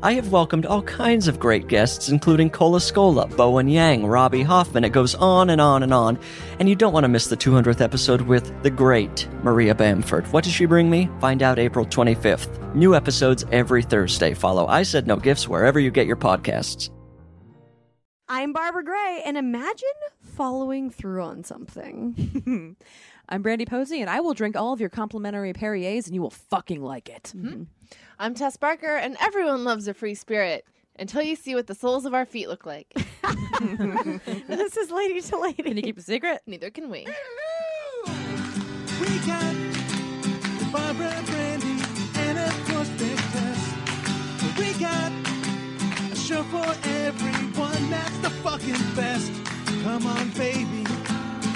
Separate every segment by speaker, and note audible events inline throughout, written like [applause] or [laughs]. Speaker 1: I have welcomed all kinds of great guests, including Cola Scola, Bowen Yang, Robbie Hoffman. It goes on and on and on. And you don't want to miss the 200th episode with the great Maria Bamford. What does she bring me? Find out April 25th. New episodes every Thursday. Follow I Said No Gifts wherever you get your podcasts.
Speaker 2: I'm Barbara Gray, and imagine following through on something. [laughs]
Speaker 3: I'm Brandy Posey, and I will drink all of your complimentary Perrier's, and you will fucking like it.
Speaker 4: I'm Tess Barker, and everyone loves a free spirit until you see what the soles of our feet look like.
Speaker 5: [laughs]
Speaker 2: this is lady to lady.
Speaker 3: Keep a secret.
Speaker 4: Neither can we.
Speaker 6: We got Barbara Brandy and of course Big Tess. We got a show for everyone that's the fucking best. Come on, baby.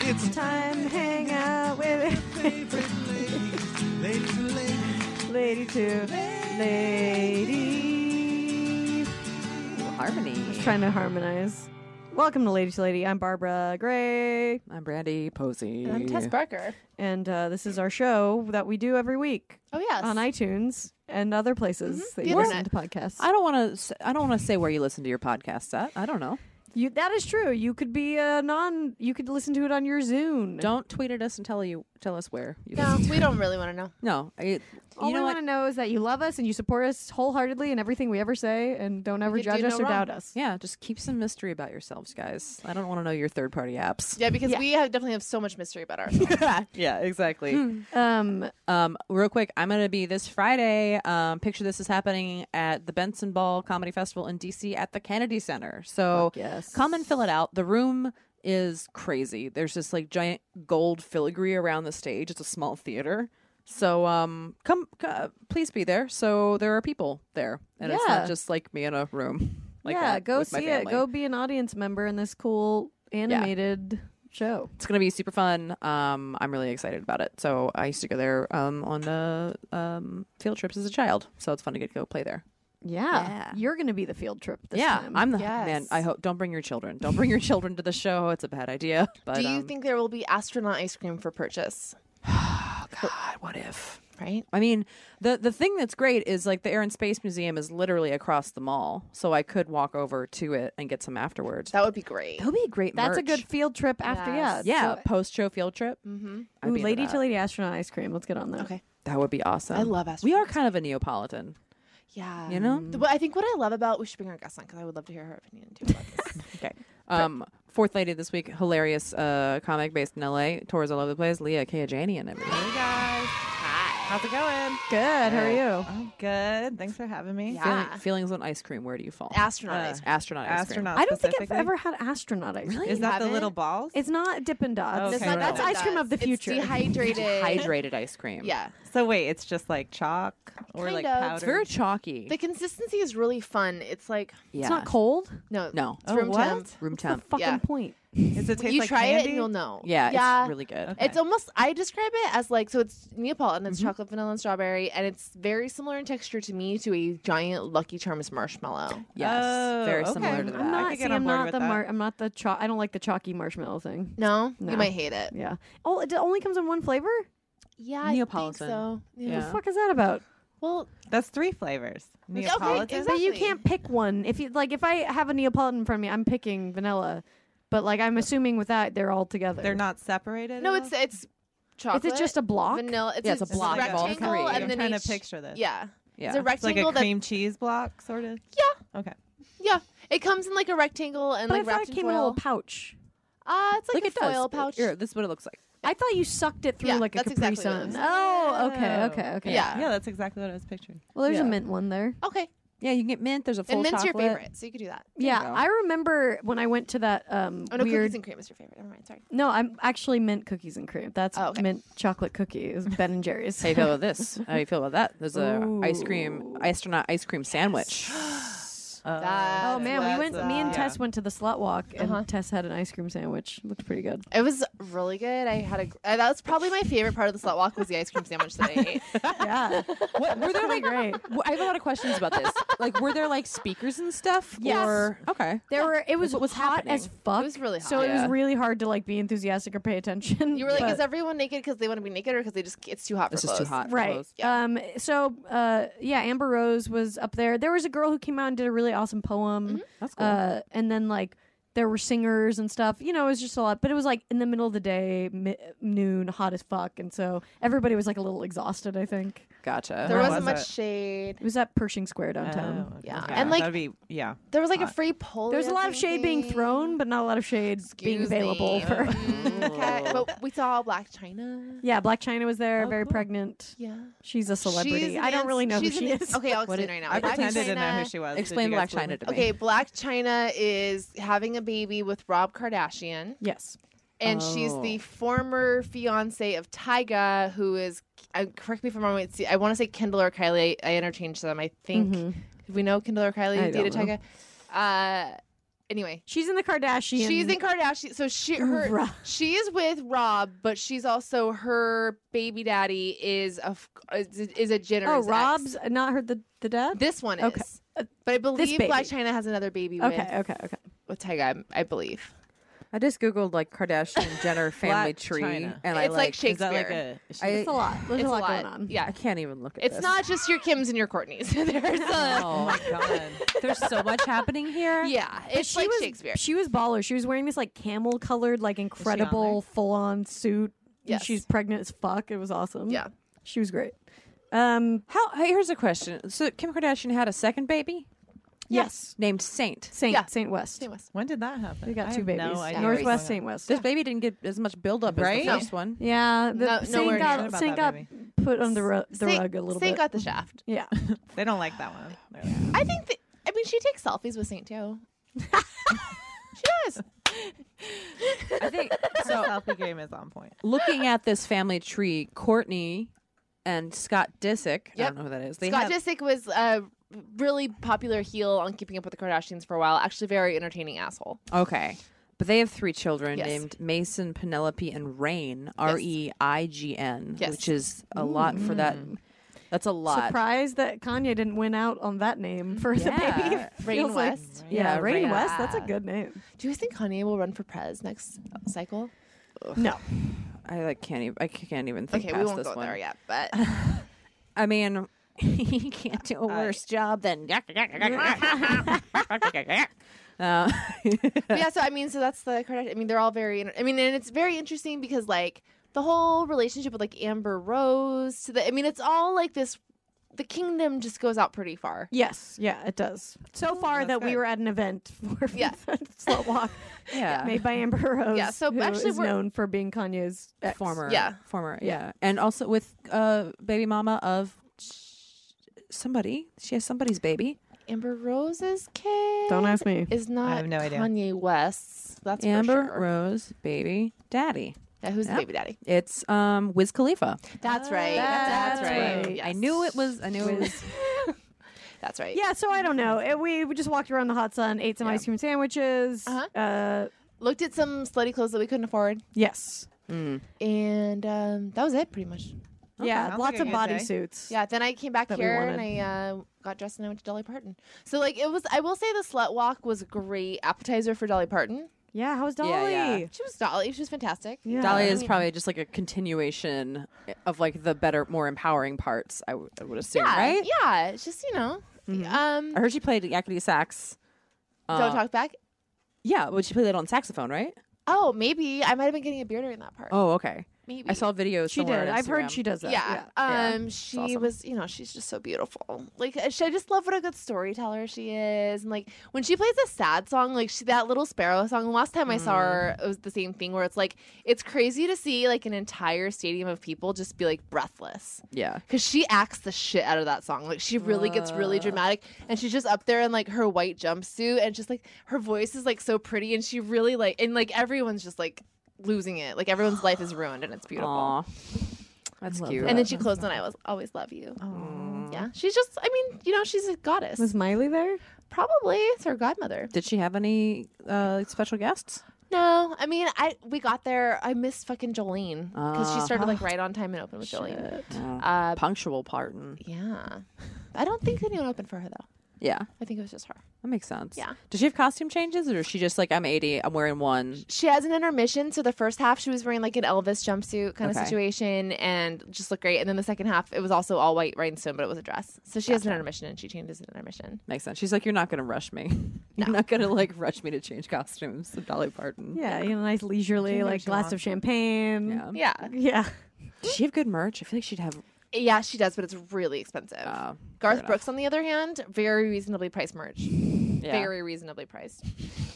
Speaker 6: It's
Speaker 2: Time hang out with
Speaker 6: favorite ladies. Ladies and ladies.
Speaker 2: [laughs] lady to lady.
Speaker 3: Harmony.
Speaker 2: Trying to harmonize. Welcome to Lady to Lady. I'm Barbara Gray,
Speaker 3: I'm Brandy Posey.
Speaker 4: I'm Tess Barker.
Speaker 2: and uh, this is our show that we do every week
Speaker 4: Oh yes.
Speaker 2: on iTunes and other places that you
Speaker 4: The
Speaker 2: listen to
Speaker 4: internet.
Speaker 2: podcasts.
Speaker 3: I don't want to. I don't want to say where you listen to your podcasts at. I don't know.
Speaker 2: You, that is true. You could be a non. You could listen to it on your Zune.
Speaker 3: Don't tweet at us and tell you tell us where. You
Speaker 4: no,
Speaker 3: listen.
Speaker 4: we don't really want to know.
Speaker 3: no. I, you
Speaker 2: All
Speaker 3: know
Speaker 2: we
Speaker 3: what?
Speaker 2: want to know is that you love us and you support us wholeheartedly in everything we ever say, and don't ever
Speaker 4: could do
Speaker 2: judge us
Speaker 4: no
Speaker 2: or doubt
Speaker 4: wrong.
Speaker 2: us.
Speaker 3: Yeah, just keep some mystery about yourselves, guys. I don't want to know your third party apps.
Speaker 4: Yeah, because
Speaker 2: Yeah.
Speaker 4: we have definitely have so much mystery
Speaker 5: [laughs]
Speaker 4: about ourselves.
Speaker 3: [laughs] Yeah, exactly.
Speaker 2: Um,
Speaker 3: Um, real quick, I'm going to be this Friday. Um, picture this is happening at the Benson Ball Comedy Festival in DC at the Kennedy Center. So
Speaker 2: Fuck yes.
Speaker 3: come and fill it out. The room is crazy. There's this like giant gold filigree around the stage. It's a small theater. So um, come, c- uh, please be there. So there are people there, and it's
Speaker 2: Yeah.
Speaker 3: not just like me in a room. Like
Speaker 2: yeah,
Speaker 3: that
Speaker 2: go
Speaker 3: with my
Speaker 2: see it.
Speaker 3: family.
Speaker 2: Go be an audience member in this cool animated show.
Speaker 3: It's gonna be super fun. Um, I'm really excited about it. So I used to go there um, on the um, field trips as a child. So it's fun to get to go play there.
Speaker 2: Yeah.
Speaker 3: Yeah.
Speaker 2: You're going to be the field trip this
Speaker 3: yeah,
Speaker 2: time.
Speaker 3: I'm the
Speaker 4: Yes.
Speaker 3: man. I hope don't bring your children. Don't bring your [laughs] children to the show. It's a bad idea. But
Speaker 4: [laughs] Do you
Speaker 3: um,
Speaker 4: think there will be astronaut ice cream for purchase?
Speaker 3: oh God, what if?
Speaker 4: Right?
Speaker 3: I mean, the the thing that's great is like the Air and Space Museum is literally across the mall, so I could walk over to it and get some afterwards.
Speaker 4: That would be great.
Speaker 3: would be great.
Speaker 2: That's a
Speaker 3: merch.
Speaker 2: good field trip after.
Speaker 4: Yes.
Speaker 2: Yeah.
Speaker 3: yeah post show field trip. Mm-hmm.
Speaker 2: So- Ooh, lady to lady astronaut ice cream. Let's get on that.
Speaker 4: Okay.
Speaker 3: That would be awesome.
Speaker 4: I love
Speaker 3: We are
Speaker 4: astronauts.
Speaker 3: kind of a Neapolitan.
Speaker 4: Yeah.
Speaker 3: You know?
Speaker 4: The- But I think what I love about we should bring our guest on because I would love to hear her opinion too about
Speaker 5: [laughs]
Speaker 4: this.
Speaker 3: Okay. Um, fourth lady this week, hilarious uh, comic based in LA, tours all over the place, Leah Kajanian, everybody.
Speaker 5: Hey guys. Hi. How's it going?
Speaker 2: Good. How are you?
Speaker 5: I'm good. Thanks for having me.
Speaker 4: Yeah.
Speaker 3: Feeling, feelings on ice cream, where do you fall?
Speaker 4: astronaut
Speaker 5: Uh,
Speaker 4: ice cream.
Speaker 3: Astronaut ice cream.
Speaker 5: Astronaut.
Speaker 2: I don't think I've
Speaker 5: specifically.
Speaker 2: ever had astronaut ice cream.
Speaker 5: Is that the
Speaker 4: haven't?
Speaker 5: little balls?
Speaker 2: It's not Dippin' Dots.
Speaker 5: Okay,
Speaker 4: It's not
Speaker 2: That's
Speaker 4: Dippin'
Speaker 2: ice cream
Speaker 4: Dots.
Speaker 2: of the future.
Speaker 4: It's [laughs] dehydrated.
Speaker 3: Hydrated ice cream.
Speaker 4: Yeah.
Speaker 5: so wait, it's just like chalk or
Speaker 4: Kind
Speaker 5: like
Speaker 4: of.
Speaker 5: powder.
Speaker 4: It's
Speaker 3: It's very chalky.
Speaker 4: The consistency is really fun. It's like
Speaker 3: yeah.
Speaker 2: It's not cold.
Speaker 4: no,
Speaker 3: No.
Speaker 4: it's
Speaker 5: Oh,
Speaker 4: room
Speaker 5: what?
Speaker 4: temp.
Speaker 3: Room
Speaker 2: What's the
Speaker 3: temp.
Speaker 2: fucking
Speaker 4: Yeah.
Speaker 2: point?
Speaker 5: Does it taste
Speaker 4: you
Speaker 5: like
Speaker 4: try it
Speaker 5: candy?
Speaker 4: and you'll know.
Speaker 3: Yeah,
Speaker 4: yeah.
Speaker 3: It's really good.
Speaker 4: It's almost I describe it as like so it's Neapolitan, it's chocolate, vanilla, and strawberry, and it's very similar in texture to me to a giant Lucky Charms marshmallow.
Speaker 3: Yes.
Speaker 5: Oh,
Speaker 3: very
Speaker 5: okay.
Speaker 3: similar to that.
Speaker 2: I'm
Speaker 5: I
Speaker 2: not.
Speaker 5: could
Speaker 2: See,
Speaker 5: get on
Speaker 2: I'm
Speaker 5: board
Speaker 2: not
Speaker 5: with
Speaker 2: the.
Speaker 5: that.
Speaker 2: Mar- I'm not the. Cho- I don't like the chalky marshmallow
Speaker 4: [laughs]
Speaker 2: thing.
Speaker 4: No?
Speaker 2: No.
Speaker 4: You might hate it.
Speaker 2: Yeah. Oh, it only comes in one flavor.
Speaker 4: Yeah, I think
Speaker 3: Neapolitan.
Speaker 4: so. Yeah.
Speaker 2: The fuck is that about?
Speaker 4: Well,
Speaker 5: That's three flavors.
Speaker 4: okay,
Speaker 5: Neapolitan.
Speaker 4: exactly.
Speaker 2: But you can't pick one. If you like, if I have a Neapolitan in front of me, I'm picking vanilla. But like, I'm assuming with that, they're all together.
Speaker 5: They're not separated. at
Speaker 4: No,
Speaker 5: all?
Speaker 4: it's it's chocolate.
Speaker 2: Is it just a block?
Speaker 4: vanilla? It's,
Speaker 3: Yeah, it's a block
Speaker 5: of all
Speaker 4: rectangle,
Speaker 3: three.
Speaker 4: and
Speaker 5: I'm
Speaker 4: then
Speaker 5: trying
Speaker 4: each-
Speaker 5: to picture this.
Speaker 4: Yeah.
Speaker 3: yeah.
Speaker 4: It's a
Speaker 5: It's like
Speaker 4: rectangle
Speaker 5: a
Speaker 4: that
Speaker 5: cream cheese block, sort of.
Speaker 4: Yeah.
Speaker 5: Okay.
Speaker 4: yeah. It comes in like a rectangle and
Speaker 2: But I
Speaker 4: like
Speaker 2: thought
Speaker 4: wrapped
Speaker 2: it came
Speaker 4: in
Speaker 2: in a
Speaker 4: foil.
Speaker 2: little pouch.
Speaker 4: uh, it's like,
Speaker 3: Like it
Speaker 4: a foil
Speaker 3: does.
Speaker 4: pouch.
Speaker 3: Here, this is what it looks like.
Speaker 2: I thought you sucked it through
Speaker 4: Yeah,
Speaker 2: like a
Speaker 4: that's
Speaker 2: Capri
Speaker 4: exactly what it
Speaker 2: Sun.
Speaker 4: is.
Speaker 2: Oh, okay, okay, okay.
Speaker 4: Yeah.
Speaker 5: Yeah, that's exactly what I was picturing.
Speaker 2: Well, there's a
Speaker 3: Yeah.
Speaker 2: mint one there.
Speaker 4: Okay.
Speaker 3: Yeah, you can get mint. There's a full
Speaker 4: and mint's your
Speaker 3: chocolate.
Speaker 4: favorite, so you could do that.
Speaker 2: Yeah,
Speaker 3: go.
Speaker 2: I remember when I went to that um,
Speaker 4: Oh no,
Speaker 2: weird.
Speaker 4: cookies and cream is your favorite. Never mind. Sorry.
Speaker 2: no, I'm actually mint cookies and cream. That's
Speaker 4: Oh, okay.
Speaker 2: mint chocolate cookie. It was Ben and Jerry's.
Speaker 3: How you feel about this? How you feel about that? There's a ice cream
Speaker 2: Ooh.
Speaker 3: astronaut ice cream sandwich. Uh,
Speaker 4: That's
Speaker 2: Oh man,
Speaker 4: what-
Speaker 2: we went. Me and
Speaker 5: that.
Speaker 2: Tess went to the slut walk, and
Speaker 4: uh, Uh-huh.
Speaker 2: Tess had an ice cream sandwich. Looked pretty good.
Speaker 4: It was really good. I had a. gr- Uh, that was probably my favorite part of the slut walk was the ice cream sandwich
Speaker 2: [laughs]
Speaker 4: that I ate.
Speaker 2: Yeah,
Speaker 3: [laughs] What, were
Speaker 2: [laughs]
Speaker 3: there like?
Speaker 2: great.
Speaker 3: w- I have a lot of questions about this. Like, were there like speakers and stuff?
Speaker 2: Yes.
Speaker 3: Or, okay.
Speaker 2: There were. It was,
Speaker 3: what was
Speaker 2: hot as
Speaker 3: happening.
Speaker 2: fuck.
Speaker 4: It was really
Speaker 2: So
Speaker 4: hot.
Speaker 2: it
Speaker 3: Yeah.
Speaker 2: was really hard to like be enthusiastic or pay attention.
Speaker 4: You were like,
Speaker 2: but-
Speaker 4: "Is everyone naked because they want to be naked, or because they just it's too hot for
Speaker 3: This is
Speaker 4: clothes?"
Speaker 3: too hot. for
Speaker 2: right?
Speaker 3: clothes.
Speaker 4: Yeah.
Speaker 2: Um. So, uh, yeah, Amber Rose was up there. There was a girl who came out and did a really awesome poem.
Speaker 3: That's cool.
Speaker 2: Uh, and then like there were singers and stuff. You know, it was just a lot. But it was like in the middle of the day, mi- noon, hot as fuck, and so everybody was like a little exhausted. I think
Speaker 3: gotcha.
Speaker 4: There
Speaker 5: Where was
Speaker 4: wasn't much
Speaker 5: it?
Speaker 4: shade.
Speaker 2: it was at Pershing Square downtown.
Speaker 5: Oh,
Speaker 4: Yeah.
Speaker 5: okay.
Speaker 4: And, like-
Speaker 5: that'd be yeah.
Speaker 4: There was like a
Speaker 5: Hot.
Speaker 4: free pole.
Speaker 2: There's a lot of shade being thrown, but not a lot of shade being available for. [laughs]
Speaker 4: [laughs] okay, but we saw Black China.
Speaker 2: yeah, Black China was there,
Speaker 5: Oh,
Speaker 2: very
Speaker 5: cool.
Speaker 2: pregnant.
Speaker 4: Yeah,
Speaker 2: She's a celebrity.
Speaker 4: She's an
Speaker 2: I don't
Speaker 4: ins-
Speaker 2: really know who
Speaker 4: she's
Speaker 2: she
Speaker 4: an-
Speaker 2: is.
Speaker 4: Okay, I'll explain
Speaker 3: What
Speaker 4: right now.
Speaker 5: I
Speaker 4: Black
Speaker 5: pretended to know
Speaker 4: China-
Speaker 5: who she was. Did
Speaker 3: Explain
Speaker 5: you
Speaker 3: Black
Speaker 5: guys believe
Speaker 3: China to me.
Speaker 4: Okay, Black China is having a baby with Rob Kardashian,
Speaker 2: Yes.
Speaker 4: and she's
Speaker 2: Oh.
Speaker 4: the former fiance of Tyga, who is. I, correct me if I'm wrong. It's, I want to say Kendall or Kylie. I interchange them. I think
Speaker 2: Mhm.
Speaker 4: Did we know Kendall or Kylie
Speaker 2: I
Speaker 4: dated
Speaker 2: don't
Speaker 4: Tyga. Uh, anyway,
Speaker 2: She's in the Kardashian.
Speaker 4: she's in Kardashian. So she her
Speaker 2: Oeuvre.
Speaker 4: she is with Rob, but she's also her baby daddy is a f- is, is a Jenner's.
Speaker 2: Oh,
Speaker 4: ex.
Speaker 2: Rob's not heard the the dad.
Speaker 4: This one
Speaker 2: Okay.
Speaker 4: is. But I believe Black
Speaker 2: baby.
Speaker 4: China has another baby with
Speaker 2: okay, okay, okay.
Speaker 4: with Tyga, I I believe.
Speaker 3: I just googled like Kardashian Jenner family
Speaker 5: Black
Speaker 3: tree,
Speaker 5: China.
Speaker 3: and I
Speaker 4: It's like
Speaker 3: like,
Speaker 4: Shakespeare.
Speaker 5: Is that like a? is she-
Speaker 3: I-
Speaker 2: It's a lot. There's
Speaker 4: It's
Speaker 2: a lot, going on.
Speaker 4: Yeah.
Speaker 3: I can't even look at
Speaker 4: It's
Speaker 3: this.
Speaker 4: not just your Kims and your Courtneys. [laughs] There's a,
Speaker 5: oh
Speaker 2: [laughs]
Speaker 5: my god.
Speaker 3: There's so much happening here.
Speaker 4: [laughs] yeah,
Speaker 2: But
Speaker 4: it's like
Speaker 2: was,
Speaker 4: Shakespeare.
Speaker 2: She was baller. She was wearing this like camel colored, like incredible full on suit. Yeah,
Speaker 4: Yes.
Speaker 2: She's pregnant as fuck. It was awesome.
Speaker 4: Yeah.
Speaker 2: She was great. Um
Speaker 3: How? Hey, here's a question. So Kim Kardashian had a second baby
Speaker 2: yes.
Speaker 3: named Saint.
Speaker 2: Saint
Speaker 4: Yeah.
Speaker 2: Saint West.
Speaker 4: Anyway,
Speaker 5: When did that happen?
Speaker 2: We got
Speaker 5: I
Speaker 2: two
Speaker 5: have
Speaker 2: babies.
Speaker 5: No idea what's
Speaker 2: Northwest
Speaker 5: going
Speaker 2: Saint West.
Speaker 3: This baby didn't get as much buildup
Speaker 5: Right?
Speaker 3: as the first one.
Speaker 2: Yeah. The
Speaker 4: No-
Speaker 2: Saint
Speaker 4: nowhere
Speaker 5: near.
Speaker 2: got
Speaker 5: About
Speaker 2: Saint
Speaker 5: that
Speaker 2: got
Speaker 5: baby.
Speaker 2: put on the, ru- the
Speaker 4: Saint-
Speaker 2: rug a little
Speaker 4: Saint
Speaker 2: bit.
Speaker 4: got the shaft. [laughs]
Speaker 2: yeah.
Speaker 5: on. They don't like that one. They're like,
Speaker 4: I think that, I mean she takes selfies with Saint
Speaker 2: [laughs]
Speaker 4: too. she does.
Speaker 3: I think
Speaker 5: Her
Speaker 3: so.
Speaker 5: selfie game is on point.
Speaker 3: looking at this family tree, Courtney and Scott Disick. I
Speaker 4: Yep.
Speaker 3: don't know who that is. They
Speaker 4: Scott
Speaker 3: have,
Speaker 4: Disick was a really popular heel on Keeping Up with the Kardashians for a while. Actually, very entertaining asshole.
Speaker 3: okay, but they have three children
Speaker 4: Yes.
Speaker 3: named Mason, Penelope, and Rain. R e i g n,
Speaker 4: Yes. Mm.
Speaker 3: which is a lot for that. That's a lot.
Speaker 2: Surprised that Kanye didn't win out on that name for the baby. [laughs]
Speaker 3: Yeah.
Speaker 4: Mm-hmm. Rain
Speaker 2: Feels like-
Speaker 4: West.
Speaker 2: yeah,
Speaker 3: Yeah,
Speaker 2: Rain,
Speaker 3: Rain.
Speaker 2: West. That's a good name.
Speaker 4: Do you guys think Kanye will run for prez next cycle?
Speaker 2: No,
Speaker 3: I like can't even. I can't even think.
Speaker 4: Okay,
Speaker 3: past
Speaker 4: we won't
Speaker 3: this
Speaker 4: go
Speaker 3: one.
Speaker 4: there yet, but
Speaker 3: I mean, [laughs] he can't do a worse job
Speaker 4: [laughs]
Speaker 3: than. [laughs] uh, [laughs]
Speaker 4: But yeah. So I mean, so that's the Kardashian. I mean, they're all very. inter- I mean, and it's very interesting because like the whole relationship with like Amber Rose to the. I mean, it's all like this. The kingdom just goes out pretty far.
Speaker 2: Yes, yeah, it does. So far
Speaker 5: that's
Speaker 2: that we
Speaker 5: good.
Speaker 2: were at an event [laughs] for
Speaker 4: Yeah.
Speaker 2: Slut
Speaker 4: [laughs]
Speaker 2: Walk
Speaker 3: yeah.
Speaker 2: made by Amber Rose.
Speaker 4: Yeah, so
Speaker 2: who
Speaker 4: actually
Speaker 2: is
Speaker 4: we're-
Speaker 2: known for being Kanye's ex.
Speaker 3: former
Speaker 4: Yeah.
Speaker 3: former yeah. and also with uh baby mama of somebody she has somebody's baby
Speaker 4: Amber Rose's kid.
Speaker 2: Don't ask me.
Speaker 4: Is not
Speaker 5: have no idea.
Speaker 4: Kanye West's. That's
Speaker 3: amber
Speaker 4: For sure.
Speaker 3: rose baby daddy
Speaker 4: Yeah, who's
Speaker 3: Yep.
Speaker 4: the baby daddy?
Speaker 3: it's um wiz khalifa
Speaker 4: That's right.
Speaker 2: That's
Speaker 4: That's,
Speaker 2: right.
Speaker 4: right.
Speaker 3: i
Speaker 4: Yes.
Speaker 3: knew it was i knew it was
Speaker 4: That's right.
Speaker 2: Yeah, so I don't know. It- we, we just walked around the hot sun, ate some ice cream sandwiches.
Speaker 4: Uh-huh.
Speaker 2: Uh,
Speaker 4: Looked at some slutty clothes that we couldn't afford,
Speaker 2: yes.
Speaker 4: and um, that was it, pretty much.
Speaker 2: yeah,
Speaker 5: sounds
Speaker 2: lots
Speaker 5: like a
Speaker 2: of
Speaker 5: good day.
Speaker 2: bodysuits.
Speaker 4: Yeah. Then I came back
Speaker 2: That we
Speaker 4: here and
Speaker 2: wanted.
Speaker 4: I uh, got dressed and I went to Dolly Parton. So like it was. I will say the slut walk was a great appetizer for Dolly Parton.
Speaker 2: Yeah, how was Dolly?
Speaker 3: Yeah, yeah.
Speaker 4: She was Dolly. She was fantastic.
Speaker 2: Yeah.
Speaker 3: dolly
Speaker 4: I
Speaker 3: is
Speaker 4: [laughs] mean-
Speaker 3: probably just like a continuation of like the better more empowering parts i, w- I would assume
Speaker 4: Yeah.
Speaker 3: right
Speaker 4: Yeah. It's just you know.
Speaker 2: Mm-hmm.
Speaker 4: Um.
Speaker 3: i heard she played yakety sax uh,
Speaker 4: Don't talk back.
Speaker 3: yeah but she played that on saxophone right
Speaker 4: Oh, maybe I might have been getting a beer during that part.
Speaker 3: oh okay
Speaker 4: maybe
Speaker 3: i saw videos
Speaker 2: She did.
Speaker 3: somewhere on
Speaker 2: I've
Speaker 3: Instagram.
Speaker 2: heard she does that.
Speaker 4: yeah.
Speaker 3: Yeah.
Speaker 4: Um, she
Speaker 3: awesome.
Speaker 4: was, you know, she's just so beautiful. Like, uh, she, I just love what a good storyteller she is. And like, when she plays a sad song, like she that little sparrow song. Last time I saw her, it was the same thing where it's like, it's crazy to see like an entire stadium of people just be like breathless
Speaker 3: yeah
Speaker 4: because she acts the shit out of that song. Like, she really gets really dramatic, and she's just up there in like her white jumpsuit, and just like her voice is like so pretty, and she really like, and like everyone's just like losing it. Like everyone's life is ruined, and it's beautiful.
Speaker 3: Aw. that's
Speaker 5: love
Speaker 3: cute
Speaker 5: that.
Speaker 4: And then she closed on I was always love you. Yeah. She's just I mean, you know, she's a goddess.
Speaker 2: Was Miley there?
Speaker 4: Probably it's her godmother.
Speaker 3: Did she have any uh, special guests?
Speaker 4: No, I mean, I we got there. I missed fucking Jolene because she
Speaker 3: Ah.
Speaker 4: started like right on time and opened with Jolene. Uh,
Speaker 3: Uh, Punctual pardon.
Speaker 4: yeah, I don't think anyone opened for her though.
Speaker 3: Yeah,
Speaker 4: I think it was just her.
Speaker 3: that makes sense.
Speaker 4: Yeah.
Speaker 3: Does she have costume changes, or is she just like I'm 80, I'm wearing one?
Speaker 4: She has an intermission. So the first half, she was wearing like an Elvis jumpsuit kind
Speaker 3: Okay.
Speaker 4: of situation and just looked great. And then the second half, it was also all white rhinestone, but it was a dress. So she has an intermission and she changes an intermission.
Speaker 3: Makes sense. She's like, you're not gonna rush me. [laughs] You're not gonna like rush me to change costumes. So Dolly Parton.
Speaker 2: Yeah, you know, nice leisurely
Speaker 5: Drink what
Speaker 2: like
Speaker 5: you
Speaker 2: glass
Speaker 5: want.
Speaker 2: of champagne.
Speaker 3: Yeah.
Speaker 4: Yeah.
Speaker 2: Yeah. [laughs]
Speaker 3: Does she have good merch? I feel like she'd have.
Speaker 4: Yeah, she does, but it's really expensive.
Speaker 3: Uh,
Speaker 4: Garth
Speaker 3: enough.
Speaker 4: Brooks, on the other hand, very reasonably priced merch.
Speaker 3: yeah.
Speaker 4: Very reasonably priced.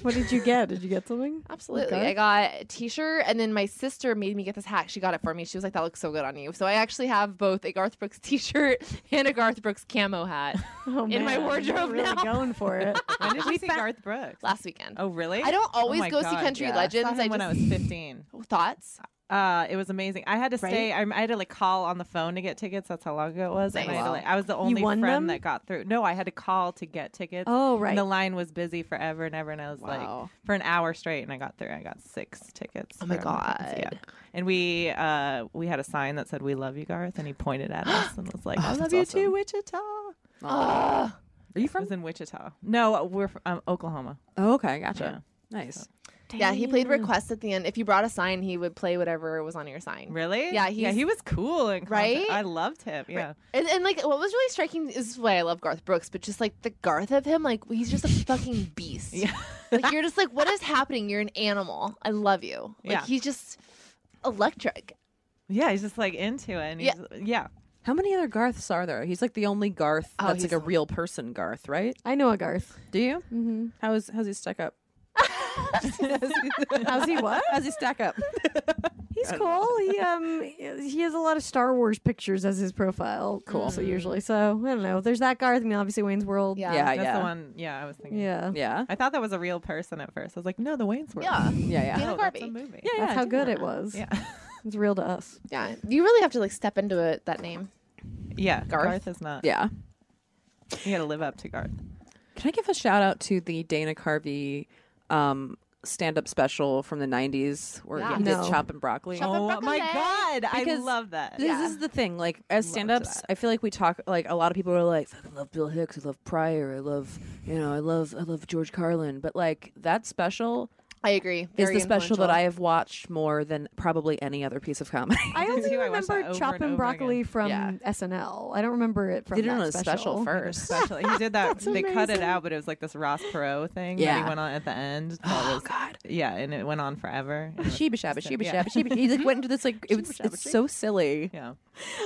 Speaker 2: What did you get? Did you get something?
Speaker 4: Absolutely. I got a t shirt, and then my sister made me get this hat. She got it for me. She was like, That looks so good on you. So I actually have both a Garth Brooks [laughs] t shirt and a Garth Brooks camo hat
Speaker 2: Oh,
Speaker 4: in my
Speaker 2: man,
Speaker 4: wardrobe
Speaker 2: you're really
Speaker 4: now.
Speaker 2: going for [laughs] it.
Speaker 5: When did you see
Speaker 4: found-
Speaker 5: Garth Brooks?
Speaker 4: last weekend.
Speaker 5: Oh, really?
Speaker 4: I don't
Speaker 5: Oh
Speaker 4: always
Speaker 5: my
Speaker 4: go see
Speaker 5: God,
Speaker 4: country
Speaker 3: yeah. I
Speaker 4: legends.
Speaker 5: Saw him
Speaker 4: I
Speaker 5: when I
Speaker 4: just
Speaker 5: was 15.
Speaker 4: Oh, thoughts.
Speaker 5: Uh, it was amazing. I had to stay. I, I had to like call on the phone to get tickets. That's how long ago it was. And I,
Speaker 3: Nice.
Speaker 5: had to,
Speaker 3: Wow.
Speaker 5: like, I was the only
Speaker 2: won
Speaker 5: friend
Speaker 2: them?
Speaker 5: that got through. No, I had to call to get tickets.
Speaker 2: Oh,
Speaker 5: And
Speaker 2: right.
Speaker 5: the line was busy forever and ever, and I was
Speaker 3: Wow.
Speaker 5: like for an hour straight, and I got through. I got six tickets.
Speaker 4: Oh my
Speaker 5: for Americans.
Speaker 4: God.
Speaker 5: Yeah. And we uh, we had a sign that said "We love you, Garth," and he pointed at us and was like, "I love
Speaker 3: that's
Speaker 5: you
Speaker 3: awesome.
Speaker 5: too, Wichita."
Speaker 4: Ugh.
Speaker 3: Are you
Speaker 5: I
Speaker 3: from?
Speaker 5: was in Wichita. No, we're from um, Oklahoma.
Speaker 3: Oh, okay, gotcha. Nice.
Speaker 4: yeah, he played request at the end. If you brought a sign, he would play whatever was on your sign.
Speaker 5: Really?
Speaker 4: Yeah,
Speaker 5: yeah.
Speaker 4: he's-
Speaker 5: He was cool and
Speaker 4: Right?
Speaker 5: I loved him. Yeah.
Speaker 4: And, and like, what was really striking this is why I love Garth Brooks, but just like the Garth of him, like
Speaker 5: [laughs]
Speaker 4: he's just a fucking beast.
Speaker 5: Yeah.
Speaker 4: Like you're just like, what is happening? You're an animal. I love you. Like
Speaker 5: Yeah.
Speaker 4: he's just electric.
Speaker 5: Yeah, he's just like into it. And
Speaker 4: Yeah.
Speaker 5: he's, yeah.
Speaker 3: How many other Garths are there? He's like the only Garth
Speaker 4: Oh,
Speaker 3: that's like a
Speaker 4: he's-
Speaker 3: real person Garth, right?
Speaker 2: I know a Garth.
Speaker 3: Do you?
Speaker 2: Mm-hmm.
Speaker 3: How's how's he stack [laughs] up? how's
Speaker 2: How's he what?
Speaker 3: How's he stack up?
Speaker 2: He's cool. [laughs] He um he has a lot of Star Wars pictures as his profile. Cool. So usually, so I don't know. There's that Garth. I mean, obviously Wayne's World.
Speaker 4: Yeah.
Speaker 3: Yeah,
Speaker 5: That's
Speaker 3: yeah,
Speaker 5: the one. Yeah, I was thinking.
Speaker 2: Yeah.
Speaker 3: yeah,
Speaker 5: I thought that was a real person at first. I was like, no, the Wayne's World.
Speaker 4: Yeah.
Speaker 3: yeah, yeah.
Speaker 4: Dana
Speaker 5: Oh, that's a
Speaker 4: Carvey.
Speaker 5: movie.
Speaker 3: Yeah,
Speaker 2: That's
Speaker 3: yeah,
Speaker 2: how
Speaker 3: Dana.
Speaker 2: good it was.
Speaker 5: Yeah. [laughs]
Speaker 2: It's real to us.
Speaker 4: Yeah. You really have to like step into it, that name.
Speaker 5: Yeah.
Speaker 4: Garth.
Speaker 5: Garth. is not.
Speaker 3: Yeah.
Speaker 5: You got to live up to Garth.
Speaker 3: Can I give a shout out to the Dana Carvey um, stand up special from the 90s where
Speaker 4: Yeah.
Speaker 3: he
Speaker 2: No.
Speaker 3: did Chop and Broccoli?
Speaker 4: Chop and
Speaker 5: oh my
Speaker 4: broccoli.
Speaker 5: God.
Speaker 3: Because
Speaker 5: I love that.
Speaker 3: This
Speaker 4: Yeah.
Speaker 3: is the thing. Like, as stand ups,
Speaker 5: that.
Speaker 3: I feel like we talk, like, a lot of people are like, "Fuck, I love Bill Hicks, I love Pryor, I love, you know, I love, I love George Carlin. But, like, that special
Speaker 4: I agree.
Speaker 3: is
Speaker 4: Very
Speaker 3: the special that
Speaker 4: influential.
Speaker 3: I have watched more than probably any other piece of comedy.
Speaker 2: I only
Speaker 5: too. I watched that
Speaker 2: remember
Speaker 5: over
Speaker 2: Chop
Speaker 5: and
Speaker 2: and,
Speaker 5: over
Speaker 2: Broccoli from
Speaker 3: Yeah.
Speaker 2: SNL. I don't remember it from
Speaker 3: they did it
Speaker 2: that
Speaker 3: on a special first.
Speaker 5: Especially, he did that. they cut it
Speaker 2: amazing.
Speaker 5: out, but it was like this Ross Perot thing that
Speaker 3: Yeah.
Speaker 5: he went on at the end. That
Speaker 3: Oh,
Speaker 5: was,
Speaker 3: God.
Speaker 5: yeah, and it went on forever. And it-
Speaker 3: Sheba shabba, sheba
Speaker 5: Yeah.
Speaker 3: shabba, sheba. He like went into this like [laughs] it was. It's so silly.
Speaker 5: yeah,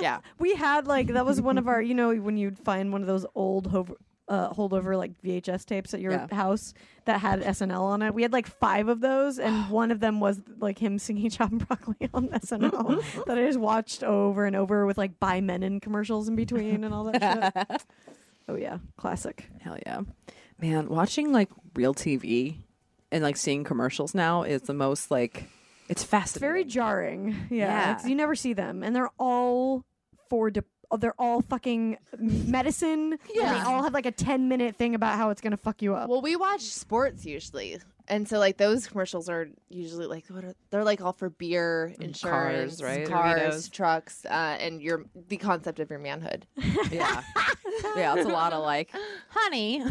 Speaker 3: Yeah,
Speaker 2: We had like that was one of
Speaker 3: [laughs]
Speaker 2: our you know when you'd find one of those old hover, uh, holdover like VHS tapes at your
Speaker 3: Yeah.
Speaker 2: house that had SNL on it. We had like five of those,
Speaker 3: [sighs]
Speaker 2: and one of them was like him singing [laughs] Chop and Broccoli on
Speaker 3: [laughs]
Speaker 2: SNL that I just watched over and over with like by Menon commercials in between and all that shit.
Speaker 3: [laughs]
Speaker 2: Oh yeah, classic.
Speaker 3: hell yeah, man. Watching like real TV and like seeing commercials now is the most like it's
Speaker 2: It's
Speaker 3: fascinating.
Speaker 2: very jarring. Yeah,
Speaker 3: Yeah.
Speaker 2: 'cause you never see them, and they're all for. De- oh, they're all fucking medicine. Yeah, they
Speaker 3: Yeah.
Speaker 2: all have like a ten minute thing about how it's gonna fuck you up.
Speaker 4: Well, we watch sports usually, and so like those commercials are usually like what are they're like all for beer, insurance,
Speaker 3: cars, right?
Speaker 4: cars,
Speaker 5: Doritos.
Speaker 4: trucks, uh, and your the concept of your manhood.
Speaker 3: yeah, yeah. It's a lot of [laughs] like, honey,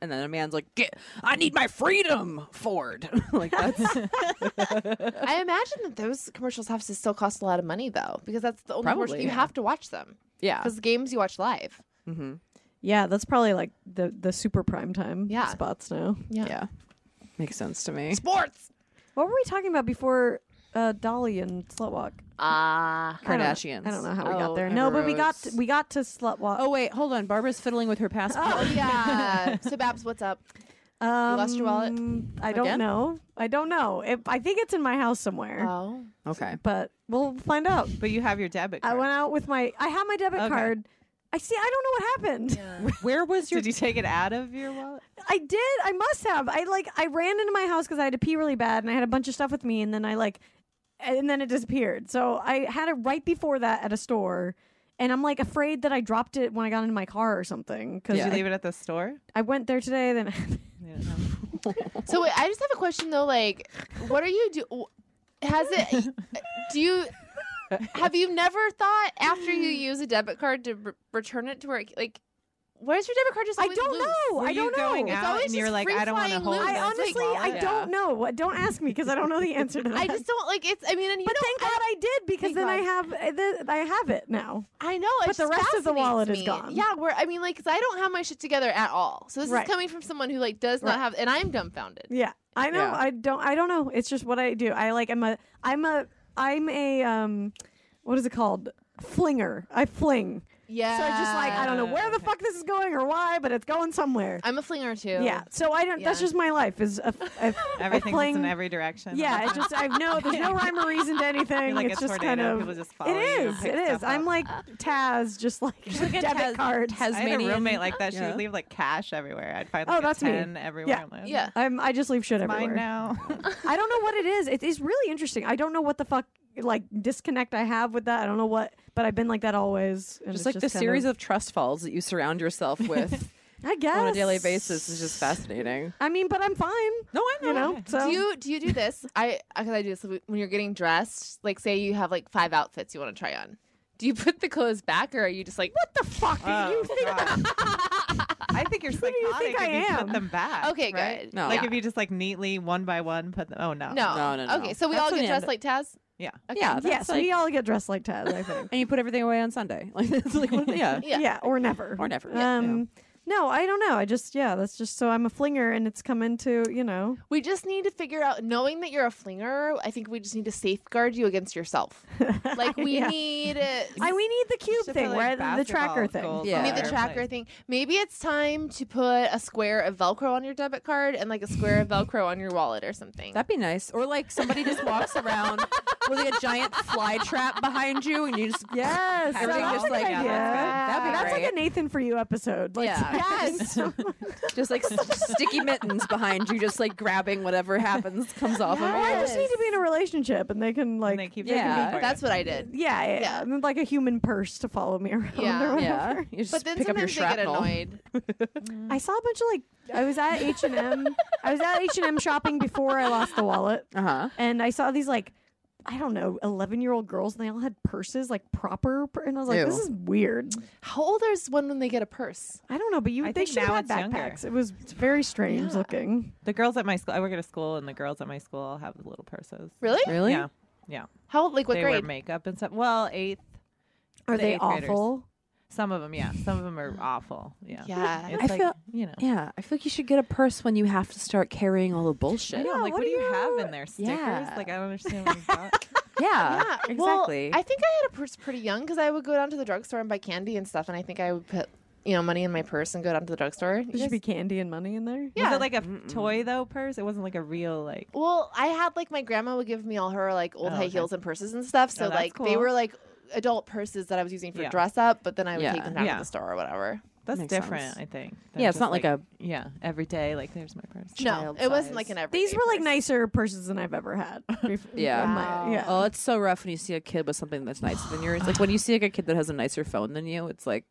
Speaker 3: and then a man's like, get, I need my freedom, Ford. like that's
Speaker 4: I imagine that those commercials have to still cost a lot of money though, because that's the only
Speaker 3: Probably,
Speaker 4: commercial you
Speaker 3: yeah.
Speaker 4: have to watch them
Speaker 3: yeah,
Speaker 4: because games you watch live.
Speaker 3: hmm
Speaker 2: Yeah, that's probably like the the super prime time
Speaker 4: Yeah.
Speaker 2: spots now.
Speaker 4: Yeah.
Speaker 3: yeah. Makes sense to me.
Speaker 4: Sports.
Speaker 2: What were we talking about before uh, Dolly and Slutwalk?
Speaker 4: Ah.
Speaker 2: I don't-
Speaker 3: Kardashians.
Speaker 2: I don't know how we got
Speaker 4: Oh,
Speaker 2: there. No, but we got
Speaker 4: gross.
Speaker 2: we got to Slutwalk.
Speaker 3: Oh wait, hold on. Barbara's fiddling with her passport.
Speaker 4: oh yeah. so Babs, what's up?
Speaker 2: um,
Speaker 4: lost your wallet
Speaker 2: I don't
Speaker 3: again?
Speaker 2: know. I don't know. It, I think it's in my house somewhere,
Speaker 4: Oh.
Speaker 3: [gasps] Okay.
Speaker 2: but we'll find out.
Speaker 5: but you have your debit.
Speaker 2: I
Speaker 5: Card.
Speaker 2: went out with my. I had my debit
Speaker 5: Okay.
Speaker 2: card. I see. I don't know what happened.
Speaker 5: [laughs]
Speaker 3: Where was your
Speaker 5: Did you take it out of your wallet?
Speaker 2: I did. I must have. I like. I ran into my house because I had to pee really bad, and I had a bunch of stuff with me, and then I like, and then it disappeared. So I had it right before that at a store, and I'm like afraid that I dropped it when I got into my car or something because
Speaker 5: Did you
Speaker 3: Yeah.
Speaker 5: leave it at the store?
Speaker 2: I went there today. Then [laughs]
Speaker 5: You didn't have-
Speaker 4: So wait, I just have a question though. Like, what are you do? Has it? Do you? Have you never thought after you use a debit card to re- return it to where? it- Like, where's your debit card? Just
Speaker 2: I
Speaker 4: always
Speaker 2: don't
Speaker 4: loose?
Speaker 2: know.
Speaker 5: Were
Speaker 2: I
Speaker 5: you
Speaker 2: don't
Speaker 5: going
Speaker 2: know.
Speaker 4: It's
Speaker 5: out
Speaker 4: always
Speaker 5: and you were
Speaker 4: just
Speaker 5: like,
Speaker 4: free
Speaker 5: I don't want to
Speaker 4: flying
Speaker 5: hold
Speaker 4: loose.
Speaker 5: this
Speaker 2: I honestly I
Speaker 5: wallet.
Speaker 2: don't know. Don't ask me because I don't know the answer to that.
Speaker 4: [laughs] I just don't like. It's. I mean, and you
Speaker 2: but
Speaker 4: know,
Speaker 2: thank
Speaker 4: I,
Speaker 2: God I did because
Speaker 4: Thank
Speaker 2: then I
Speaker 4: God.
Speaker 2: have I- th- I have it now.
Speaker 4: I know.
Speaker 2: but
Speaker 4: it
Speaker 2: the
Speaker 4: just
Speaker 2: rest of the
Speaker 4: fascinates
Speaker 2: wallet is
Speaker 4: me.
Speaker 2: gone.
Speaker 4: Yeah, where I mean, like, 'cause I don't have my shit together at all. So this
Speaker 2: Right.
Speaker 4: is coming from someone who like does
Speaker 2: Right.
Speaker 4: not have, and I'm dumbfounded.
Speaker 2: Yeah, I know.
Speaker 3: Yeah.
Speaker 2: I don't. I don't know. It's just what I do. I like. I'm a. I'm a. I'm a. Um, what is it called? Flinger. I fling.
Speaker 4: Yeah.
Speaker 2: So I just like I don't know where the fuck this is going or why, but it's going somewhere.
Speaker 4: I'm a flinger too.
Speaker 2: Yeah. So I don't. That's
Speaker 4: Yeah.
Speaker 2: just my life. Is a,
Speaker 5: [laughs]
Speaker 2: a, a
Speaker 5: Everything's
Speaker 2: fling.
Speaker 5: in every direction. [laughs]
Speaker 2: yeah. It's just I've no. There's no rhyme or reason to anything.
Speaker 5: You're like
Speaker 2: it's
Speaker 5: a
Speaker 2: just kind
Speaker 5: tornado.
Speaker 2: of.
Speaker 5: People just follow
Speaker 2: it
Speaker 5: you and
Speaker 2: is.
Speaker 5: pick
Speaker 2: It is.
Speaker 5: stuff
Speaker 2: I'm
Speaker 5: up.
Speaker 2: like Taz, just like [laughs]
Speaker 3: a
Speaker 2: debit
Speaker 3: Tas-
Speaker 2: cards.
Speaker 5: I had a
Speaker 3: Tasmanian-
Speaker 5: roommate like that. She
Speaker 3: Yeah.
Speaker 5: would leave like cash everywhere. I'd find
Speaker 2: Oh,
Speaker 5: like a
Speaker 2: that's me.
Speaker 5: ten everywhere.
Speaker 2: Yeah.
Speaker 5: I'm like,
Speaker 4: Yeah.
Speaker 2: I'm. I just leave shit
Speaker 5: "It's Mine
Speaker 2: everywhere. [laughs]
Speaker 5: now.
Speaker 2: I don't know what it is. It is really interesting. I don't know what the fuck like disconnect I have with that. I don't know what, but I've been like that always. and
Speaker 3: just
Speaker 2: it's
Speaker 3: like the
Speaker 2: kind
Speaker 3: series of trust falls that you surround [laughs] yourself with
Speaker 2: I guess
Speaker 3: on a daily basis is just fascinating.
Speaker 2: I mean, but I'm fine.
Speaker 3: No, I
Speaker 2: You know. So
Speaker 4: Do you do you do this?
Speaker 2: [laughs]
Speaker 4: I because I do this when you're getting dressed. Like, say you have like five outfits you want to try on. Do you put the clothes back, or are you just like what the fuck?
Speaker 5: Oh,
Speaker 2: you [laughs] think
Speaker 5: God.
Speaker 2: [laughs]
Speaker 5: I think you're psychotic
Speaker 2: do you think
Speaker 5: if
Speaker 2: I
Speaker 5: you
Speaker 2: am?
Speaker 5: put them back.
Speaker 4: Okay,
Speaker 5: right?
Speaker 4: good.
Speaker 3: No.
Speaker 4: No,
Speaker 5: Like
Speaker 4: yeah.
Speaker 5: if you just like neatly one by one put them. Oh no.
Speaker 4: no.
Speaker 3: No, no, no.
Speaker 4: Okay, so we
Speaker 3: That's
Speaker 4: all
Speaker 3: an end.
Speaker 4: get dressed like Taz.
Speaker 5: Yeah.
Speaker 4: Okay.
Speaker 3: Yeah, that's
Speaker 2: yes,
Speaker 3: like,
Speaker 2: we all get dressed like Taz. I think.
Speaker 3: and you put everything away on Sunday. [laughs] Like that's like what- [laughs] yeah.
Speaker 4: Yeah.
Speaker 2: yeah, or never,
Speaker 3: Or never, yeah.
Speaker 2: Um, no, I don't know. I just yeah, that's just so I'm a flinger, and it's come into you know. [laughs]
Speaker 4: We just need to figure out, knowing that you're a flinger, I think we just need to safeguard you against yourself.
Speaker 2: [laughs]
Speaker 4: Like, we
Speaker 2: Yeah.
Speaker 4: need. uh,
Speaker 2: I we need the cube
Speaker 5: Should put,
Speaker 2: thing,
Speaker 5: like,
Speaker 2: where the tracker
Speaker 5: basketball
Speaker 2: thing.
Speaker 5: goals
Speaker 3: [laughs] Yeah.
Speaker 5: on
Speaker 4: Need the
Speaker 5: our
Speaker 4: tracker
Speaker 5: place.
Speaker 4: thing. Maybe it's time to put a square of Velcro on your debit card and like a square of Velcro on your wallet or something.
Speaker 3: That'd be nice. Or like somebody just walks around with like a giant fly trap behind you and you just
Speaker 2: Yes, so
Speaker 3: Everything
Speaker 2: that's
Speaker 3: just
Speaker 2: a good
Speaker 3: like-
Speaker 2: idea.
Speaker 3: yeah, that's good. That'd be
Speaker 2: That's like
Speaker 3: great.
Speaker 2: a Nathan for you episode. Like,
Speaker 4: Uh,
Speaker 3: Yeah.
Speaker 2: [laughs]
Speaker 4: [laughs]
Speaker 2: yes.
Speaker 3: just like s- sticky mittens behind you, just like grabbing whatever happens comes off
Speaker 2: Or Oh, I just
Speaker 3: of
Speaker 2: need
Speaker 3: you.
Speaker 2: to be in a relationship, and they can like,
Speaker 5: And they keep
Speaker 3: Yeah.
Speaker 5: yeah.
Speaker 4: That's what I did.
Speaker 2: yeah, yeah, yeah,
Speaker 4: Yeah.
Speaker 2: and then, like a human purse to follow me [laughs] around.
Speaker 4: Yeah.
Speaker 2: or whatever.
Speaker 3: Yeah, you just
Speaker 4: But then
Speaker 3: pick up your
Speaker 4: sometimes they get
Speaker 3: shrapnel.
Speaker 4: annoyed.
Speaker 2: I saw a bunch of like, I was at H and M. I was at H and M shopping before I lost the wallet,
Speaker 3: Uh huh.
Speaker 2: and I saw these like. I don't know, eleven-year-old girls, and they all had purses, like proper. pur- And I was like,
Speaker 3: Ew.
Speaker 2: "This is weird."
Speaker 4: How old is one when they get a purse?
Speaker 2: I don't know, but you,
Speaker 5: I
Speaker 2: they
Speaker 5: think
Speaker 2: should
Speaker 5: now
Speaker 2: have
Speaker 5: it's
Speaker 2: had
Speaker 5: younger.
Speaker 2: backpacks. It was very strange looking.
Speaker 5: The girls at my school, I work at a school, and the girls at my school all have little purses.
Speaker 4: Really?
Speaker 3: Really?
Speaker 5: Yeah. Yeah.
Speaker 4: How old? Like what
Speaker 5: they wear
Speaker 4: grade?
Speaker 5: makeup and stuff. Well, eighth.
Speaker 2: Are
Speaker 5: The
Speaker 2: they
Speaker 5: eighth graders.
Speaker 2: awful?
Speaker 5: Some of them, yeah. Some of them are awful. Yeah.
Speaker 3: [laughs]
Speaker 4: Yeah.
Speaker 5: It's
Speaker 3: I
Speaker 5: like,
Speaker 3: feel-
Speaker 5: you know.
Speaker 3: Yeah, I feel like you should get a purse when you have to start carrying all the bullshit.
Speaker 5: I know. I'm like,
Speaker 2: what
Speaker 5: what, do
Speaker 2: do
Speaker 5: you
Speaker 2: you-
Speaker 5: have in there? Stickers?
Speaker 3: Yeah.
Speaker 5: Like, I don't understand
Speaker 3: [laughs]
Speaker 5: what you've got.
Speaker 3: Yeah,
Speaker 4: well,
Speaker 3: exactly.
Speaker 4: I think I had a purse pretty young because I would go down to the drugstore and buy candy and stuff, and I think I would put you know money in my purse and go down to the drugstore. You
Speaker 2: There should
Speaker 4: guys-
Speaker 2: be candy and money in there.
Speaker 4: Yeah.
Speaker 5: Was it like a toy, though, purse? It wasn't like a real, like.
Speaker 4: well, I had like my grandma would give me all her like old
Speaker 5: Oh,
Speaker 4: high
Speaker 5: okay. Oh,
Speaker 4: heels and purses and stuff, so
Speaker 5: that's
Speaker 4: like they
Speaker 5: cool.
Speaker 4: were like adult purses that I was using for
Speaker 5: Yeah.
Speaker 4: dress up, but then I would
Speaker 3: Yeah.
Speaker 4: take them down
Speaker 5: Yeah.
Speaker 4: to the store or whatever.
Speaker 5: That's
Speaker 3: Makes
Speaker 5: different,
Speaker 3: sense.
Speaker 5: I think. than
Speaker 3: Yeah, it's
Speaker 5: just,
Speaker 3: not like a-
Speaker 5: Yeah, every day, like, there's my purse.
Speaker 4: no, it wasn't
Speaker 3: size.
Speaker 4: like an everyday.
Speaker 2: These were like
Speaker 4: purse.
Speaker 2: nicer purses than I've ever had.
Speaker 4: [laughs]
Speaker 2: bef-
Speaker 3: Yeah.
Speaker 2: in my-
Speaker 4: Wow.
Speaker 2: yeah.
Speaker 3: Oh, it's so rough when you see a kid with something that's nicer than yours. Like when you see like a kid that has a nicer phone than you, it's like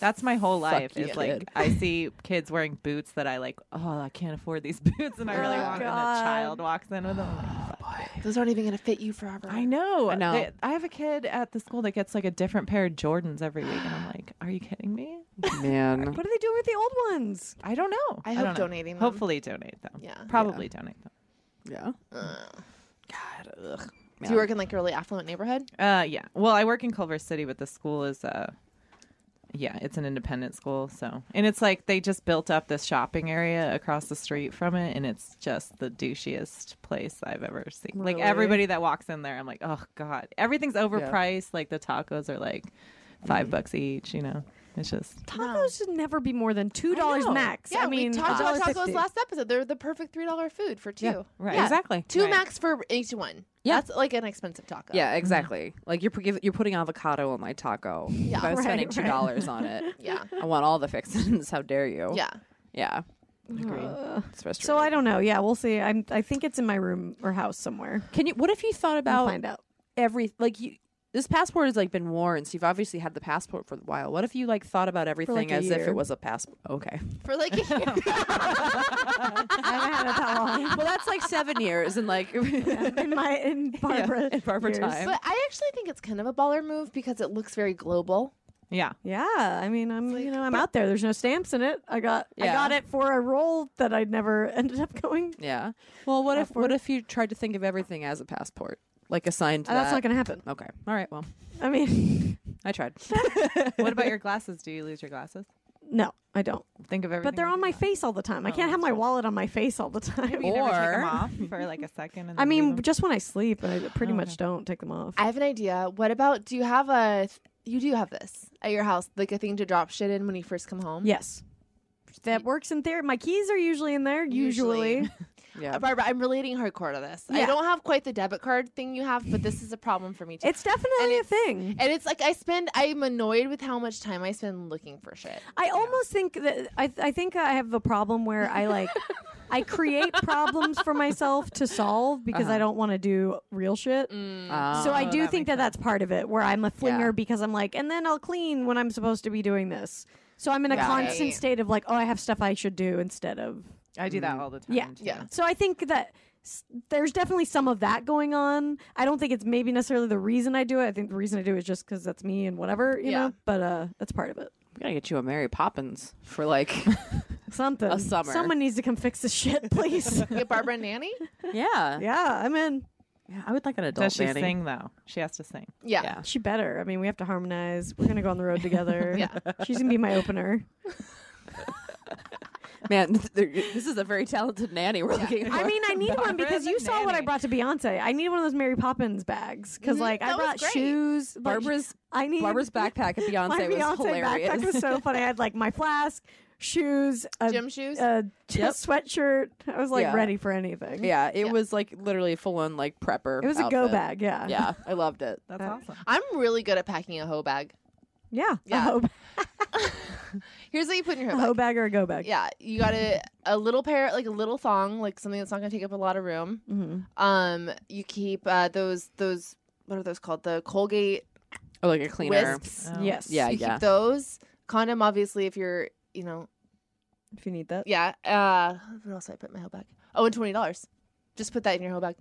Speaker 5: That's my whole life.
Speaker 3: you,
Speaker 5: Is like
Speaker 3: kid.
Speaker 5: I see kids wearing boots that I like. Oh, I can't afford these [laughs] boots, and I really
Speaker 4: Oh,
Speaker 5: want. them. And
Speaker 2: God.
Speaker 5: a child walks in with them. I'm
Speaker 3: [gasps]
Speaker 5: like, "Fuck."
Speaker 4: Those aren't even gonna fit you forever.
Speaker 5: I know.
Speaker 3: I know.
Speaker 5: They- I have a kid at the school that gets like a different pair of Jordans every week, and I'm like, Are you kidding me?
Speaker 3: man.
Speaker 2: What are they doing with the old ones?
Speaker 5: I don't know.
Speaker 4: I hope
Speaker 5: don't know.
Speaker 4: donating them.
Speaker 5: Hopefully donate them.
Speaker 4: Yeah. Yeah.
Speaker 5: Probably donate them.
Speaker 3: Yeah.
Speaker 2: Uh.
Speaker 4: Ugh.
Speaker 3: God. Ugh.
Speaker 4: Do you work in like a really affluent neighborhood?
Speaker 5: Uh, yeah. Well, I work in Culver City, but the school is uh, yeah, it's an independent school. So, and it's like they just built up this shopping area across the street from it, and it's just the douchiest place I've ever seen.
Speaker 2: Really?
Speaker 5: Like everybody that walks in there, I'm like, oh god, everything's overpriced. Like the tacos are like 5 bucks each. You know, it's just
Speaker 2: Tacos should never be more than two dollars
Speaker 5: know.
Speaker 2: max.
Speaker 4: Yeah,
Speaker 2: I mean,
Speaker 4: we talked about
Speaker 2: $1.50.
Speaker 4: tacos last episode. They're the perfect three dollar food for two.
Speaker 5: right.
Speaker 4: Yeah.
Speaker 3: Exactly.
Speaker 4: Two
Speaker 5: Right.
Speaker 4: max for each one.
Speaker 3: Yeah.
Speaker 4: That's like an expensive taco.
Speaker 3: Yeah, exactly. Like you're pu- give- you're putting avocado on my taco.
Speaker 4: Yeah.
Speaker 3: if I'm
Speaker 4: Right,
Speaker 3: spending two
Speaker 2: right.
Speaker 3: dollars on it.
Speaker 4: Yeah.
Speaker 5: [laughs]
Speaker 3: I want all the fixings. [laughs] How dare you?
Speaker 4: Yeah.
Speaker 3: yeah.
Speaker 2: Uh,
Speaker 3: It's frustrating.
Speaker 2: so I don't know. Yeah, we'll see. I'm. I think it's in my room or house somewhere.
Speaker 3: Can you? What if you thought
Speaker 2: I'll
Speaker 3: about
Speaker 2: find out.
Speaker 3: every like you? this passport has like been worn, so you've obviously had the passport for a while. What if you like thought about everything
Speaker 2: like, a
Speaker 3: as if
Speaker 2: year.
Speaker 3: it was a passport?
Speaker 2: [laughs]
Speaker 3: Okay.
Speaker 5: [laughs]
Speaker 4: for like a year.
Speaker 2: I haven't had it that
Speaker 3: [laughs]
Speaker 2: long.
Speaker 3: well, that's like seven years, and like
Speaker 2: in my in Barbara
Speaker 3: in Barbara
Speaker 2: years.
Speaker 3: time.
Speaker 4: [laughs] but I actually think it's kind of a baller move because it looks very global.
Speaker 5: Yeah.
Speaker 2: Yeah, I mean, I'm you know I'm out there. There's no stamps in it. I got I
Speaker 3: Yeah.
Speaker 2: got it for a role that I never [laughs] ended up going.
Speaker 3: yeah. Well, what if what
Speaker 2: Passport.
Speaker 3: if you tried to think of everything as a passport, like assigned to
Speaker 2: Uh,
Speaker 3: that?
Speaker 2: That's not gonna happen.
Speaker 3: Okay. All right. Well,
Speaker 2: I mean, [laughs]
Speaker 3: I tried.
Speaker 5: What about [laughs] your glasses? Do you lose your glasses?
Speaker 2: no, I don't.
Speaker 5: Think of everything.
Speaker 2: But
Speaker 5: [laughs]
Speaker 2: they're on my face all the
Speaker 3: Oh,
Speaker 2: time. I can't have my wallet on my face
Speaker 3: [laughs]
Speaker 2: all the time.
Speaker 5: You never take
Speaker 3: Or-
Speaker 5: them [laughs] off for like a second. And
Speaker 2: I
Speaker 5: then
Speaker 2: mean,
Speaker 5: leave them?
Speaker 2: just when I sleep, I pretty
Speaker 3: Oh,
Speaker 2: much don't take them off.
Speaker 4: I have an idea. What about? Do you have a? You do have this at your house, like a thing to drop shit in when you first come home.
Speaker 2: yes, that works in there. My keys are usually in there. Usually,
Speaker 4: Usually.
Speaker 3: Yeah.
Speaker 4: Uh, Barbara, I'm relating hardcore to this. I
Speaker 2: Yeah.
Speaker 4: don't have quite the debit card thing you have, but this is a problem for me too.
Speaker 2: it's definitely a thing.
Speaker 4: and it's like I spend. I'm annoyed with how much time I spend looking for shit.
Speaker 2: I almost think that I, I think I have a problem where I [laughs] like I create problems for myself to solve because I don't want to do real shit.
Speaker 3: Mm. Um,
Speaker 2: so I do think Uh-huh. Mm. Oh, that that's part of it where I'm a flinger
Speaker 3: Yeah.
Speaker 2: because I'm like, and then I'll clean when I'm supposed to be doing this. So I'm in a
Speaker 4: Right.
Speaker 2: constant state of like, oh, I have stuff I should do instead of
Speaker 5: I do that all the time.
Speaker 2: yeah.
Speaker 5: too.
Speaker 4: Yeah.
Speaker 2: So I think that s- there's definitely some of that going on. I don't think it's maybe necessarily the reason I do it. I think the reason I do it is just because that's me and whatever, you
Speaker 4: Yeah.
Speaker 2: know. But uh, that's part of it.
Speaker 3: we gotta get you a Mary Poppins for like.
Speaker 2: Something.
Speaker 3: A summer.
Speaker 2: Someone needs to come fix this shit, please.
Speaker 4: Get [laughs] Barbara a nanny.
Speaker 3: [laughs] yeah.
Speaker 2: yeah, I'm in.
Speaker 3: [laughs] Yeah, I would like an adult
Speaker 5: Does she
Speaker 3: nanny.
Speaker 5: sing though? She has to sing.
Speaker 4: Yeah.
Speaker 3: Yeah.
Speaker 2: She better. I mean, we have to harmonize. We're gonna go on the road [laughs] together.
Speaker 4: Yeah.
Speaker 2: she's gonna be my opener.
Speaker 3: [laughs] Man, this is a very talented nanny we're looking for.
Speaker 2: [laughs] I mean, I need one because
Speaker 5: the
Speaker 2: you saw what I
Speaker 5: nanny.
Speaker 2: brought to Beyonce. I need one of those Mary Poppins bags because,
Speaker 3: Mm-hmm.
Speaker 4: Mhm.
Speaker 2: like, I
Speaker 4: That was
Speaker 2: brought
Speaker 4: great.
Speaker 2: shoes. like,
Speaker 3: [laughs] Barbara's
Speaker 2: I need
Speaker 3: Barbara's backpack at [laughs] Beyonce,
Speaker 2: my
Speaker 3: was
Speaker 2: Beyonce
Speaker 3: hilarious.
Speaker 2: backpack
Speaker 3: [laughs]
Speaker 2: was so funny. I had like my flask, shoes, a,
Speaker 4: Gym shoes?
Speaker 2: a t- sweatshirt. I was like
Speaker 3: Yeah.
Speaker 2: ready for anything.
Speaker 3: yeah, it was like literally full on like prepper.
Speaker 2: it was a go
Speaker 3: outfit.
Speaker 2: bag. Yeah,
Speaker 3: [laughs] Yeah, I loved it. [laughs]
Speaker 5: That's
Speaker 2: Uh,
Speaker 5: awesome.
Speaker 4: I'm really good at packing a hoe bag.
Speaker 2: yeah,
Speaker 4: Yeah.
Speaker 2: A hoe,
Speaker 4: Here's what you put in your
Speaker 2: a
Speaker 4: hoe bag.
Speaker 2: hoe bag or a go bag.
Speaker 4: Yeah, you got a a little pair, like a little thong, like something that's not going to take up a lot of room.
Speaker 2: Mm-hmm.
Speaker 4: Um, you keep uh, those those what are those called? The Colgate
Speaker 3: Oh, like a cleaner.
Speaker 4: wisps.
Speaker 5: Oh. [laughs]
Speaker 2: Yes.
Speaker 3: Yeah,
Speaker 4: you
Speaker 3: yeah.
Speaker 4: keep those. Condom, obviously, if you're you know,
Speaker 2: If you need that.
Speaker 4: yeah. Uh, what else did I put in my hoe bag? Oh, and twenty dollars. Just put that in your hoe bag.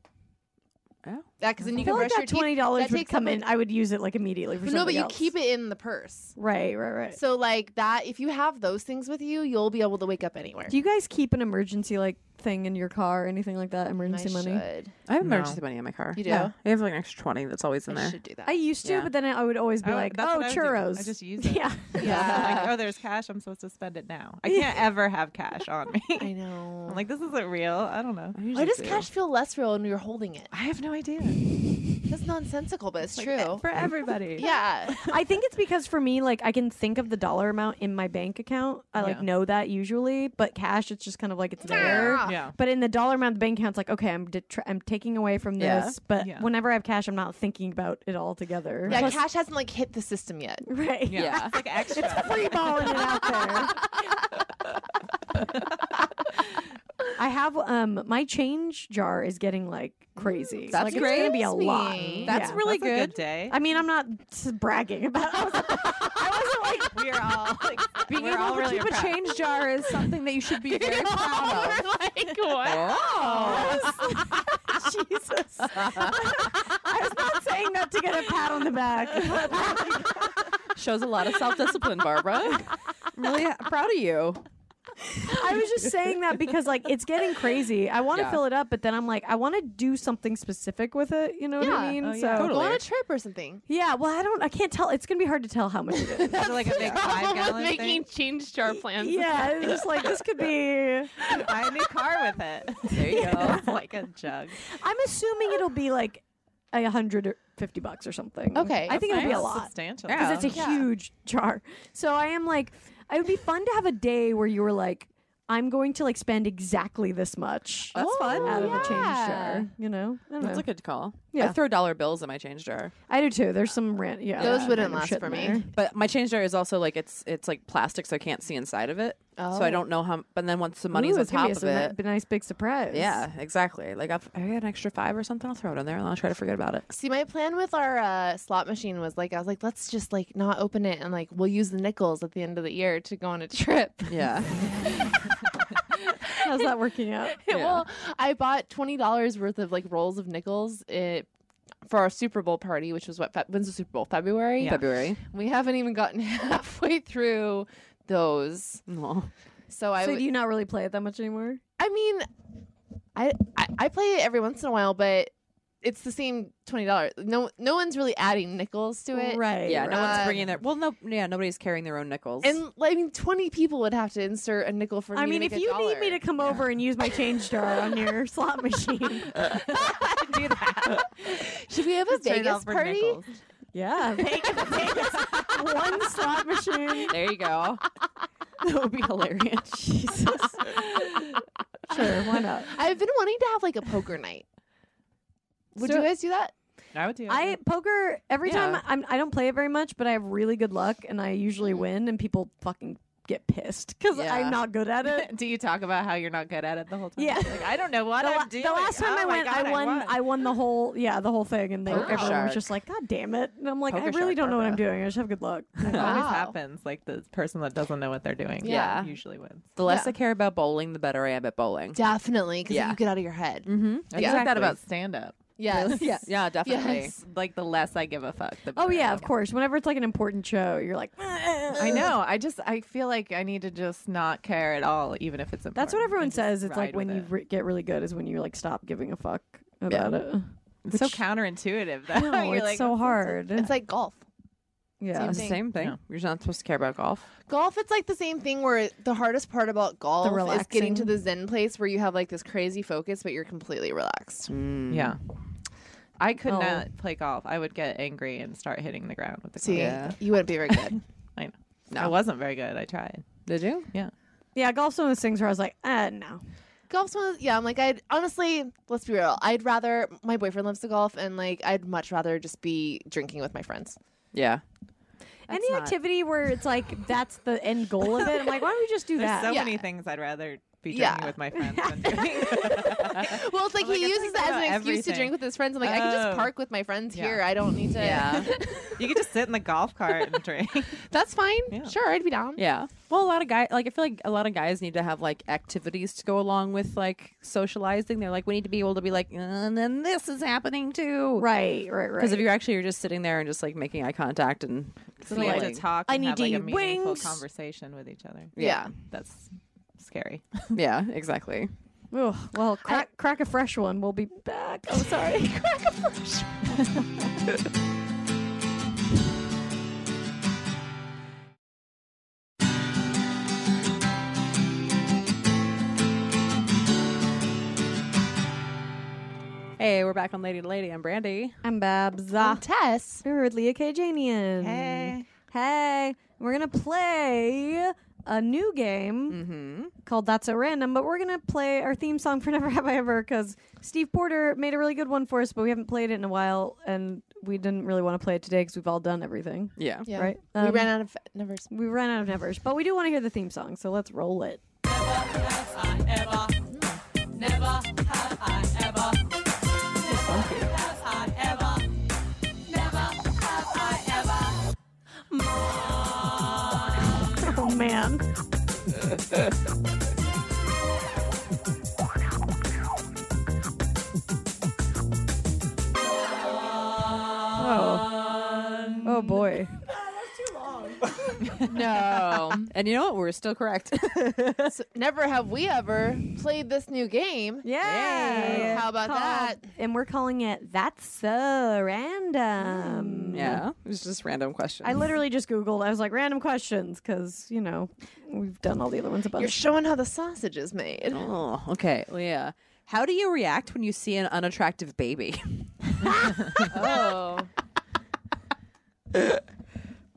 Speaker 3: Yeah.
Speaker 4: Yeah, because then
Speaker 2: Oh, I
Speaker 4: you can
Speaker 2: feel
Speaker 4: brush
Speaker 2: like that
Speaker 4: your teeth.
Speaker 2: twenty dollars
Speaker 4: That
Speaker 2: would
Speaker 4: takes
Speaker 2: come
Speaker 4: up
Speaker 2: in. I would use it like immediately for
Speaker 4: No, but
Speaker 2: somebody
Speaker 4: you
Speaker 2: else.
Speaker 4: keep it in the purse.
Speaker 2: Right, right, right.
Speaker 4: So like that, if you have those things with you, you'll be able to wake up anywhere.
Speaker 2: do you guys keep an emergency like thing in your car or anything like that? Emergency
Speaker 4: I
Speaker 2: money.
Speaker 4: should.
Speaker 3: I have
Speaker 5: No.
Speaker 3: emergency money in my car.
Speaker 4: You do?
Speaker 3: Yeah. I have like an extra twenty that's always in
Speaker 4: I
Speaker 3: there.
Speaker 4: should do that.
Speaker 2: I used to,
Speaker 3: Yeah.
Speaker 2: but then I would always be
Speaker 5: I would-
Speaker 2: like,
Speaker 5: that's
Speaker 2: "Oh,
Speaker 5: what I would do.
Speaker 2: churros."
Speaker 5: I just
Speaker 2: [laughs]
Speaker 5: use it.
Speaker 2: Yeah,
Speaker 4: yeah.
Speaker 5: Like, oh, there's cash. I'm supposed to spend it now. I can't ever have cash on
Speaker 4: I
Speaker 5: me.
Speaker 4: know.
Speaker 5: I'm like, this isn't real. I don't know.
Speaker 4: Why does cash feel less real when you're
Speaker 2: [laughs]
Speaker 4: holding it?
Speaker 5: I have no idea.
Speaker 4: That's nonsensical, but it's
Speaker 2: eh,
Speaker 4: true.
Speaker 5: For everybody.
Speaker 4: Yeah.
Speaker 2: I think it's because for me, like, I can think of the dollar amount in my bank account. I like
Speaker 5: Yeah.
Speaker 2: know that usually, but cash, it's just kind of like it's [laughs] there.
Speaker 4: Yeah.
Speaker 5: Yeah.
Speaker 2: But in the dollar amount, of the bank account's like, okay, I'm detra- I'm taking away from
Speaker 3: Yeah.
Speaker 2: this. But
Speaker 5: Yeah.
Speaker 2: whenever I have cash, I'm not thinking about it all together.
Speaker 4: Yeah,
Speaker 2: Plus-
Speaker 4: cash hasn't like hit the system yet.
Speaker 2: [laughs] right.
Speaker 5: Yeah.
Speaker 3: Yeah.
Speaker 5: It's like
Speaker 2: [laughs]
Speaker 5: extra.
Speaker 2: free balling it out there. I have um my change jar is getting like crazy.
Speaker 3: That's
Speaker 2: like it's gonna be a
Speaker 4: Excuse
Speaker 2: lot.
Speaker 4: me.
Speaker 3: That's
Speaker 2: Yeah.
Speaker 3: really
Speaker 5: That's a
Speaker 3: good.
Speaker 5: good day.
Speaker 2: I mean, I'm not s- bragging about. I, was, I wasn't like
Speaker 5: We're all like,
Speaker 2: being
Speaker 5: we're
Speaker 2: able
Speaker 5: all
Speaker 2: to
Speaker 5: really
Speaker 2: keep a
Speaker 5: proud.
Speaker 2: change jar is something that you should [laughs] be very proud of.
Speaker 4: like what?
Speaker 2: Jesus. I was not saying that to get a pat on the back. but, like,
Speaker 3: Shows a lot of self discipline, Barbara.
Speaker 2: [laughs]
Speaker 3: I'm really proud of you.
Speaker 2: I was just saying that because like it's getting crazy. I want to
Speaker 3: Yeah.
Speaker 2: fill it up, but then I'm like, I want to do something specific with it. You know what
Speaker 4: Yeah.
Speaker 2: I mean?
Speaker 5: Oh,
Speaker 2: so
Speaker 5: yeah.
Speaker 4: Go
Speaker 3: Totally.
Speaker 4: on a trip or something.
Speaker 2: [laughs] yeah, well, I don't, I can't tell. It's gonna be hard to tell how much it is.
Speaker 5: Is it like a big five gallon thing?
Speaker 4: change jar [laughs] plans.
Speaker 2: yeah, it's just like this could be.
Speaker 5: [laughs] Buy a new car with it.
Speaker 3: There
Speaker 5: [laughs]
Speaker 3: you go.
Speaker 5: It's like a jug.
Speaker 2: I'm assuming it'll be like a hundred or fifty bucks or something.
Speaker 4: Okay.
Speaker 2: I think it'll be a
Speaker 5: Nice.
Speaker 2: lot.
Speaker 5: Substantial.
Speaker 3: Yeah.
Speaker 2: because it's a
Speaker 4: Yeah.
Speaker 2: huge jar. So I am like, it would be fun to have a day where you were like, I'm going to like spend exactly this much.
Speaker 3: That's
Speaker 2: Oh,
Speaker 3: fun.
Speaker 2: out of a change
Speaker 4: yeah.
Speaker 2: jar. You know, I, don't
Speaker 3: That's
Speaker 2: know.
Speaker 3: a good call. I
Speaker 2: Yeah.
Speaker 3: throw dollar bills in my change jar.
Speaker 2: I do too. There's some rant. Yeah,
Speaker 4: Those wouldn't
Speaker 2: random
Speaker 4: last
Speaker 2: shit
Speaker 4: for
Speaker 2: in
Speaker 4: me.
Speaker 2: there.
Speaker 3: But my change jar is also like it's it's like plastic, so I can't see inside of it. So I don't know how. But then once the money's
Speaker 2: Oh. Ooh,
Speaker 3: on
Speaker 2: it's gonna
Speaker 3: top
Speaker 2: be a
Speaker 3: of
Speaker 2: sur-
Speaker 3: it,
Speaker 2: be a nice big surprise.
Speaker 3: yeah, exactly. Like I've, I got an extra five or something. I'll throw it in there and I'll try to forget
Speaker 2: [laughs]
Speaker 3: about it.
Speaker 4: See, my plan with our uh, slot machine was like, I was like, let's just like not open it and like we'll use the nickels at the end of the year to go on a trip. [laughs]
Speaker 3: Yeah.
Speaker 2: How's that working
Speaker 4: [laughs]
Speaker 2: out?
Speaker 4: well, I bought twenty dollars worth of like rolls of nickels it, for our Super Bowl party, which was what Fe- when's the Super Bowl? February.
Speaker 3: [laughs] February.
Speaker 4: We haven't even gotten [laughs] halfway through those,
Speaker 3: Well,
Speaker 4: so I.
Speaker 2: so
Speaker 4: would-
Speaker 2: do you not really play it that much anymore?
Speaker 4: I mean, I, I I play it every once in a while, but it's the same twenty dollars. No, no one's really adding nickels to it.
Speaker 2: Right.
Speaker 3: yeah. No one's
Speaker 4: right.
Speaker 3: bringing their. Well, no. Yeah. Nobody's carrying their own nickels.
Speaker 4: And like, I mean, twenty people would have to insert a nickel for me.
Speaker 2: I
Speaker 4: to
Speaker 2: mean,
Speaker 4: make
Speaker 2: if
Speaker 4: a
Speaker 2: you need me
Speaker 4: dollar.
Speaker 2: to come over and use my change jar on your [laughs] slot machine,
Speaker 4: do
Speaker 5: [laughs]
Speaker 4: that. Should we have a
Speaker 5: Trade
Speaker 4: Vegas
Speaker 5: off for
Speaker 4: party?
Speaker 5: nickels.
Speaker 2: [laughs] yeah, Vegas, Vegas, one slot machine.
Speaker 3: there you go. [laughs] that would be
Speaker 2: [laughs]
Speaker 3: hilarious. Jesus.
Speaker 2: Sure, why not?
Speaker 4: I've been wanting to have like a poker night. Would
Speaker 2: So-
Speaker 4: you guys do that?
Speaker 5: I would do. it.
Speaker 2: I poker every
Speaker 3: Yeah.
Speaker 2: time. I'm, I don't play it very much, but I have really good luck, and I usually win. And people fucking get pissed because
Speaker 3: Mm. Yeah.
Speaker 2: I'm not good at
Speaker 3: [laughs]
Speaker 5: [laughs]
Speaker 2: it.
Speaker 5: do you talk about how you're not good at it the whole time?
Speaker 2: Yeah.
Speaker 5: Like, I don't know what
Speaker 2: The, la-
Speaker 5: I'm
Speaker 2: the
Speaker 5: doing.
Speaker 2: last time
Speaker 5: Oh my
Speaker 2: I went,
Speaker 5: God,
Speaker 2: I won. I won the whole, yeah, the whole thing, and they,
Speaker 3: Poker
Speaker 2: everyone
Speaker 3: shark.
Speaker 2: was just like, "God damn it!" And I'm like,
Speaker 3: Poker
Speaker 2: "I really
Speaker 3: shark,
Speaker 2: don't know what I'm
Speaker 3: Barbara.
Speaker 2: doing. I just have good
Speaker 3: [laughs]
Speaker 2: luck."
Speaker 5: [laughs] It always
Speaker 4: Wow.
Speaker 5: happens. Like the person that doesn't know what they're doing.
Speaker 3: Yeah.
Speaker 5: Usually wins.
Speaker 3: The less
Speaker 4: Yeah.
Speaker 3: I care about bowling, the better I am at bowling.
Speaker 4: Definitely, because
Speaker 3: Yeah.
Speaker 4: you get out of your head.
Speaker 3: Mm-hmm. I
Speaker 4: Yeah.
Speaker 3: yeah. like that about.
Speaker 5: stand up.
Speaker 4: Yes.
Speaker 3: Yeah. [laughs] Yeah. Definitely.
Speaker 4: Yes.
Speaker 5: Like the less I give a fuck. The
Speaker 2: Oh
Speaker 5: better.
Speaker 2: yeah, of course. Whenever it's like an important show, you're like,
Speaker 5: I know. I just I feel like I need to just not care at all, even if it's important.
Speaker 2: That's what everyone
Speaker 5: And just
Speaker 2: says. It's like
Speaker 5: ride
Speaker 2: when
Speaker 5: with
Speaker 2: you
Speaker 5: it.
Speaker 2: re- get really good is when you like stop giving a fuck about it.
Speaker 5: It's so counterintuitive. Though.
Speaker 2: I know,
Speaker 5: [laughs] You're
Speaker 2: it's
Speaker 5: like,
Speaker 2: so hard.
Speaker 4: It's like golf.
Speaker 2: yeah.
Speaker 4: same
Speaker 3: It's the same thing.
Speaker 5: Yeah.
Speaker 3: You're not supposed to care about golf.
Speaker 4: Golf, it's like the same thing where the hardest part about golf is getting to
Speaker 2: relaxing.
Speaker 4: the zen place where you have like this crazy focus, but you're completely relaxed.
Speaker 5: "Hmm." Yeah. I could
Speaker 2: Oh.
Speaker 5: not play golf. I would get angry and start hitting the ground with the
Speaker 4: See,
Speaker 5: club.
Speaker 3: Yeah.
Speaker 4: you wouldn't be very good.
Speaker 5: I know.
Speaker 3: No.
Speaker 5: I wasn't very good. I tried.
Speaker 3: Did you?
Speaker 5: Yeah.
Speaker 2: Yeah, golf's one of those things where I was like, uh, no.
Speaker 4: Golf's one, of, yeah. I'm like, I'd honestly, let's be real. I'd rather my boyfriend loves to golf, and like, I'd much rather just be drinking with my friends.
Speaker 3: Yeah.
Speaker 2: Any activity where
Speaker 5: [laughs]
Speaker 2: it's like that's the end goal of it, I'm like, why don't we just do
Speaker 5: There's
Speaker 2: that?
Speaker 5: so
Speaker 4: Yeah.
Speaker 5: many things I'd rather be drinking
Speaker 4: Yeah.
Speaker 5: with my friends than doing.
Speaker 4: Well, it's like
Speaker 5: like,
Speaker 4: he
Speaker 5: I
Speaker 4: uses
Speaker 5: think
Speaker 4: that as an
Speaker 5: about
Speaker 4: excuse to drink
Speaker 5: everything.
Speaker 4: with his friends. I'm like, I can
Speaker 5: Oh.
Speaker 4: just park with my friends
Speaker 5: Yeah.
Speaker 4: here. I don't need to.
Speaker 3: Yeah.
Speaker 5: you could just sit in the golf cart and drink.
Speaker 4: [laughs]
Speaker 5: [laughs]
Speaker 4: That's fine.
Speaker 5: Yeah.
Speaker 4: Sure, I'd be down.
Speaker 3: Yeah. Well, a lot of guys, like, I feel like a lot of guys need to have, like, activities to go along with, like, socializing. They're like, we need to be able to be like, and then this is happening too.
Speaker 2: Right,
Speaker 5: [laughs]
Speaker 2: right, right.
Speaker 3: Because if you're actually, you're just sitting there and just, like, making eye concontact and
Speaker 5: So we have to
Speaker 3: feeling-
Speaker 5: talk.
Speaker 2: I
Speaker 5: and
Speaker 2: need
Speaker 5: have,
Speaker 2: to
Speaker 5: like, a
Speaker 2: eat
Speaker 5: meaningful
Speaker 2: wings.
Speaker 5: conversation with each other.
Speaker 4: Yeah.
Speaker 5: That's scary.
Speaker 3: Yeah, exactly.
Speaker 2: Ugh, well, crack, crack a fresh one. We'll be back. Oh, sorry.
Speaker 3: Hey, we're back on Lady to Lady. I'm Brandy.
Speaker 2: I'm Babs.
Speaker 4: Um, Tess.
Speaker 2: We're with Leah K. Janian. Hey. Hey. We're going to play a new game called That's So Random, but we're going to play our theme song for [laughs] Never Have I Ever because Steve Porter made a really good one for us, but we haven't played it in a while and we didn't really want to play it today because we've all done everything.
Speaker 3: Yeah.
Speaker 4: Yeah.
Speaker 2: Right.
Speaker 4: we
Speaker 2: Um,
Speaker 4: ran out of numbers.
Speaker 2: We ran out of nevers, but we do want to hear the theme song, so let's roll it. Oh man. Oh. oh boy.
Speaker 3: No. Um, and you know what? We're still [laughs] correct.
Speaker 4: So, never have we ever played this new game.
Speaker 2: Yeah.
Speaker 4: How about
Speaker 2: Called-
Speaker 4: that?
Speaker 2: And we're calling it That's So Random.
Speaker 3: yeah. It was just random questions.
Speaker 2: I literally just Googled. I was like, random questions, because, you know, we've done all the other ones a bunch.
Speaker 4: You're showing how the sausage is made.
Speaker 3: Oh, okay. Leah, how do you react when you see an unattractive baby? [laughs]
Speaker 4: Oh.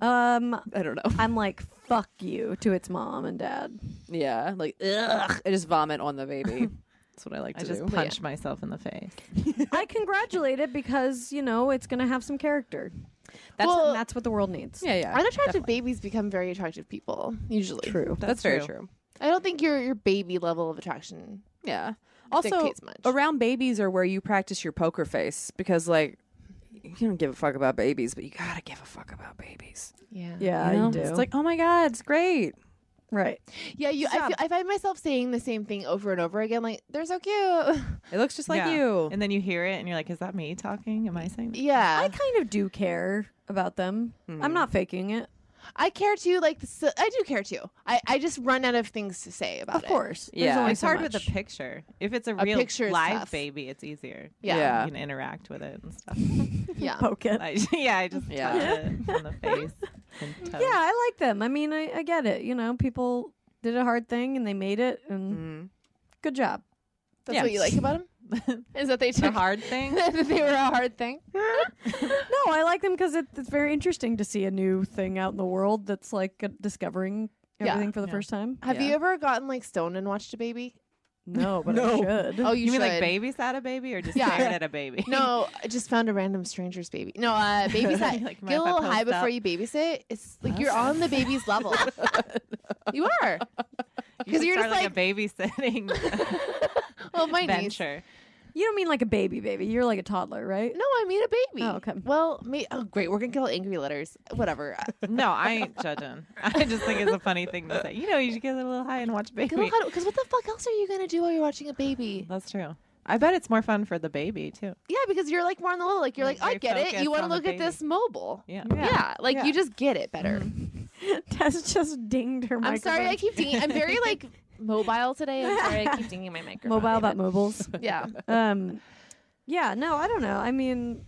Speaker 2: um,
Speaker 3: I don't know.
Speaker 2: I'm like, fuck you to its mom and dad.
Speaker 3: Yeah, like ugh, I just vomit on the baby. That's what I like
Speaker 5: I
Speaker 3: to
Speaker 5: just
Speaker 3: do.
Speaker 5: punch myself in the face.
Speaker 2: I congratulate it because, you know, it's going to have some character.
Speaker 3: That's
Speaker 4: Well-
Speaker 2: and that's what the world needs.
Speaker 3: [laughs] yeah, yeah.
Speaker 4: Unattractive babies become very attractive people, usually.
Speaker 2: True.
Speaker 3: That's, very true.
Speaker 4: I don't think your your baby level of attraction.
Speaker 3: Yeah. Also,
Speaker 4: dictates much.
Speaker 3: around babies are where you practice your poker face because, like, you don't give a fuck about babies, but you gotta give a fuck about babies.
Speaker 4: Yeah.
Speaker 2: Yeah,
Speaker 3: you
Speaker 2: you,
Speaker 3: know?
Speaker 2: do.
Speaker 3: It's like, oh my god, it's great.
Speaker 2: right.
Speaker 4: Yeah, you. I, feel, I find myself saying the same thing over and over again. Like they're so cute. [laughs]
Speaker 3: It looks just like
Speaker 5: Yeah.
Speaker 3: you.
Speaker 5: And then you hear it and you're like, is that me talking? Am I saying that?
Speaker 4: yeah,
Speaker 2: I kind of do care about them. I'm not faking it.
Speaker 4: I care too. Like the, s- I do care too. I, I just run out of things to say about
Speaker 2: Of
Speaker 4: it.
Speaker 2: course.
Speaker 3: Yeah.
Speaker 2: There's only
Speaker 5: It's
Speaker 2: so
Speaker 5: hard
Speaker 2: much.
Speaker 5: with a picture. If it's a,
Speaker 4: A
Speaker 5: real
Speaker 4: picture is
Speaker 5: live
Speaker 4: tough.
Speaker 5: baby, it's easier.
Speaker 4: Yeah.
Speaker 3: Yeah.
Speaker 5: You can interact with it and stuff. [laughs]
Speaker 4: [laughs] Yeah.
Speaker 2: poke it.
Speaker 5: I, [laughs] yeah, I just
Speaker 3: Yeah.
Speaker 5: yeah. it on the face. And toe.
Speaker 2: Yeah, I like them. I mean, I, I get it. You know, people did a hard thing and they made it, and good job.
Speaker 4: That's
Speaker 5: Yeah.
Speaker 4: what you like about them. Is that
Speaker 5: [laughs]
Speaker 4: they
Speaker 5: The
Speaker 4: took
Speaker 5: hard thing.
Speaker 4: [laughs] that they were a hard thing.
Speaker 2: No, I like them because it, it's very interesting to see a new thing out in the world that's like uh, discovering
Speaker 4: Yeah.
Speaker 2: everything for the first time.
Speaker 4: Have you
Speaker 3: Yeah.
Speaker 4: ever gotten like stoned and watched a baby?
Speaker 2: No, but I should.
Speaker 4: Oh, you,
Speaker 5: You mean like
Speaker 4: should.
Speaker 5: babysat a baby or just
Speaker 4: Yeah.
Speaker 5: stared at a baby?
Speaker 4: No, I just found a random stranger's baby.
Speaker 5: [laughs]
Speaker 4: No, uh, babysat.
Speaker 5: Like, mind if
Speaker 4: Get a
Speaker 5: I
Speaker 4: little
Speaker 5: post
Speaker 4: high
Speaker 5: up?
Speaker 4: before you babysit. It's like you're on
Speaker 5: [laughs]
Speaker 4: the baby's level. you are.
Speaker 5: [laughs] You
Speaker 4: 'Cause you're
Speaker 5: should
Speaker 4: just
Speaker 5: start like, a [laughs] babysitting
Speaker 4: Well, my niece.
Speaker 5: venture.
Speaker 2: You don't mean like a baby, baby. You're like a toddler, right? [laughs]
Speaker 4: [laughs] No, I mean a baby.
Speaker 2: Oh, okay.
Speaker 4: Well, me. Oh, great. We're gonna get all angry letters.
Speaker 5: [laughs]
Speaker 4: Whatever.
Speaker 5: No, I ain't judging. I just think it's a funny thing to say. You know, you should get a little high and watch baby.
Speaker 4: Because what the fuck else are you gonna do while you're watching a baby?
Speaker 5: That's true. I bet it's more fun for the baby too.
Speaker 4: Yeah, because you're like more on the level. Like you're
Speaker 5: Like,
Speaker 4: like,
Speaker 5: very
Speaker 4: I get it.
Speaker 5: focused
Speaker 4: You want to
Speaker 5: on the
Speaker 4: look at
Speaker 5: baby.
Speaker 4: this mobile.
Speaker 5: Yeah. Mm-hmm.
Speaker 4: Yeah. like you just get it better.
Speaker 2: Tess just dinged her
Speaker 4: I'm
Speaker 2: microphone.
Speaker 4: sorry. I keep dinging. I'm very like mobile today. I'm sorry. I keep
Speaker 5: [laughs]
Speaker 4: dinging my [laughs] microphone.
Speaker 2: mobile about
Speaker 4: David.
Speaker 2: mobiles.
Speaker 4: Yeah.
Speaker 2: um, yeah, no, I don't know. I mean,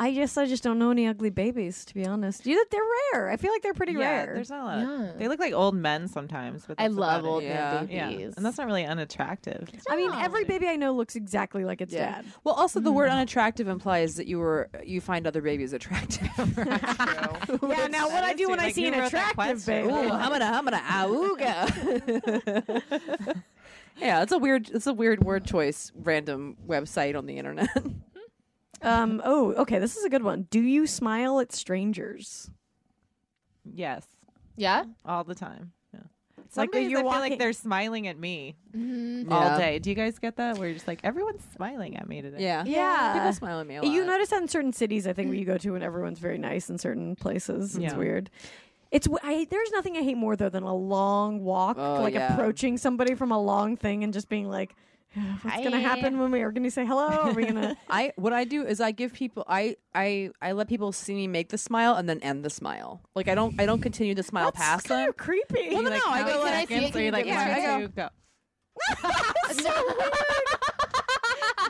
Speaker 2: I guess I just don't know any ugly babies, to be honest. You, they're rare. I feel like they're pretty
Speaker 5: yeah,
Speaker 2: rare.
Speaker 5: there's not a lot.
Speaker 4: Yeah.
Speaker 5: They look like old men sometimes. But
Speaker 4: I
Speaker 5: that's about
Speaker 4: love
Speaker 5: it.
Speaker 4: old
Speaker 3: Yeah.
Speaker 4: man
Speaker 5: Yeah,
Speaker 4: babies.
Speaker 5: and that's not really unattractive.
Speaker 2: I mean,
Speaker 4: Yeah.
Speaker 2: every baby I know looks exactly like its dad.
Speaker 3: Well, also the word unattractive implies that you were you find other babies attractive. [laughs]
Speaker 2: Yeah. Now, what I
Speaker 5: is
Speaker 2: do
Speaker 5: true.
Speaker 2: when I
Speaker 5: Like,
Speaker 2: see
Speaker 5: who
Speaker 2: an
Speaker 5: wrote that
Speaker 2: attractive
Speaker 5: question?
Speaker 2: baby,
Speaker 3: Ooh, I'm gonna, I'm gonna, auga. [laughs] yeah, it's a weird, it's a weird word choice. Random website on the internet.
Speaker 2: [laughs]
Speaker 3: [laughs]
Speaker 2: Um. Oh. Okay. This is a good one. Do you smile at strangers?
Speaker 5: Yes,
Speaker 4: yeah.
Speaker 5: all the time. Yeah. Some
Speaker 2: Like,
Speaker 5: like days
Speaker 2: you're
Speaker 5: I feel
Speaker 2: walking-
Speaker 5: like they're smiling at me
Speaker 3: Yeah.
Speaker 5: all day. Do you guys get that? Where you're just like everyone's smiling at me today.
Speaker 3: Yeah,
Speaker 2: Yeah.
Speaker 3: People smile at me a lot.
Speaker 2: You notice that in certain cities, I think, where you go to, and everyone's very nice in certain places. It's
Speaker 5: Yeah.
Speaker 2: weird. It's w- I, there's nothing I hate more though than a long walk,
Speaker 3: Oh,
Speaker 2: like
Speaker 3: yeah.
Speaker 2: approaching somebody from a long thing and just being like, "What's gonna
Speaker 4: Hi."
Speaker 2: happen when we are gonna say hello? Are we
Speaker 3: [laughs]
Speaker 2: gonna?"
Speaker 3: I what I do is I give people I I I let people see me make the smile and then end the smile. Like I don't I don't continue to smile
Speaker 2: That's
Speaker 3: past
Speaker 2: kind
Speaker 3: them.
Speaker 2: of creepy.
Speaker 3: Well, no, no, I go
Speaker 4: Can I
Speaker 3: like
Speaker 4: see it? Can you
Speaker 5: like
Speaker 4: give
Speaker 3: me
Speaker 5: one,
Speaker 3: a
Speaker 5: two, go.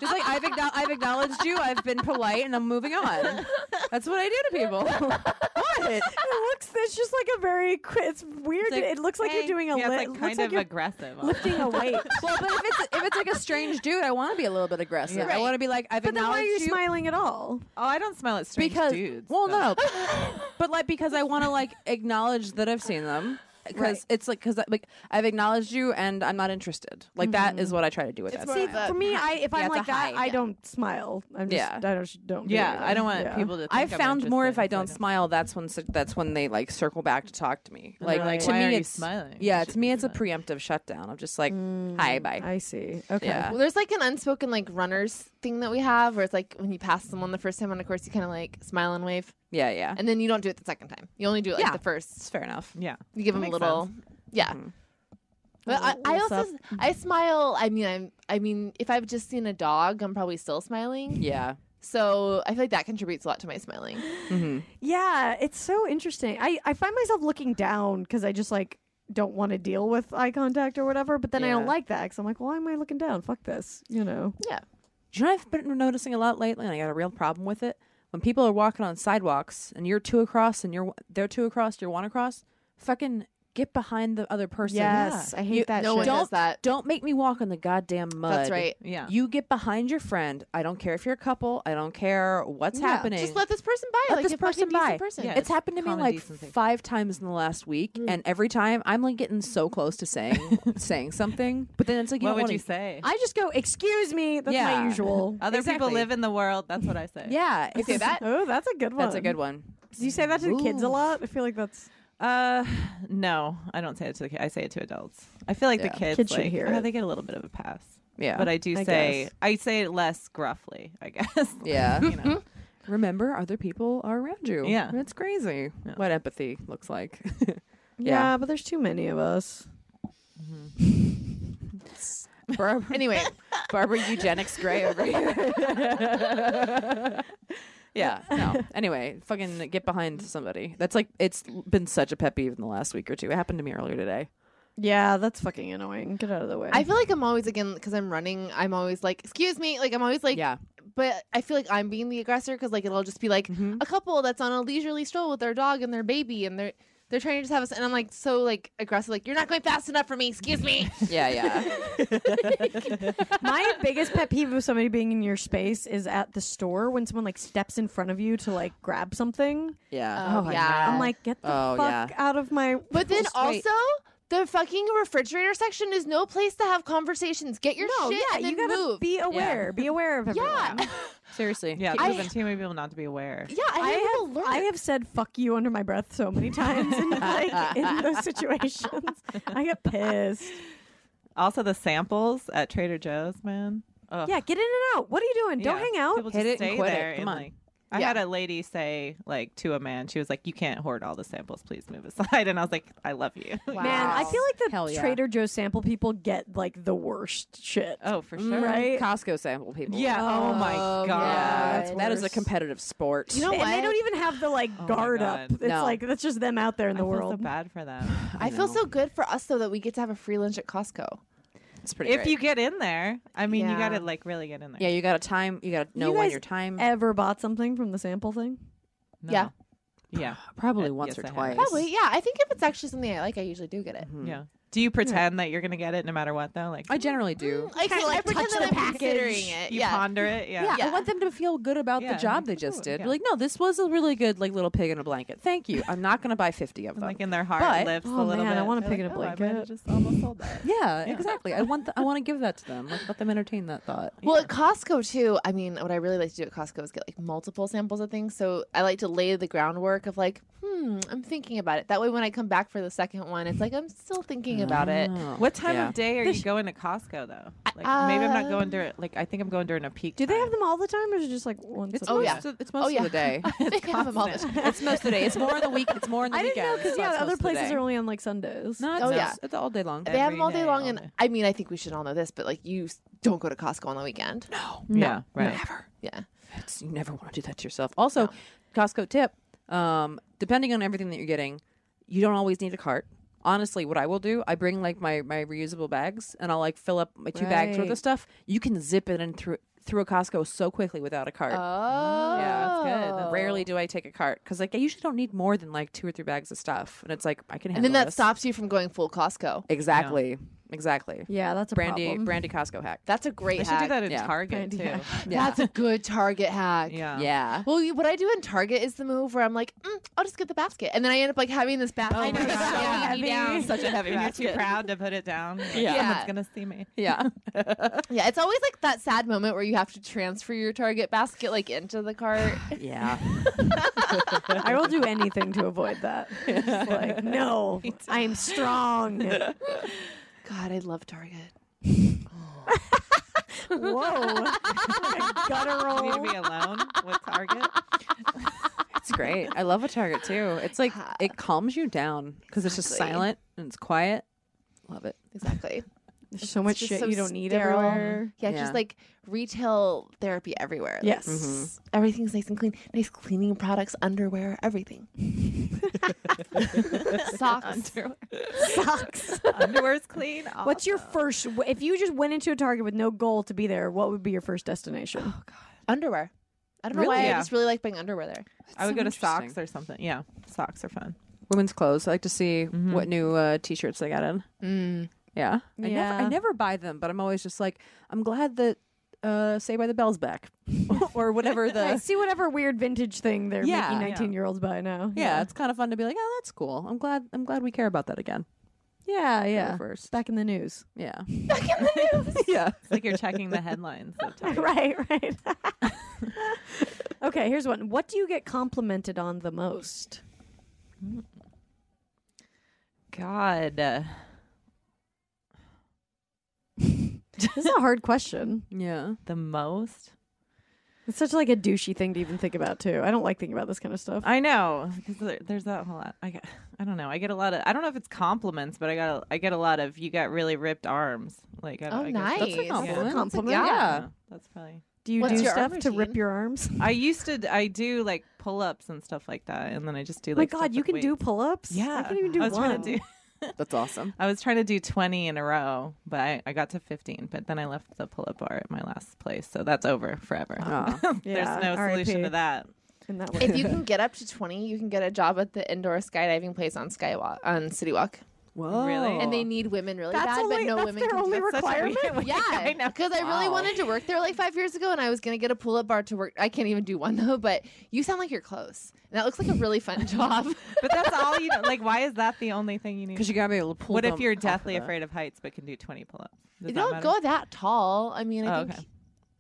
Speaker 3: just like I've acknow- I've acknowledged you. I've been polite and I'm moving on. [laughs] That's what I do to people. [laughs] what?
Speaker 2: it looks. It's just like a very. cri- It's weird.
Speaker 3: like,
Speaker 2: it looks like
Speaker 3: hey.
Speaker 2: you're doing a.
Speaker 5: Yeah,
Speaker 2: li-
Speaker 5: it's like
Speaker 2: looks
Speaker 5: kind
Speaker 2: like
Speaker 5: of [laughs]
Speaker 2: you're
Speaker 5: aggressive.
Speaker 2: lifting
Speaker 5: [laughs]
Speaker 2: a weight.
Speaker 3: Well, but if it's if it's like a strange dude, I want to be a little bit aggressive. I
Speaker 4: Right.
Speaker 3: want to be like I've
Speaker 2: But then why
Speaker 3: acknowledged
Speaker 2: are you,
Speaker 3: you.
Speaker 2: smiling at all?
Speaker 5: Oh, I don't smile at strange
Speaker 3: because
Speaker 5: dudes.
Speaker 3: well,
Speaker 5: though.
Speaker 3: no, [laughs] but like because I want to like acknowledge that I've seen them. Because
Speaker 2: Right.
Speaker 3: it's like because like I've acknowledged you and I'm not interested. Like that is what I try to do with that.
Speaker 4: more
Speaker 3: smile.
Speaker 4: of a-
Speaker 5: [laughs]
Speaker 2: For me, I if
Speaker 3: Yeah,
Speaker 2: I'm
Speaker 3: it's
Speaker 2: like
Speaker 3: a
Speaker 2: that,
Speaker 3: high,
Speaker 2: I
Speaker 3: yeah.
Speaker 2: don't smile. I'm just.
Speaker 3: Yeah.
Speaker 2: I don't. Don't. do
Speaker 5: Yeah,
Speaker 2: anything.
Speaker 5: I don't want
Speaker 2: Yeah.
Speaker 5: people to. Think
Speaker 3: I
Speaker 5: I'm
Speaker 3: found more if
Speaker 5: interested,
Speaker 3: I
Speaker 5: so
Speaker 3: don't smile. That's when s- that's when they like circle back to talk to me.
Speaker 5: And
Speaker 3: Like,
Speaker 5: they're like,
Speaker 3: to
Speaker 5: "Why
Speaker 3: me,
Speaker 5: are you
Speaker 3: it's
Speaker 5: smiling? You
Speaker 3: yeah. To
Speaker 5: shouldn't
Speaker 3: me,
Speaker 5: be
Speaker 3: it's a
Speaker 5: smiling."
Speaker 3: preemptive shutdown. I'm just like, hi, bye.
Speaker 2: I see. Okay.
Speaker 3: Yeah.
Speaker 4: Well, there's like an unspoken like runners thing that we have, where it's like when you pass someone the first time on a course, you kind of like smile and wave,
Speaker 3: yeah, yeah.
Speaker 4: and then you don't do it the second time. You only do it like
Speaker 3: Yeah.
Speaker 4: the
Speaker 3: It's
Speaker 4: first.
Speaker 3: fair enough.
Speaker 5: Yeah.
Speaker 4: You give them a
Speaker 5: makes
Speaker 4: little, yeah.
Speaker 5: Mm-hmm.
Speaker 4: But I, I
Speaker 2: Little
Speaker 4: also I smile. I mean, I'm. I mean, if I've just seen a dog, I'm probably still smiling.
Speaker 3: Yeah.
Speaker 4: So I feel like that contributes a lot to my smiling.
Speaker 3: Mm-hmm.
Speaker 2: Yeah, it's so interesting. I, I find myself looking down because I just like don't want to deal with eye contact or whatever. But then I don't
Speaker 3: Yeah.
Speaker 2: like that because I'm like, why am I looking down? Fuck this, you know.
Speaker 4: Yeah.
Speaker 3: Do you know what I've been noticing a lot lately, and I got a real problem with it. When people are walking on sidewalks, and you're two across, and you're they're two across, you're one across. Fucking get behind the other person.
Speaker 2: Yes, I hate that
Speaker 4: no
Speaker 2: shit.
Speaker 4: one
Speaker 3: don't
Speaker 4: does that.
Speaker 3: don't make me walk on the goddamn mud.
Speaker 4: That's right.
Speaker 5: Yeah.
Speaker 3: You get behind your friend. I don't care if you're a couple. I don't care what's
Speaker 2: Yeah,
Speaker 3: happening.
Speaker 4: Just let this person by.
Speaker 3: Let
Speaker 4: like
Speaker 3: this
Speaker 4: a
Speaker 3: person
Speaker 4: fucking
Speaker 3: by.
Speaker 4: decent Person. Mm.
Speaker 5: Yeah.
Speaker 3: It's happened to me
Speaker 5: common
Speaker 3: like
Speaker 5: decency.
Speaker 3: five times in the last week, and every time I'm like getting
Speaker 4: [laughs]
Speaker 3: so close to saying saying something, but then it's like you
Speaker 5: what
Speaker 3: don't
Speaker 5: would
Speaker 3: wanna-
Speaker 5: you say?
Speaker 2: I just go, excuse me. That's
Speaker 3: Yeah.
Speaker 2: my usual.
Speaker 5: Other people
Speaker 3: Exactly.
Speaker 5: live in the world. That's what I say.
Speaker 3: Yeah,
Speaker 4: Okay, that
Speaker 2: oh, that's a good one.
Speaker 3: that's a good one.
Speaker 2: Do you say that to the kids a
Speaker 3: Ooh.
Speaker 2: lot? I feel like that's
Speaker 5: Uh, no, I don't say it to the kids. I say it to adults. I feel like
Speaker 3: Yeah.
Speaker 5: the kids,
Speaker 2: Kids should
Speaker 5: like,
Speaker 2: hear
Speaker 5: oh,
Speaker 2: it.
Speaker 5: they get a little bit of a pass.
Speaker 3: Yeah.
Speaker 5: But I do
Speaker 2: I
Speaker 5: say,
Speaker 2: guess.
Speaker 5: I say it less gruffly, I [laughs]
Speaker 2: [laughs]
Speaker 5: guess.
Speaker 3: Yeah.
Speaker 5: you
Speaker 3: [laughs]
Speaker 5: know.
Speaker 3: Remember, other people are around you.
Speaker 5: Yeah.
Speaker 3: It's crazy
Speaker 5: Yeah.
Speaker 3: what empathy looks like.
Speaker 2: Yeah,
Speaker 3: Yeah.
Speaker 2: but there's too many of us.
Speaker 3: [laughs] Barbara,
Speaker 4: [laughs] Anyway,
Speaker 3: Barbara Eugenics Gray over here. [laughs] yeah. No. Anyway, fucking get behind somebody. That's like, it's been such a pet peeve in the last week or two. It happened to me earlier today.
Speaker 2: Yeah, that's fucking annoying. Get out of the way.
Speaker 4: I feel like I'm always again because I'm running. I'm always like, excuse me. Like I'm always like,
Speaker 3: yeah.
Speaker 4: But I feel like I'm being the aggressor because like it'll just be like a couple that's on a leisurely stroll with their dog and their baby and they're they're trying to just have us and I'm like so like aggressive like you're not going fast enough for me. Excuse me.
Speaker 3: Yeah. Yeah.
Speaker 2: My [laughs] biggest pet peeve of somebody being in your space is at the store when someone like steps in front of you to like grab something.
Speaker 3: Yeah.
Speaker 4: Oh, yeah.
Speaker 2: I'm like, get the
Speaker 3: Oh,
Speaker 2: fuck
Speaker 3: yeah.
Speaker 2: out of my.
Speaker 4: But then
Speaker 2: Wait.
Speaker 4: also. The fucking refrigerator section is no place to have conversations. Get your
Speaker 2: no,
Speaker 4: shit
Speaker 2: yeah,
Speaker 4: and then
Speaker 2: you gotta
Speaker 4: move.
Speaker 2: be aware. Be aware of everyone.
Speaker 4: yeah,
Speaker 3: Seriously.
Speaker 5: Yeah,
Speaker 4: I-
Speaker 5: there's been too many people not to be aware.
Speaker 4: yeah. I,
Speaker 2: I
Speaker 4: have,
Speaker 2: have, I have said fuck you under my breath so many times
Speaker 4: [laughs]
Speaker 2: in, like, in those situations. I get pissed.
Speaker 5: Also, the samples at Trader Joe's, man. Ugh.
Speaker 2: Yeah, get in and out. What are you doing? Don't
Speaker 5: Yeah.
Speaker 2: hang out.
Speaker 5: People
Speaker 3: Hit
Speaker 5: just
Speaker 3: it and
Speaker 5: stay
Speaker 3: quit it.
Speaker 5: there.
Speaker 3: Come
Speaker 5: and,
Speaker 3: on.
Speaker 5: like, I
Speaker 4: Yeah.
Speaker 5: had a lady say, like, to a man, she was like, "You can't hoard all the samples. Please move aside." [laughs] And I was like, "I love you." [laughs]
Speaker 4: Wow.
Speaker 2: Man, I feel like the
Speaker 3: Hell yeah.
Speaker 2: Trader Joe's sample people get like the worst shit.
Speaker 5: oh, for
Speaker 3: mm,
Speaker 5: sure.
Speaker 2: Right?
Speaker 3: Costco sample people.
Speaker 5: Yeah. Oh, my
Speaker 4: Oh,
Speaker 5: god.
Speaker 4: yeah. That's
Speaker 3: That is a
Speaker 4: worse.
Speaker 3: competitive sport.
Speaker 4: You know
Speaker 2: and they
Speaker 4: what?
Speaker 2: don't even have the like
Speaker 5: Oh my
Speaker 2: guard
Speaker 5: God.
Speaker 2: up. It's
Speaker 3: No.
Speaker 2: like that's just them out there in
Speaker 5: I
Speaker 2: the
Speaker 5: feel
Speaker 2: world.
Speaker 5: so bad for them.
Speaker 4: I feel so good for us though that we get to have a free lunch at Costco.
Speaker 3: it's [laughs] pretty.
Speaker 5: if you get in there, I mean, you
Speaker 4: Yeah.
Speaker 5: got to like really get in there.
Speaker 3: yeah, you got to time. You got to know
Speaker 2: You
Speaker 3: when
Speaker 2: guys
Speaker 3: your time.
Speaker 2: Ever bought something from the sample thing?
Speaker 5: No.
Speaker 4: Yeah.
Speaker 3: [sighs]
Speaker 5: Yeah.
Speaker 3: probably
Speaker 5: Uh,
Speaker 3: once
Speaker 5: yes,
Speaker 3: or
Speaker 5: I have.
Speaker 3: twice.
Speaker 4: Probably, yeah. I think if it's actually something I like, I usually do get it.
Speaker 3: Hmm.
Speaker 5: Yeah. Do you pretend that you're going to get it no matter what, though? Like,
Speaker 3: I generally do.
Speaker 4: Like,
Speaker 2: Kinda
Speaker 4: so I
Speaker 2: like
Speaker 4: pretend
Speaker 2: touch
Speaker 4: that
Speaker 2: the
Speaker 4: I'm
Speaker 2: package.
Speaker 4: considering it.
Speaker 5: you
Speaker 4: yeah.
Speaker 5: ponder
Speaker 2: [laughs]
Speaker 5: it. Yeah.
Speaker 4: Yeah.
Speaker 3: Mm, I want them to feel good about
Speaker 5: Yeah.
Speaker 3: the job they just did.
Speaker 5: Absolutely,
Speaker 3: Like, no, this was a really good, like little pig in a blanket. Thank you. I'm not going to buy 50 of
Speaker 5: And,
Speaker 3: them.
Speaker 5: like in their heart
Speaker 3: But-
Speaker 5: lifts a
Speaker 2: Oh,
Speaker 5: little
Speaker 2: man, I
Speaker 5: bit.
Speaker 2: wanna
Speaker 5: They're
Speaker 2: pick
Speaker 5: like,
Speaker 2: it up
Speaker 5: "Oh, I
Speaker 2: like
Speaker 5: might have
Speaker 2: it."
Speaker 5: just almost sold
Speaker 2: [laughs]
Speaker 5: that.
Speaker 3: yeah, exactly. I want. Th- I want to give that to them. Like, let them entertain that thought.
Speaker 4: Well, at Costco too. I mean, what I really like to do at Costco is get like multiple samples of things. So I like to lay the groundwork of like, hmm, I'm thinking about it. That way, when I come back for the second one, it's like I'm still thinking about it.
Speaker 3: Ah,
Speaker 4: [laughs]
Speaker 5: What time
Speaker 3: Yeah.
Speaker 5: of day are you going to Costco though? Like maybe I'm not going during. Like I think I'm going during a peak.
Speaker 2: Uh, Do they
Speaker 5: time.
Speaker 2: have them all the time, or is it just like once?
Speaker 3: It's
Speaker 2: a
Speaker 3: most
Speaker 4: yeah.
Speaker 3: of, it's most
Speaker 4: Oh, yeah.
Speaker 3: of the day.
Speaker 4: They have 'em all the time.
Speaker 3: [laughs] it's most of the day. It's more in the week. It's more in the
Speaker 2: I
Speaker 3: weekend.
Speaker 2: didn't know because
Speaker 3: so
Speaker 2: yeah,
Speaker 3: it's
Speaker 2: other
Speaker 3: most of the
Speaker 2: places
Speaker 3: day.
Speaker 2: are only on like Sundays.
Speaker 3: No, it's,
Speaker 4: Oh,
Speaker 3: oh,
Speaker 4: yeah.
Speaker 3: it's all day long.
Speaker 4: They have
Speaker 5: Every
Speaker 4: them all day
Speaker 5: day,
Speaker 4: long,
Speaker 5: all
Speaker 4: and
Speaker 5: day.
Speaker 4: I mean, I think we should all know this, but like, you s- don't go to Costco on the weekend. No.
Speaker 5: Yeah, right.
Speaker 3: Never.
Speaker 4: Yeah.
Speaker 3: It's- you never want to do that to yourself. Also, Costco tip: um, depending on everything that you're getting, you don't always need a cart. Honestly, what I will do, I bring like my my reusable bags, and I'll like fill up my two bags worth
Speaker 2: Right.
Speaker 3: of stuff. You can zip it in through through a Costco so quickly without a cart.
Speaker 4: Oh.
Speaker 3: Yeah, that's good. Rarely do I take a cart because like I usually don't need more than like two or three bags of stuff, and it's like I can.
Speaker 4: And then
Speaker 3: handle
Speaker 4: that
Speaker 3: this.
Speaker 4: stops you from going full Costco.
Speaker 3: Exactly, exactly.
Speaker 2: Yeah, that's a
Speaker 3: Brandy,
Speaker 2: problem. [laughs]
Speaker 3: Brandy Costco hack.
Speaker 4: That's a great
Speaker 5: They should
Speaker 4: hack.
Speaker 5: do that in
Speaker 3: Yeah.
Speaker 5: Target too.
Speaker 2: Idea.
Speaker 4: That's
Speaker 2: [laughs]
Speaker 4: a good Target hack.
Speaker 5: Yeah.
Speaker 4: [laughs]
Speaker 3: yeah.
Speaker 4: Well, you- what I do in Target is the move where I'm like, mm, I'll just get the basket, and then I end up like having this
Speaker 2: Oh,
Speaker 4: basket.
Speaker 5: my
Speaker 4: it's
Speaker 5: God.
Speaker 4: so
Speaker 5: Yeah.
Speaker 4: heavy down.
Speaker 3: Such a heavy
Speaker 5: If you're too
Speaker 3: basket.
Speaker 5: proud to put it down, like,
Speaker 3: Yeah.
Speaker 5: someone's gonna see me.
Speaker 3: Yeah.
Speaker 4: Yeah, it's always like that sad moment where you have to transfer your Target basket like into
Speaker 2: [sighs]
Speaker 4: the cart.
Speaker 3: [laughs] Yeah.
Speaker 2: I will do anything to avoid [laughs] that. Just like, no, I am [laughs] strong.
Speaker 4: God, I love Target.
Speaker 2: Whoa, [laughs] What a
Speaker 5: You need
Speaker 2: guttural.
Speaker 5: to be alone with Target.
Speaker 3: It's great. I love a Target too. It's like it calms you down because it's just
Speaker 4: Exactly.
Speaker 3: silent and it's quiet. Love it.
Speaker 4: Exactly.
Speaker 2: There's so much
Speaker 4: It's just
Speaker 2: shit
Speaker 4: so
Speaker 2: you don't need
Speaker 4: sterile.
Speaker 2: everywhere.
Speaker 4: Yeah, it's just
Speaker 3: Yeah.
Speaker 4: like retail therapy everywhere. Like,
Speaker 2: Yes.
Speaker 4: s- everything's nice and clean. Nice cleaning products, underwear,
Speaker 2: [laughs]
Speaker 4: everything. [laughs] Socks.
Speaker 2: Mm-hmm. Sucks.
Speaker 5: Underwear's clean.
Speaker 2: What's your first? If you just went into a Target with no goal to be there, what would be your first destination?
Speaker 4: underwear. I don't know why.
Speaker 5: Really?
Speaker 4: I
Speaker 5: Yeah.
Speaker 4: just really like buying underwear there.
Speaker 5: I would
Speaker 3: so
Speaker 5: go to
Speaker 3: interesting.
Speaker 5: socks or something. Yeah, socks are fun.
Speaker 3: Women's clothes. I like to see what new uh, t-shirts they got in.
Speaker 4: Mm.
Speaker 3: Yeah. I never
Speaker 2: Yeah.
Speaker 3: I never buy them, but I'm always just like I'm glad that uh Say by the Bell's back [laughs] or whatever
Speaker 2: I
Speaker 3: the
Speaker 2: see whatever weird vintage thing they're
Speaker 3: Yeah.
Speaker 2: making 19 year olds buy now.
Speaker 3: yeah, it's kind of fun to be like, oh, that's cool. I'm glad. I'm glad we care about that again.
Speaker 2: Yeah, yeah.
Speaker 3: first.
Speaker 2: Back in the news.
Speaker 3: Yeah, [laughs] yeah.
Speaker 5: It's like you're checking the headlines. Of Target.
Speaker 2: right, right. okay, here's one. What do you get complimented on the most?
Speaker 5: God. Uh,
Speaker 2: This is a hard question.
Speaker 3: Yeah.
Speaker 5: the most?
Speaker 2: It's such like a douchey thing to even think about too. I don't like thinking about this kind of stuff.
Speaker 5: I know. 'cause there- There's that whole lot. I, get, I don't know. I get a lot of, I don't know if it's compliments, but I got, a, I get a lot of, you got really ripped arms. Like, I,
Speaker 4: Oh,
Speaker 5: I
Speaker 4: nice.
Speaker 5: Guess,
Speaker 4: That's
Speaker 5: compliment.
Speaker 4: a
Speaker 2: Compliment.
Speaker 4: Yeah.
Speaker 5: yeah. That's probably.
Speaker 2: do you
Speaker 4: What's
Speaker 2: do
Speaker 4: your
Speaker 2: stuff
Speaker 4: arm
Speaker 2: to rip
Speaker 4: routine?
Speaker 2: your arms? Oh
Speaker 5: I used to, I do like pull ups and stuff like that. And then I just do like,
Speaker 2: My
Speaker 5: stuff
Speaker 2: God, you
Speaker 5: with
Speaker 2: can do
Speaker 5: weights.
Speaker 2: pull-ups.
Speaker 5: Yeah.
Speaker 2: I can even do
Speaker 5: I was
Speaker 2: one.
Speaker 5: Trying to do,
Speaker 3: That's awesome.
Speaker 5: I was trying to do 20 in a row, but I, I got to 15, but then I left the pull up bar at my last place. So that's over forever.
Speaker 2: Yeah,
Speaker 5: [laughs] There's no
Speaker 2: RIP.
Speaker 5: solution to that.
Speaker 2: In that
Speaker 4: if
Speaker 2: way. [laughs]
Speaker 4: you can get up to 20 you can get a job at the indoor skydiving place on skywalk on city walk
Speaker 3: Whoa.
Speaker 5: Really?
Speaker 4: and they need women really
Speaker 2: That's
Speaker 4: bad
Speaker 2: only-
Speaker 4: but no
Speaker 2: that's
Speaker 4: women
Speaker 2: their
Speaker 4: can do
Speaker 2: only
Speaker 4: it.
Speaker 5: That's what we- we- [laughs] I
Speaker 4: [laughs] yeah
Speaker 5: know.
Speaker 4: because i really
Speaker 5: [laughs]
Speaker 3: Wow.
Speaker 4: wanted to work there like five years ago and i was gonna get a pull-up bar to work i can't even do one [laughs] though but you sound like you're close and that looks like a really fun job
Speaker 5: But that's all you know. Like, why is that the only thing you need?
Speaker 3: Because you gotta be able to pull.
Speaker 5: what if
Speaker 3: them
Speaker 5: you're
Speaker 3: off of
Speaker 5: deathly
Speaker 3: that.
Speaker 5: afraid of heights but can do 20 pull ups?
Speaker 4: [laughs] you don't go that tall i mean i
Speaker 5: Oh,
Speaker 4: think
Speaker 5: okay.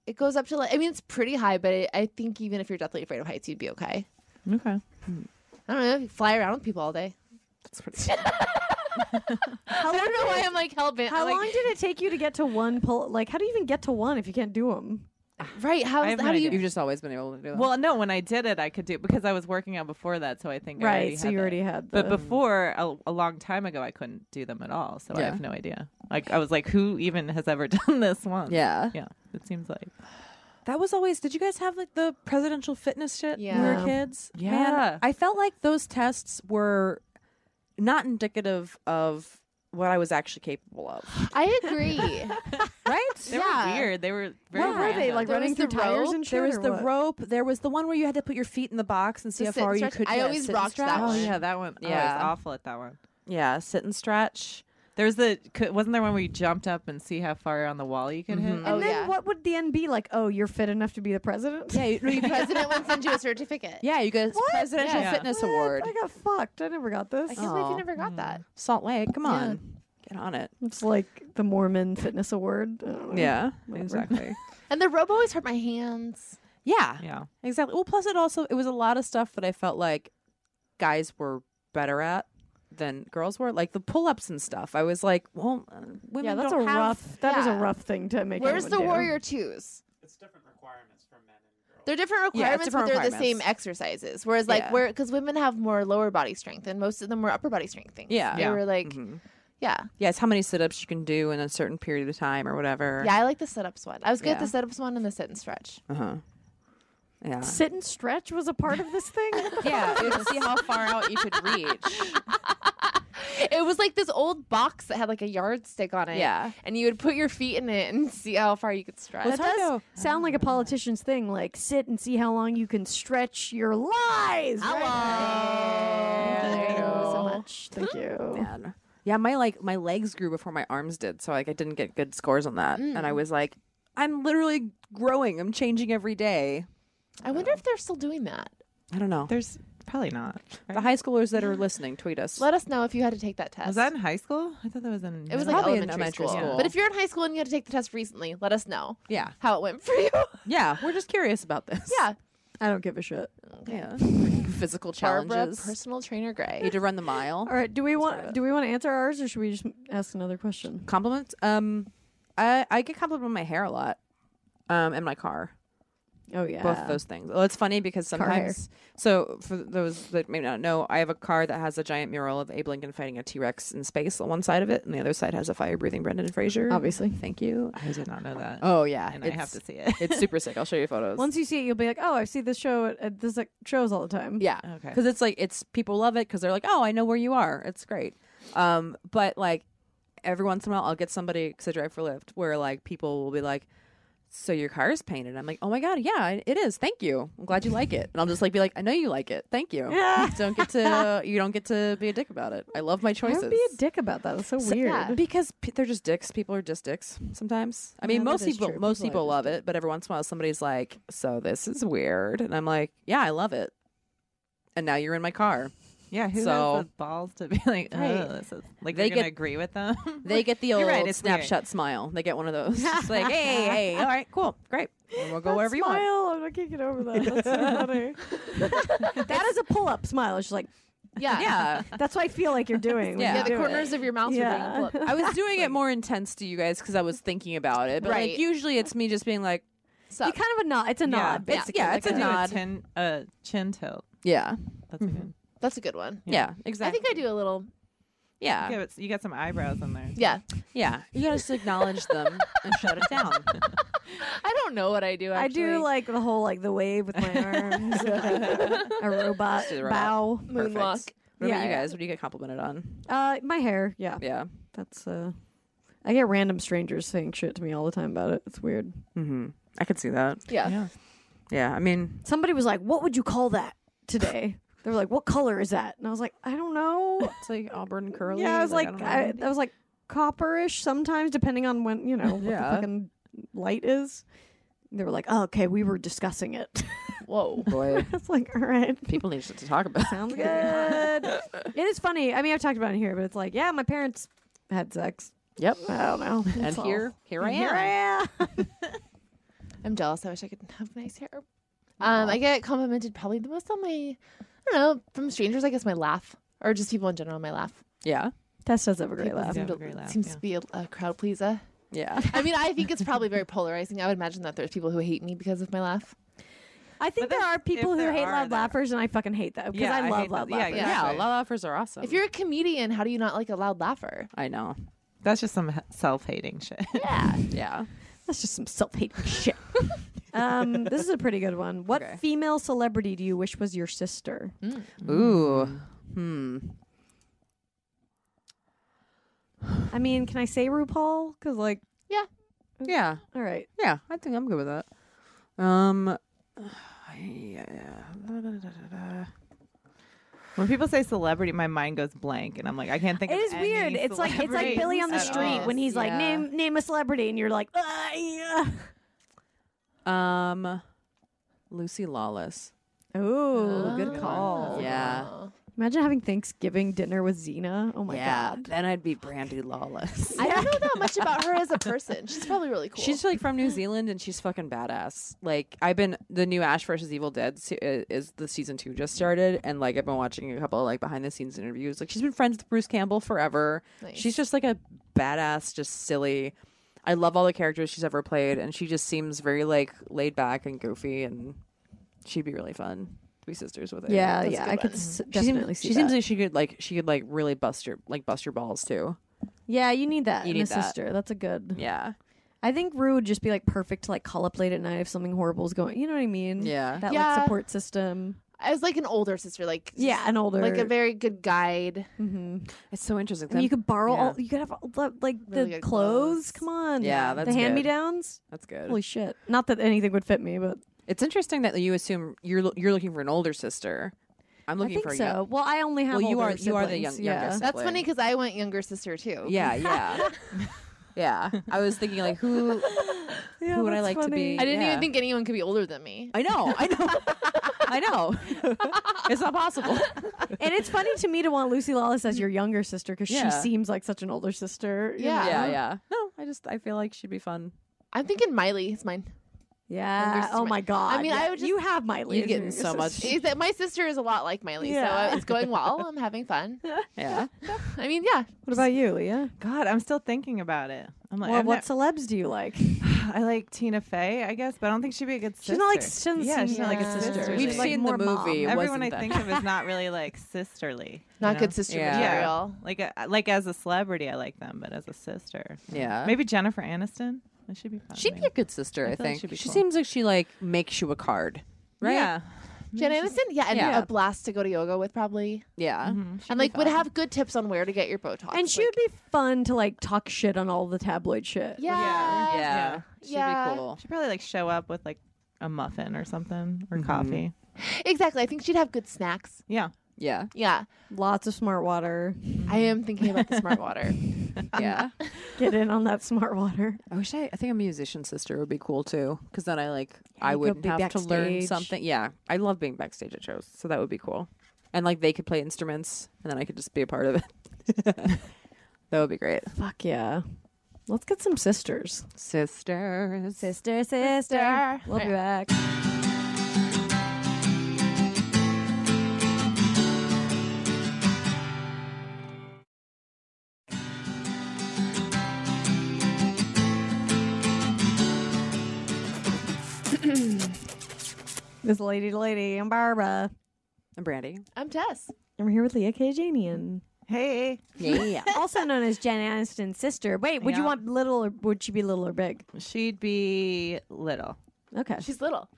Speaker 4: it goes up to like i mean it's pretty high but it, i think even if you're deathly afraid of heights you'd be okay
Speaker 5: Okay.
Speaker 4: i don't know you fly around with people all day
Speaker 3: That's pretty.
Speaker 4: i don't [laughs] know why i'm like hell-bent
Speaker 2: how
Speaker 4: I'm like, [laughs]
Speaker 2: long did it take you to get to one pull? Like, how do you even get to one if you can't do them?
Speaker 4: right how,
Speaker 5: I
Speaker 4: is-
Speaker 5: have
Speaker 4: how
Speaker 5: no
Speaker 4: do you
Speaker 5: idea. [laughs]
Speaker 3: You've just always been able to do that.
Speaker 5: Well, no, when I did it, I could do because I was working out before that. So I think I already
Speaker 2: Right. So
Speaker 5: had
Speaker 2: you
Speaker 5: that.
Speaker 2: already had. The,
Speaker 5: But before, a, a long time ago, I couldn't do them at all. So I
Speaker 3: Yeah.
Speaker 5: have no idea. Like, I was like, who even has ever [laughs] done this one?
Speaker 3: yeah.
Speaker 5: Yeah. It seems like.
Speaker 3: That was always. Did you guys have like the presidential fitness shit when we
Speaker 4: Yeah.
Speaker 3: were kids? Man,
Speaker 5: Yeah.
Speaker 3: I felt like those tests were not indicative of what I was actually capable
Speaker 4: [laughs]
Speaker 3: of.
Speaker 4: i
Speaker 5: [laughs]
Speaker 4: agree Oh,
Speaker 3: Right?
Speaker 5: They
Speaker 4: Yeah.
Speaker 5: were weird. They were very
Speaker 2: what were they
Speaker 5: random.
Speaker 2: like
Speaker 4: There
Speaker 2: running
Speaker 4: was the
Speaker 2: through tires
Speaker 4: rope,
Speaker 2: and shit?
Speaker 3: there was
Speaker 2: or
Speaker 3: the
Speaker 2: what?
Speaker 3: rope. There was the one where you had to put your feet in the box and see
Speaker 4: The
Speaker 3: how
Speaker 4: sit
Speaker 3: far
Speaker 4: and
Speaker 3: you
Speaker 4: stretch.
Speaker 3: could.
Speaker 4: I
Speaker 3: yeah,
Speaker 4: always
Speaker 3: sit and
Speaker 4: rocked that
Speaker 3: stretch.
Speaker 5: Oh
Speaker 4: one.
Speaker 5: yeah, that one. Yeah, I
Speaker 3: Yeah.
Speaker 5: was awful at that one.
Speaker 3: Yeah, sit and stretch.
Speaker 5: There was the cou- wasn't there one where you jumped up and see how far on the wall you could hit?
Speaker 2: And
Speaker 4: Oh,
Speaker 2: then
Speaker 4: yeah. [laughs]
Speaker 2: what would the end be like? Oh, you're fit enough to be the president.
Speaker 3: Yeah, you, no, [laughs] you
Speaker 4: the
Speaker 3: got,
Speaker 4: president would send you a certificate
Speaker 3: yeah, you got a
Speaker 2: What?
Speaker 3: presidential
Speaker 5: Yeah.
Speaker 3: fitness
Speaker 2: [laughs] What?
Speaker 3: award.
Speaker 2: I got fucked. I never got this.
Speaker 4: I can't believe
Speaker 3: Oh.
Speaker 4: you never got that.
Speaker 3: Salt Lake, come
Speaker 4: Yeah.
Speaker 3: on, get on it.
Speaker 2: It's like the Mormon Fitness Award. I don't know.
Speaker 3: Yeah,
Speaker 2: Whatever.
Speaker 3: exactly.
Speaker 4: And the rope always hurt my hands.
Speaker 3: yeah,
Speaker 5: Yeah,
Speaker 3: exactly. Well, plus it also it was a lot of stuff that I felt like guys were better at than girls were, like the pull-ups and stuff. I was like, well, uh, women
Speaker 2: Yeah, that's a
Speaker 3: don't have-
Speaker 2: rough. That is a
Speaker 4: yeah.
Speaker 2: rough thing to make.
Speaker 4: Where's the
Speaker 2: anyone do.
Speaker 4: warrior twos?
Speaker 6: It's different requirements for men and girls.
Speaker 4: They're different
Speaker 3: Yeah, it's
Speaker 4: requirements,
Speaker 3: different
Speaker 4: but they're the
Speaker 3: requirements.
Speaker 4: same exercises. Whereas, like,
Speaker 3: Yeah.
Speaker 4: where because women have more lower body strength, and most of them were upper body strength things.
Speaker 3: Yeah.
Speaker 4: they
Speaker 5: Yeah. Mm-hmm.
Speaker 4: were like,
Speaker 3: Mhm.
Speaker 4: yeah,
Speaker 3: Yeah, it's how many sit-ups you can do in a certain period of time or whatever.
Speaker 4: yeah. I like the sit ups one. I was good at the
Speaker 3: Yeah.
Speaker 4: sit ups one and the sit and stretch.
Speaker 3: Uh-huh. Yeah.
Speaker 2: Sit and stretch was a part of this thing. [laughs]
Speaker 3: Yeah, you have to see how far out you could reach.
Speaker 4: It was like this old box that had like a yardstick on it.
Speaker 3: Yeah.
Speaker 4: and you would put your feet in it and see how far you could stretch.
Speaker 2: That
Speaker 3: It's hard
Speaker 2: does sound like a politician's thing. Like sit and see how long you can stretch your lies. right?
Speaker 4: Hello.
Speaker 2: Thank you so
Speaker 4: Hello.
Speaker 2: much. Thank you.
Speaker 3: Man. [laughs] Yeah, my like my legs grew before my arms did, so like I didn't get good scores on that. And I was like, I'm literally growing. I'm changing every day.
Speaker 4: I wonder if they're still doing that.
Speaker 3: I don't know.
Speaker 5: there's probably not.
Speaker 3: the high schoolers that are listening, tweet us.
Speaker 4: Let us know if you had to take that test.
Speaker 5: Was that in high school? I thought that was in.
Speaker 4: It was like
Speaker 5: middle-
Speaker 3: Probably in
Speaker 4: elementary,
Speaker 3: elementary
Speaker 4: school.
Speaker 3: school.
Speaker 4: But if you're in high school and you had to take the test recently, let us know
Speaker 3: yeah,
Speaker 4: how it went for you.
Speaker 3: yeah. We're just curious about this.
Speaker 4: yeah.
Speaker 2: I don't give a shit.
Speaker 3: [laughs] yeah. Physical
Speaker 4: Barbara,
Speaker 3: challenges.
Speaker 4: personal trainer Gray.
Speaker 3: you need to run the mile.
Speaker 2: All right. Do we
Speaker 3: part
Speaker 2: want?
Speaker 3: of
Speaker 2: Do we want to answer ours, or should we just ask another question?
Speaker 3: Compliments. Um, I I get complimented on my hair a lot. Um, and my car.
Speaker 2: Oh yeah.
Speaker 3: both of those things. Well, it's funny because
Speaker 2: Car hair.
Speaker 3: sometimes. So for those that may not know, I have a car that has a giant mural of Abe Lincoln fighting a T Rex in space on one side of it, and the other side has a fire breathing Brendan Fraser.
Speaker 2: Obviously.
Speaker 3: thank you.
Speaker 5: I did not know that.
Speaker 3: Oh yeah,
Speaker 5: and I have to see it.
Speaker 3: it's super sick. I'll show you photos.
Speaker 2: Once you see it, you'll be like, "Oh, I see this show at, at this like, shows all the time."
Speaker 3: yeah,
Speaker 5: Okay.
Speaker 3: because it's like it's people love it because they're like, oh, I know where you are. It's great. Um, but like every once in a while, I'll get somebody because I drive for Lyft where like people will be like. So your car is painted. I'm like, oh my god, yeah, it is. Thank you. I'm glad you like it. And I'll just like be like, I know you like it. Thank you.
Speaker 2: Yeah.
Speaker 3: don't get to you don't get to be a dick about it. I love my choices.
Speaker 2: Don't be a dick about that. That's so,
Speaker 3: So-
Speaker 2: weird.
Speaker 4: yeah.
Speaker 3: because pe- they're just dicks. People are just dicks sometimes. I mean,
Speaker 2: Yeah, that
Speaker 3: most
Speaker 2: is
Speaker 3: people
Speaker 2: true.
Speaker 3: most
Speaker 2: People are
Speaker 3: people
Speaker 2: just
Speaker 3: love it, but every once in a while somebody's like, "So this is weird," and I'm like, "Yeah, I love it." And now you're in my car.
Speaker 5: yeah, who
Speaker 3: So-
Speaker 5: has the balls to be [laughs] like, oh,
Speaker 4: Right.
Speaker 5: this is, like
Speaker 3: They
Speaker 5: they gonna
Speaker 3: get-
Speaker 5: agree with them? [laughs]
Speaker 3: They get the
Speaker 5: You're
Speaker 3: old
Speaker 5: right, it's weird.
Speaker 3: snapshot smile. They get one of [laughs] those. It's like, hey, hey, all right, cool, great. And we'll go
Speaker 2: That
Speaker 3: wherever you want. [laughs]
Speaker 2: smile, I can't get over that. That's so funny. that is a pull-up smile. It's just like,
Speaker 4: Yeah.
Speaker 3: Yeah.
Speaker 2: That's what I feel like you're doing. when
Speaker 3: Yeah.
Speaker 2: you
Speaker 4: Yeah, the
Speaker 2: do it.
Speaker 4: corners of your mouth
Speaker 2: Yeah.
Speaker 4: are being
Speaker 2: [laughs]
Speaker 4: flipped.
Speaker 3: I [laughs] was doing it more intense to you guys because I was thinking about it. But
Speaker 4: Right.
Speaker 3: like usually it's me just being like,
Speaker 4: So,
Speaker 2: You kind of a nod. It's a nod.
Speaker 3: it's-
Speaker 2: basically,
Speaker 3: yeah,
Speaker 2: like
Speaker 3: it's
Speaker 5: I
Speaker 3: a
Speaker 5: do
Speaker 3: nod.
Speaker 5: a chin, uh, chin tilt.
Speaker 3: yeah,
Speaker 5: That's a good.
Speaker 4: that's a good one.
Speaker 3: yeah,
Speaker 4: I
Speaker 3: exactly.
Speaker 4: think I do a little.
Speaker 3: Yeah,
Speaker 5: Yeah, it's, you got some eyebrows in there. [laughs]
Speaker 4: Yeah.
Speaker 3: yeah. You gotta just acknowledge them and shut it [laughs] down.
Speaker 4: I don't know what I do.
Speaker 2: I
Speaker 4: Actually.
Speaker 2: do like the whole like the wave with
Speaker 3: [laughs]
Speaker 2: my arms, [laughs] a robot
Speaker 3: do the robot.
Speaker 2: bow.
Speaker 4: Moonwalk.
Speaker 2: Yeah,
Speaker 3: Perfect. What about you
Speaker 2: yeah.
Speaker 3: guys? What do you get complimented on?
Speaker 2: Uh, my hair. Yeah,
Speaker 3: Yeah.
Speaker 2: that's uh, I get random strangers saying shit to me all the time about it. It's weird.
Speaker 3: Mm-hmm. I could see that.
Speaker 4: Yeah.
Speaker 5: Yeah.
Speaker 3: Yeah. I mean,
Speaker 2: Somebody was like, "What would you call that today?" they were like, "What color is that?" And I was like, "I don't know."
Speaker 3: it's like auburn curly.
Speaker 2: yeah, I was like,
Speaker 3: don't
Speaker 2: I,
Speaker 3: know.
Speaker 2: I was like copperish sometimes, depending on when you know what
Speaker 3: Yeah.
Speaker 2: the fucking light is. They were like, oh, "Okay, we were discussing it." [laughs]
Speaker 4: Whoa.
Speaker 3: [laughs] boy,
Speaker 2: it's like, all right.
Speaker 3: people need shit to talk about.
Speaker 2: Sounds good. [laughs]
Speaker 3: [laughs]
Speaker 2: it is funny. I mean, I've talked about it here, but it's like, yeah, my parents had sex.
Speaker 3: Yep.
Speaker 2: I don't know.
Speaker 3: And
Speaker 2: That's all.
Speaker 3: here, here I am.
Speaker 2: Here I am.
Speaker 4: I'm jealous. I wish I could [laughs] have nice hair. Um, I get complimented probably the most on my, I don't know, from strangers. I guess my laugh, or just people in general, my laugh.
Speaker 3: Yeah.
Speaker 2: Tess does have a great
Speaker 4: People
Speaker 2: laugh.
Speaker 4: seem
Speaker 5: Yeah,
Speaker 4: to-
Speaker 5: great laugh,
Speaker 4: seems
Speaker 5: yeah.
Speaker 4: to be a, a crowd pleaser.
Speaker 2: [laughs]
Speaker 3: Yeah.
Speaker 4: I mean, I think it's probably very [laughs] polarizing. I would imagine that there's people who hate me because of my laugh.
Speaker 2: I
Speaker 5: But
Speaker 2: think there
Speaker 5: that's-
Speaker 2: are people
Speaker 5: if
Speaker 2: who
Speaker 5: there
Speaker 2: hate
Speaker 5: are,
Speaker 2: loud
Speaker 5: there are.
Speaker 2: laughers, and I fucking hate that because
Speaker 5: Yeah,
Speaker 2: I
Speaker 5: I
Speaker 2: love
Speaker 5: hate
Speaker 2: loud
Speaker 5: that. Yeah,
Speaker 2: laughers.
Speaker 5: yeah.
Speaker 3: Yeah.
Speaker 5: Exactly.
Speaker 3: Loud offers are awesome.
Speaker 4: If you're a comedian, how do you not like a loud laugher?
Speaker 3: I know.
Speaker 5: That's just some self hating shit.
Speaker 4: Yeah.
Speaker 3: Yeah.
Speaker 2: That's just some self-hating [laughs] shit. um, this is a pretty good one. What
Speaker 3: Okay.
Speaker 2: female celebrity do you wish was your sister?
Speaker 3: Ooh.
Speaker 5: Mm.
Speaker 3: Hmm.
Speaker 2: I mean, can I say RuPaul? Because like,
Speaker 3: Yeah.
Speaker 2: all right,
Speaker 3: Yeah. I think I'm good with that. Um. Yeah.
Speaker 5: When people say celebrity, my mind goes blank, and I'm like, I can't think.
Speaker 2: it
Speaker 5: of
Speaker 2: is
Speaker 5: any
Speaker 2: weird. It's like it's like Billy on the
Speaker 5: celebrities at
Speaker 2: street
Speaker 5: all.
Speaker 2: when he's like
Speaker 3: Yeah.
Speaker 2: name name a celebrity, and you're like, ah, yeah.
Speaker 3: Um. Lucy Lawless.
Speaker 2: Oh, good call.
Speaker 3: Yeah.
Speaker 2: Imagine having Thanksgiving dinner with Xena. Oh my
Speaker 3: yeah.
Speaker 2: god.
Speaker 3: Then I'd be Brandy Lawless.
Speaker 4: I don't know that much about her as a person. She's probably really cool.
Speaker 3: She's like from New Zealand and she's fucking badass. Like I've been the new Ash versus Evil Dead se- uh, is the season two just started and like I've been watching a couple of like behind the scenes interviews. Like she's been friends with Bruce Campbell forever.
Speaker 4: Nice.
Speaker 3: She's just like a badass, just silly. I love all the characters she's ever played and she just seems very like laid back and goofy and she'd be really fun to be sisters with her.
Speaker 2: Yeah,
Speaker 4: That's a
Speaker 2: yeah,
Speaker 4: good
Speaker 2: I could
Speaker 4: one.
Speaker 2: s-
Speaker 3: She seems,
Speaker 2: definitely see
Speaker 3: she
Speaker 2: that.
Speaker 3: seems like she could like she could like really bust your like bust your balls too.
Speaker 2: [laughs] yeah, you need that
Speaker 3: You
Speaker 2: in
Speaker 3: need
Speaker 2: a
Speaker 3: that.
Speaker 2: sister. That's a good.
Speaker 3: Yeah.
Speaker 2: I think Rue would just be like perfect to like call up late at night if something horrible's going. You know what I mean?
Speaker 3: Yeah.
Speaker 2: That
Speaker 4: Yeah.
Speaker 2: like support system.
Speaker 4: as like an older sister, like
Speaker 2: Yeah, an older.
Speaker 4: like a very good guide.
Speaker 2: Mhm.
Speaker 3: It's so interesting.
Speaker 2: And you could borrow
Speaker 3: yeah.
Speaker 2: all. You could have all the, like
Speaker 4: Really
Speaker 2: the
Speaker 4: good
Speaker 2: clothes.
Speaker 4: clothes.
Speaker 2: Come on.
Speaker 3: Yeah,
Speaker 2: the
Speaker 3: that's good.
Speaker 2: hand me downs.
Speaker 3: That's good.
Speaker 2: Holy shit! Not that anything would fit me, but
Speaker 3: It's interesting that you assume you're lo- you're looking for an older sister. I'm
Speaker 2: I
Speaker 3: looking
Speaker 2: think
Speaker 3: for a
Speaker 2: so.
Speaker 3: young-
Speaker 2: Well, I only have.
Speaker 3: Well, you
Speaker 2: older
Speaker 3: are- you are the
Speaker 2: siblings,
Speaker 3: young-
Speaker 2: yeah.
Speaker 3: youngest.
Speaker 4: That's
Speaker 3: Sibling.
Speaker 4: funny because I went younger
Speaker 3: [laughs]
Speaker 4: sister too.
Speaker 3: yeah, yeah, yeah. I was thinking like [laughs] who
Speaker 2: Yeah,
Speaker 3: who would I
Speaker 2: that's
Speaker 3: like to
Speaker 2: funny.
Speaker 3: be?
Speaker 4: I didn't
Speaker 3: Yeah.
Speaker 4: even think anyone could be older than me.
Speaker 3: I know, I know, I know. [laughs] it's not possible. [laughs]
Speaker 2: and it's funny to me to want Lucy Lawless as your younger sister because
Speaker 3: Yeah.
Speaker 2: she seems like such an older sister. you
Speaker 4: Yeah.
Speaker 2: know?
Speaker 3: [laughs] Yeah, yeah. No, I just I feel like she'd be fun.
Speaker 4: I'm thinking Miley is mine. Younger
Speaker 2: yeah.
Speaker 4: sister
Speaker 2: Oh
Speaker 4: Mi-
Speaker 2: my god.
Speaker 4: I mean, I
Speaker 2: Yeah.
Speaker 4: would just-
Speaker 2: you have Miley.
Speaker 3: You're
Speaker 2: as
Speaker 3: getting
Speaker 2: your
Speaker 3: so much-
Speaker 2: sister.
Speaker 4: Is that my sister is a lot like Miley,
Speaker 2: Yeah.
Speaker 4: so it's going well. I'm
Speaker 2: [laughs]
Speaker 4: having fun.
Speaker 3: Yeah.
Speaker 4: I mean, yeah,
Speaker 2: What about you, Leah?
Speaker 5: God, I'm still thinking about it. I'm like,
Speaker 2: Well,
Speaker 5: I've
Speaker 2: what celebs do you [laughs] like?
Speaker 5: not- [sighs] I like Tina Fey, I guess, but I don't think she'd be a good sister.
Speaker 2: She's not like she doesn't
Speaker 5: yeah,
Speaker 2: seem
Speaker 5: she's not like a
Speaker 4: Yeah.
Speaker 5: sister.
Speaker 3: We've
Speaker 2: She's
Speaker 5: Like,
Speaker 2: like
Speaker 3: seen
Speaker 2: more
Speaker 3: the
Speaker 2: mom.
Speaker 3: movie.
Speaker 5: everyone
Speaker 3: wasn't
Speaker 5: I
Speaker 3: that-
Speaker 5: think of is not really like sisterly. you
Speaker 4: not
Speaker 5: know?
Speaker 4: good sister
Speaker 3: Yeah.
Speaker 4: material.
Speaker 5: Like, a, like as a celebrity, I like them, but as a sister,
Speaker 3: Yeah.
Speaker 5: maybe Jennifer Aniston. That should be fun.
Speaker 3: she'd be a good sister. I,
Speaker 5: feel like
Speaker 3: think
Speaker 5: she'd be
Speaker 3: she
Speaker 5: cool.
Speaker 3: seems like she like makes you a card, right?
Speaker 5: Yeah,
Speaker 4: Jen
Speaker 2: Mm-hmm.
Speaker 4: Aniston, yeah, and
Speaker 3: Yeah.
Speaker 4: a blast to go to yoga with probably,
Speaker 3: yeah.
Speaker 4: and like would have good tips on where to get your Botox.
Speaker 2: And she
Speaker 4: like-
Speaker 2: would be fun to like talk shit on all the tabloid shit.
Speaker 4: yeah,
Speaker 5: Yeah.
Speaker 3: yeah, She'd
Speaker 4: Yeah.
Speaker 3: be cool.
Speaker 5: she'd probably like show up with like a muffin or something or coffee.
Speaker 4: exactly. I think she'd have good snacks.
Speaker 5: Yeah,
Speaker 3: [laughs] Yeah,
Speaker 4: Yeah,
Speaker 2: Lots of smart water.
Speaker 4: I am thinking about the smart
Speaker 2: [laughs]
Speaker 4: water.
Speaker 3: yeah.
Speaker 2: Get in on that smart water.
Speaker 3: I wish I. I think a musician sister would be cool too, because then I like I
Speaker 2: you go
Speaker 3: wouldn't
Speaker 2: be
Speaker 3: have to learn
Speaker 2: backstage.
Speaker 3: something. Yeah, I love being backstage at shows, so that would be cool. And like they could play instruments, and then I could just be a part of it. [laughs] that would be great.
Speaker 2: Fuck yeah. Let's get some sisters.
Speaker 3: Sisters,
Speaker 2: Sister, sister. We'll be back. [clears throat] This lady to lady. I'm Barbara.
Speaker 3: And Brandy.
Speaker 4: I'm Tess.
Speaker 2: And we're here with Leah K. Janian.
Speaker 5: Hey,
Speaker 3: Yeah.
Speaker 2: [laughs] also known as Jen Aniston's sister. Wait, would you
Speaker 5: Yeah.
Speaker 2: want little or would she be little or big?
Speaker 5: she'd be little.
Speaker 2: Okay.
Speaker 4: She's little.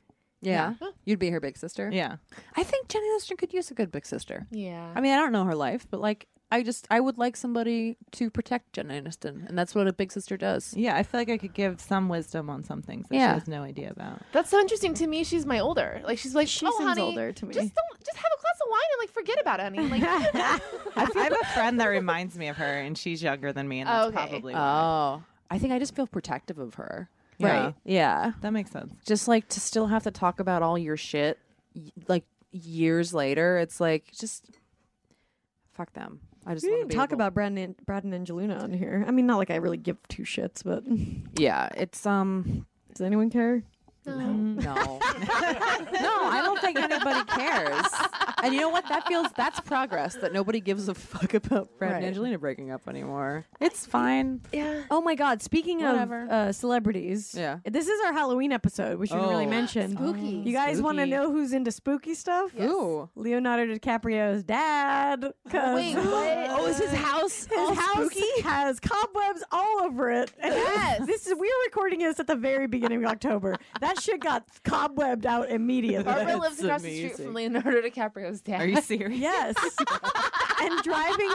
Speaker 3: yeah. You'd be her big sister.
Speaker 5: Yeah,
Speaker 3: I think Jenny Aniston could use a good big sister.
Speaker 4: Yeah.
Speaker 3: I mean, I don't know her life, but like, I just I would like somebody to protect Jen Aniston, and that's what a big sister does.
Speaker 5: yeah. I feel like I could give some wisdom on some things that
Speaker 3: Yeah.
Speaker 5: she has no idea about.
Speaker 4: That's so interesting to me. She's my older. Like she's like,
Speaker 2: She
Speaker 4: oh,
Speaker 2: seems
Speaker 4: honey,
Speaker 2: older to me.
Speaker 4: Just don't, just have a glass of wine and like forget about it, honey. Like,
Speaker 2: [laughs]
Speaker 4: [laughs]
Speaker 5: I, have a friend that reminds me of her, and she's younger than me, and that's
Speaker 4: that's Okay.
Speaker 5: probably
Speaker 4: probably
Speaker 3: Oh, I think I just feel protective of her.
Speaker 5: Yeah.
Speaker 3: Right. Yeah.
Speaker 5: that makes sense.
Speaker 3: Just like to still have to talk about all your shit, y- like years later. It's like just fuck them. I just
Speaker 2: we
Speaker 3: wanna
Speaker 4: Mm,
Speaker 2: didn't
Speaker 3: be
Speaker 2: talk
Speaker 3: able-
Speaker 2: about Brad and, Brad and Angelina on here. I mean, not like I really give two shits, but [laughs]
Speaker 3: Yeah, it's um.
Speaker 2: does anyone care?
Speaker 4: Mm.
Speaker 3: No. [laughs] no, I don't think anybody cares. And you know what? That feels that's progress that nobody gives a fuck about Brad and
Speaker 2: Right.
Speaker 3: Angelina breaking up anymore.
Speaker 5: [laughs]
Speaker 3: It's fine.
Speaker 4: yeah.
Speaker 2: Oh my God! Speaking
Speaker 3: Whatever.
Speaker 2: of uh, celebrities,
Speaker 3: Yeah.
Speaker 2: this is our Halloween episode. We should not really
Speaker 5: Oh.
Speaker 2: mention.
Speaker 4: Spooky.
Speaker 2: You guys want to
Speaker 5: Spooky.
Speaker 2: know who's into spooky stuff?
Speaker 3: Ooh.
Speaker 2: Leonardo DiCaprio's [gasps] dad. 'cause- [laughs]
Speaker 4: Wait, what?
Speaker 3: Oh, is his house
Speaker 2: His house has cobwebs all over it. [laughs] And
Speaker 4: [laughs] Yes.
Speaker 2: This is we're recording this at the very beginning of October. That shit got cobwebbed out immediately.
Speaker 4: Barbara lives
Speaker 5: That's
Speaker 4: across the street
Speaker 5: amazing.
Speaker 4: from Leonardo DiCaprio's dad.
Speaker 5: Are
Speaker 2: [laughs]
Speaker 4: [laughs]
Speaker 5: you serious?
Speaker 2: Yes. and driving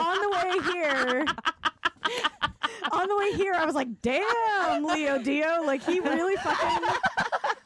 Speaker 2: on the way here. On the way here, I was like, damn, Leo Dio. Like, he really fucking.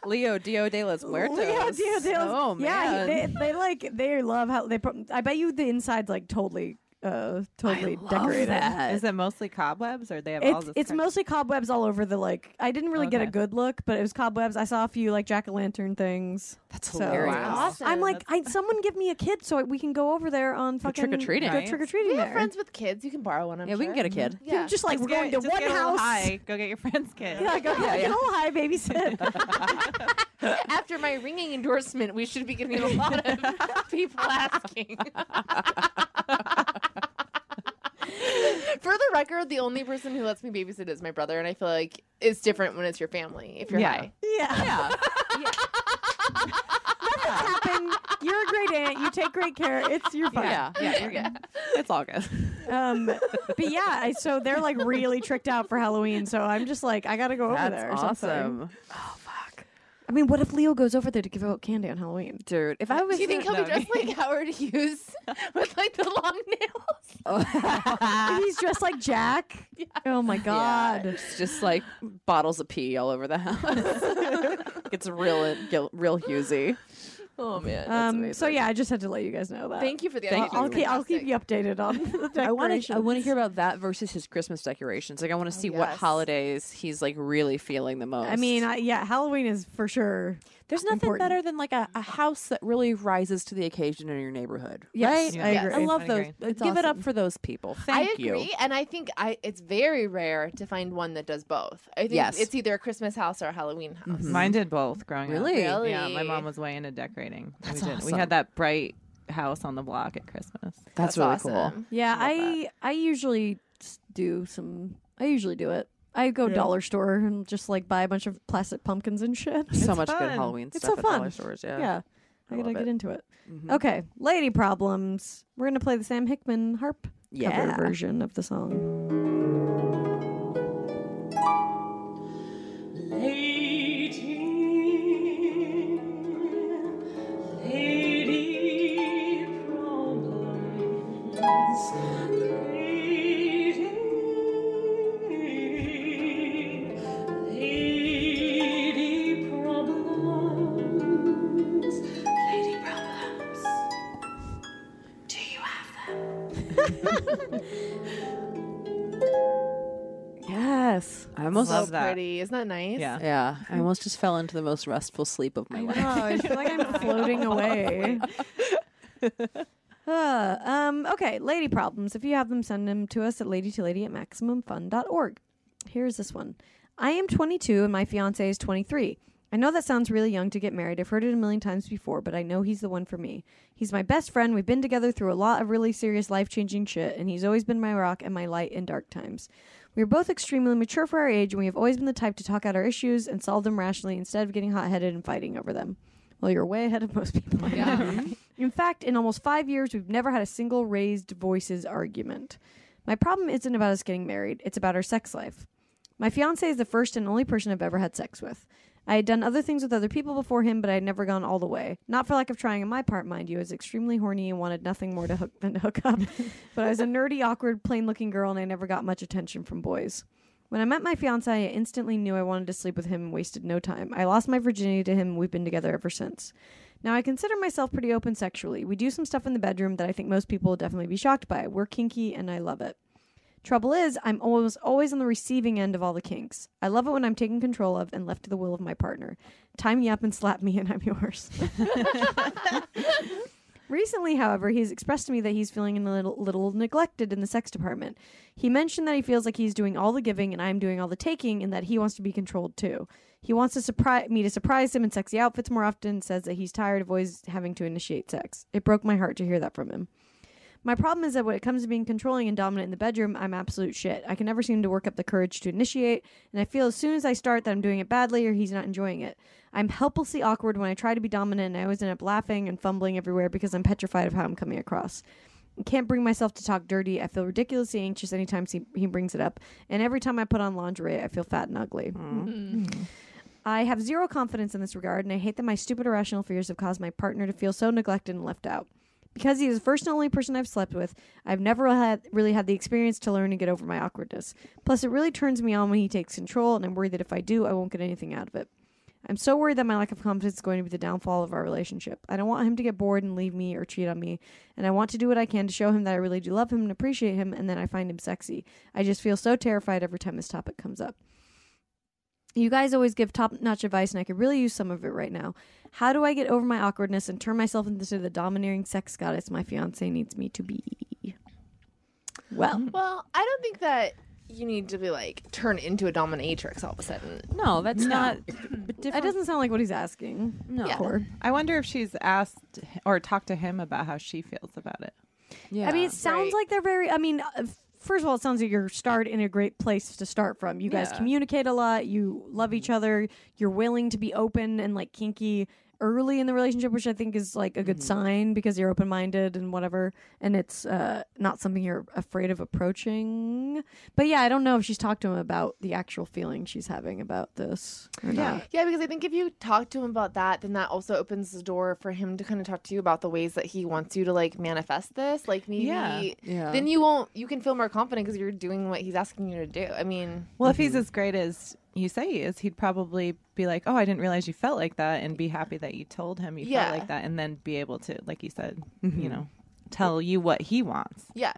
Speaker 3: Leo Dio de los Muertos.
Speaker 2: Leo Dio Dio.
Speaker 3: Oh
Speaker 2: Yeah,
Speaker 3: man.
Speaker 2: he- they, they like, they love how they put. I bet you the inside's like totally, uh, totally
Speaker 3: love
Speaker 2: decorated.
Speaker 3: that.
Speaker 5: Is it mostly cobwebs, or they have all
Speaker 2: It's,
Speaker 5: this?
Speaker 2: it's
Speaker 5: kind-
Speaker 2: mostly cobwebs all over the like. I didn't really get a
Speaker 5: Okay.
Speaker 2: good look, but it was cobwebs. I saw a few like jack o' lantern things.
Speaker 3: That's
Speaker 2: So-
Speaker 3: hilarious.
Speaker 4: Wow. Awesome.
Speaker 2: I'm like, I, someone give me a kid so I, we can go over there on fucking
Speaker 3: trick-or-treating.
Speaker 2: Go
Speaker 5: Right.
Speaker 2: trick or treating.
Speaker 4: We
Speaker 2: there.
Speaker 4: have friends with kids. You can borrow one. I'm
Speaker 3: Yeah, we can
Speaker 4: sure. Mm-hmm.
Speaker 3: get a kid.
Speaker 2: People [laughs]
Speaker 4: Yeah.
Speaker 2: just like we're
Speaker 5: Just
Speaker 2: going
Speaker 5: get-
Speaker 2: to
Speaker 5: just
Speaker 2: one
Speaker 5: get a little
Speaker 2: house.
Speaker 5: high. Go get your friend's
Speaker 2: [laughs]
Speaker 5: kid. [laughs]
Speaker 2: Yeah, go yeah,
Speaker 3: yeah.
Speaker 2: get a little high, babysit.
Speaker 4: [laughs] After my ringing endorsement, we should be getting a lot of people asking. [laughs] For the record, the only person who lets me babysit is my brother, and I feel like it's different when it's your family. If you're
Speaker 5: Yeah.
Speaker 4: high,
Speaker 2: [laughs] yeah,
Speaker 3: Yeah.
Speaker 2: happen. You're a great aunt. You take great care. It's you're fine.
Speaker 3: Yeah. Yeah. You're good. It's all
Speaker 4: [laughs]
Speaker 3: good.
Speaker 2: Um, but yeah, I, so they're like really tricked out for Halloween. So I'm just like, I gotta go over there. or something.
Speaker 3: Oh fuck.
Speaker 2: I mean, what if Leo goes over there to give out candy on Halloween?
Speaker 3: Dude, if I was [laughs]
Speaker 4: do you think he'll be
Speaker 5: No,
Speaker 4: dressed like Howard Hughes [laughs] with like the long nails?
Speaker 2: He's dressed like Jack. Oh my
Speaker 3: Yeah,
Speaker 2: god.
Speaker 3: it's just like bottles of pee all over the [laughs] house. it's real, gil- real Hughesy.
Speaker 4: Oh man,
Speaker 2: Um, so yeah, I just had to let you guys know that.
Speaker 4: Thank you for the.
Speaker 3: Thank
Speaker 4: idea.
Speaker 2: I'll, keep, I'll keep you updated on [laughs] the decorations.
Speaker 3: I want to. I want to hear about that versus his Christmas decorations. Like, I want to see what
Speaker 4: yes.
Speaker 3: holidays he's like really feeling the most.
Speaker 2: I mean, I, yeah, Halloween is for sure.
Speaker 3: there's nothing
Speaker 2: important.
Speaker 3: better than like a, a house that really rises to the occasion in your neighborhood.
Speaker 2: Yes,
Speaker 3: right?
Speaker 2: I
Speaker 5: Yes.
Speaker 2: agree.
Speaker 3: I love
Speaker 5: I
Speaker 3: those.
Speaker 5: agree.
Speaker 2: It's
Speaker 3: Give it up
Speaker 2: awesome.
Speaker 3: for those people. Thank
Speaker 4: I agree,
Speaker 3: you.
Speaker 4: and I think I it's very rare to find one that does both. I think
Speaker 3: Yes. Mm-hmm.
Speaker 4: it's either a Christmas house or a Halloween house.
Speaker 5: Mine did both growing
Speaker 3: Really?
Speaker 5: up. Yeah, my
Speaker 4: Really?
Speaker 5: mom was way into decorating.
Speaker 3: That's
Speaker 5: we did. We
Speaker 3: awesome.
Speaker 5: had that bright house on the block at Christmas.
Speaker 3: That's, really cool.
Speaker 2: Yeah, I I usually s- do some. I usually do it. I go dollar store and just like buy a bunch of plastic pumpkins and shit. [laughs]
Speaker 3: So
Speaker 5: It's
Speaker 3: much good
Speaker 5: fun.
Speaker 3: Halloween
Speaker 2: It's
Speaker 3: stuff
Speaker 2: so
Speaker 3: at
Speaker 2: fun.
Speaker 3: dollar stores. Yeah.
Speaker 2: yeah, I, gotta
Speaker 3: love
Speaker 2: get
Speaker 3: it.
Speaker 2: into it. Okay, lady problems. We're gonna play the Sam Hickman harp
Speaker 3: Yeah.
Speaker 2: cover version of the song.
Speaker 7: Lady, lady problems, lady, lady problems, lady problems. Do you have them?
Speaker 2: Yes.
Speaker 3: I almost.
Speaker 5: Love
Speaker 4: so
Speaker 5: that.
Speaker 4: pretty. Isn't that nice?
Speaker 5: Yeah.
Speaker 3: Yeah, I almost just fell into the most restful sleep of my
Speaker 2: I
Speaker 3: life.
Speaker 2: know. I feel like I'm [laughs] floating away. Uh, um, okay, lady problems. If you have them, send them to us at ladytolady at maximumfun.org. Here's this one I am 22 and my fiance is 23. I know that sounds really young to get married. I've heard it a million times before, but I know he's the one for me. He's my best friend. We've been together through a lot of really serious life changing shit, and he's always been my rock and my light in dark times. We are both extremely mature for our age, and we have always been the type to talk out our issues and solve them rationally instead of getting hot headed and fighting over them. Well, you're way ahead of most people.
Speaker 4: Yeah.
Speaker 2: [laughs] in fact, in almost five years, we've never had a single raised voices argument. My problem isn't about us getting married, it's about our sex life. My fiance is the first and only person I've ever had sex with. I had done other things with other people before him, but I had never gone all the way. Not for lack of trying on my part, mind you. I was extremely horny and wanted nothing more to hook [laughs] than to hook up. but I was a nerdy, awkward, plain looking girl, and I never got much attention from boys. When I met my fiance, I instantly knew I wanted to sleep with him and wasted no time. I lost my virginity to him, and we've been together ever since. Now, I consider myself pretty open sexually. We do some stuff in the bedroom that I think most people will definitely be shocked by. We're kinky, and I love it. Trouble is, I'm almost always on the receiving end of all the kinks. I love it when I'm taken control of and left to the will of my partner. Tie me up and slap me, and I'm yours. Recently, however, he's expressed to me that he's feeling a little, little neglected in the sex department. He mentioned that he feels like he's doing all the giving and I'm doing all the taking, and that he wants to be controlled too. He wants to surprise me to surprise him in sexy outfits more often. Says that he's tired of always having to initiate sex. It broke my heart to hear that from him. My problem is that when it comes to being controlling and dominant in the bedroom, I'm absolute shit. I can never seem to work up the courage to initiate, and I feel as soon as I start that I'm doing it badly or he's not enjoying it. I'm helplessly awkward when I try to be dominant, and I always end up laughing and fumbling everywhere because I'm petrified of how I'm coming across. I can't bring myself to talk dirty. I feel ridiculously anxious anytime he he brings it up, and every time I put on lingerie, I feel fat and ugly. I have zero confidence in this regard, and I hate that my stupid irrational fears have caused my partner to feel so neglected and left out. Because he is the first and only person I've slept with, I've never had, really had the experience to learn and get over my awkwardness. Plus, it really turns me on when he takes control, and I'm worried that if I do, I won't get anything out of it. I'm so worried that my lack of confidence is going to be the downfall of our relationship. I don't want him to get bored and leave me or cheat on me, and I want to do what I can to show him that I really do love him and appreciate him, and then I find him sexy. I just feel so terrified every time this topic comes up. You guys always give top notch advice, and I could really use some of it right now. How do I get over my awkwardness and turn myself into the domineering sex goddess my fiance needs me to be? Well,
Speaker 4: Well, I don't think that you need to be like turn into a dominatrix all of a sudden.
Speaker 3: No, that's not.
Speaker 2: that doesn't sound like what he's asking. No.
Speaker 5: I wonder if she's asked or talked to him about how she feels about it.
Speaker 3: Yeah.
Speaker 2: I mean, it sounds
Speaker 4: right.
Speaker 2: like they're very. I mean, uh, first of all, it sounds like you're start in a great place to start from. You guys
Speaker 3: Yeah.
Speaker 2: communicate a lot. You love each other. You're willing to be open and like kinky early in the relationship, which I think is like a good
Speaker 3: Mm-hmm.
Speaker 2: sign because you're open minded and whatever, and it's uh, not something you're afraid of approaching. But yeah, I don't know if she's talked to him about the actual feeling she's having about this. Or Not.
Speaker 4: Yeah, because I think if you talk to him about that, then that also opens the door for him to kind of talk to you about the ways that he wants you to like manifest this. Like maybe
Speaker 5: Yeah.
Speaker 3: Yeah.
Speaker 4: then you won't you can feel more confident because you're doing what he's asking you to do. I mean,
Speaker 5: Well, if
Speaker 3: Mm-hmm.
Speaker 5: he's as great as you say he is, he'd probably be like, "Oh, I didn't realize you felt like that," and be happy that you told him you
Speaker 4: Yeah.
Speaker 5: felt like that, and then be able to, like you said,
Speaker 3: Mm-hmm.
Speaker 5: you know, tell you what he wants.
Speaker 4: yeah.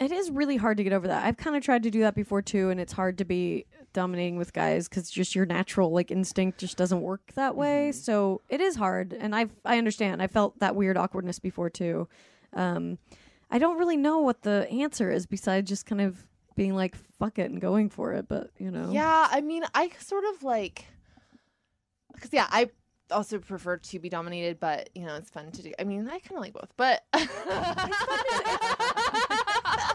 Speaker 2: It is really hard to get over that. I've kind of tried to do that before too, and it's hard to be dominating with guys because just your natural like instinct just doesn't work that way. So it is hard, and I I understand. I felt that weird awkwardness before too. Um, I don't really know what the answer is besides just kind of being like fuck it and going for it. But you know,
Speaker 4: Yeah, I mean, I sort of like cuz yeah, I also prefer to be dominated, but you know, it's fun to do. I mean, I kind of like both, but [laughs]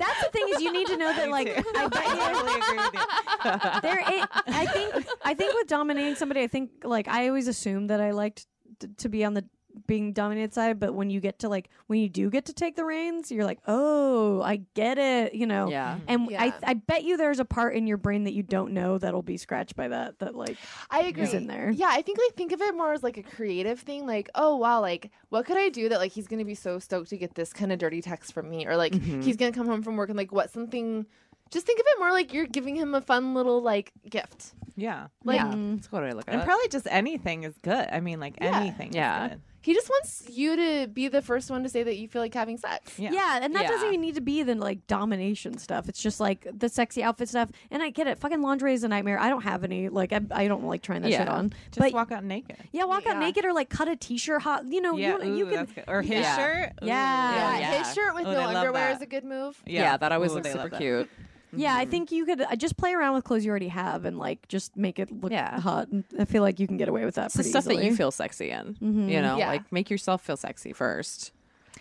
Speaker 2: that's the thing is you need to know that like I bet you.
Speaker 5: agree with you.
Speaker 2: there it, i think i think with dominating somebody i think like i always assumed that i liked t- to be on the being dominated side but when you get to like when you do get to take the reins you're like oh i get it you know
Speaker 3: Yeah.
Speaker 2: and I,
Speaker 4: Yeah.
Speaker 2: I bet you there's a part in your brain that you don't know that'll be scratched by that that like
Speaker 4: I agree.
Speaker 2: in there.
Speaker 4: Yeah, I think like think of it more as like a creative thing. Like, oh wow, like what could I do that like he's gonna be so stoked to get this kind of dirty text from me, or like
Speaker 2: Mm-hmm.
Speaker 4: he's gonna come home from work and like what something. Just think of it more like you're giving him a fun little like gift.
Speaker 5: Yeah,
Speaker 4: Like
Speaker 2: mm.
Speaker 3: that's what I look
Speaker 5: and
Speaker 3: at.
Speaker 5: probably just anything is good. I mean, like
Speaker 4: Yeah.
Speaker 5: anything.
Speaker 3: Yeah.
Speaker 5: is good.
Speaker 4: he just wants you to be the first one to say that you feel like having sex.
Speaker 5: Yeah.
Speaker 2: Yeah. and that doesn't
Speaker 3: Yeah.
Speaker 2: even need to be the like domination stuff. It's just like the sexy outfit stuff. And I get it. Fucking laundry is a nightmare. I don't have any. Like I, I don't like trying that shit
Speaker 3: Yeah.
Speaker 2: on.
Speaker 5: Just
Speaker 2: but
Speaker 5: walk out naked.
Speaker 2: yeah, walk out
Speaker 4: Yeah.
Speaker 2: naked or like cut a t-shirt hot. You know,
Speaker 5: Yeah,
Speaker 2: you, you
Speaker 5: ooh,
Speaker 2: can
Speaker 5: that's good. Or his
Speaker 3: Yeah.
Speaker 5: shirt. Ooh.
Speaker 2: Yeah.
Speaker 4: Yeah,
Speaker 2: Yeah.
Speaker 4: Uh, his shirt with
Speaker 5: Oh, they
Speaker 4: no
Speaker 5: love
Speaker 4: underwear
Speaker 5: that.
Speaker 4: is a good move.
Speaker 3: yeah. that always
Speaker 5: Ooh,
Speaker 3: looks
Speaker 5: they love
Speaker 3: super
Speaker 5: that.
Speaker 3: cute.
Speaker 2: Yeah,
Speaker 3: Mm-hmm.
Speaker 2: I think you could uh, just play around with clothes you already have and like just make it look
Speaker 3: Yeah.
Speaker 2: hot. And I feel like you can get away with that.
Speaker 3: It's the
Speaker 2: pretty
Speaker 3: stuff that you
Speaker 2: easily.
Speaker 3: feel sexy in. You know,
Speaker 4: Yeah.
Speaker 3: like make yourself feel sexy first.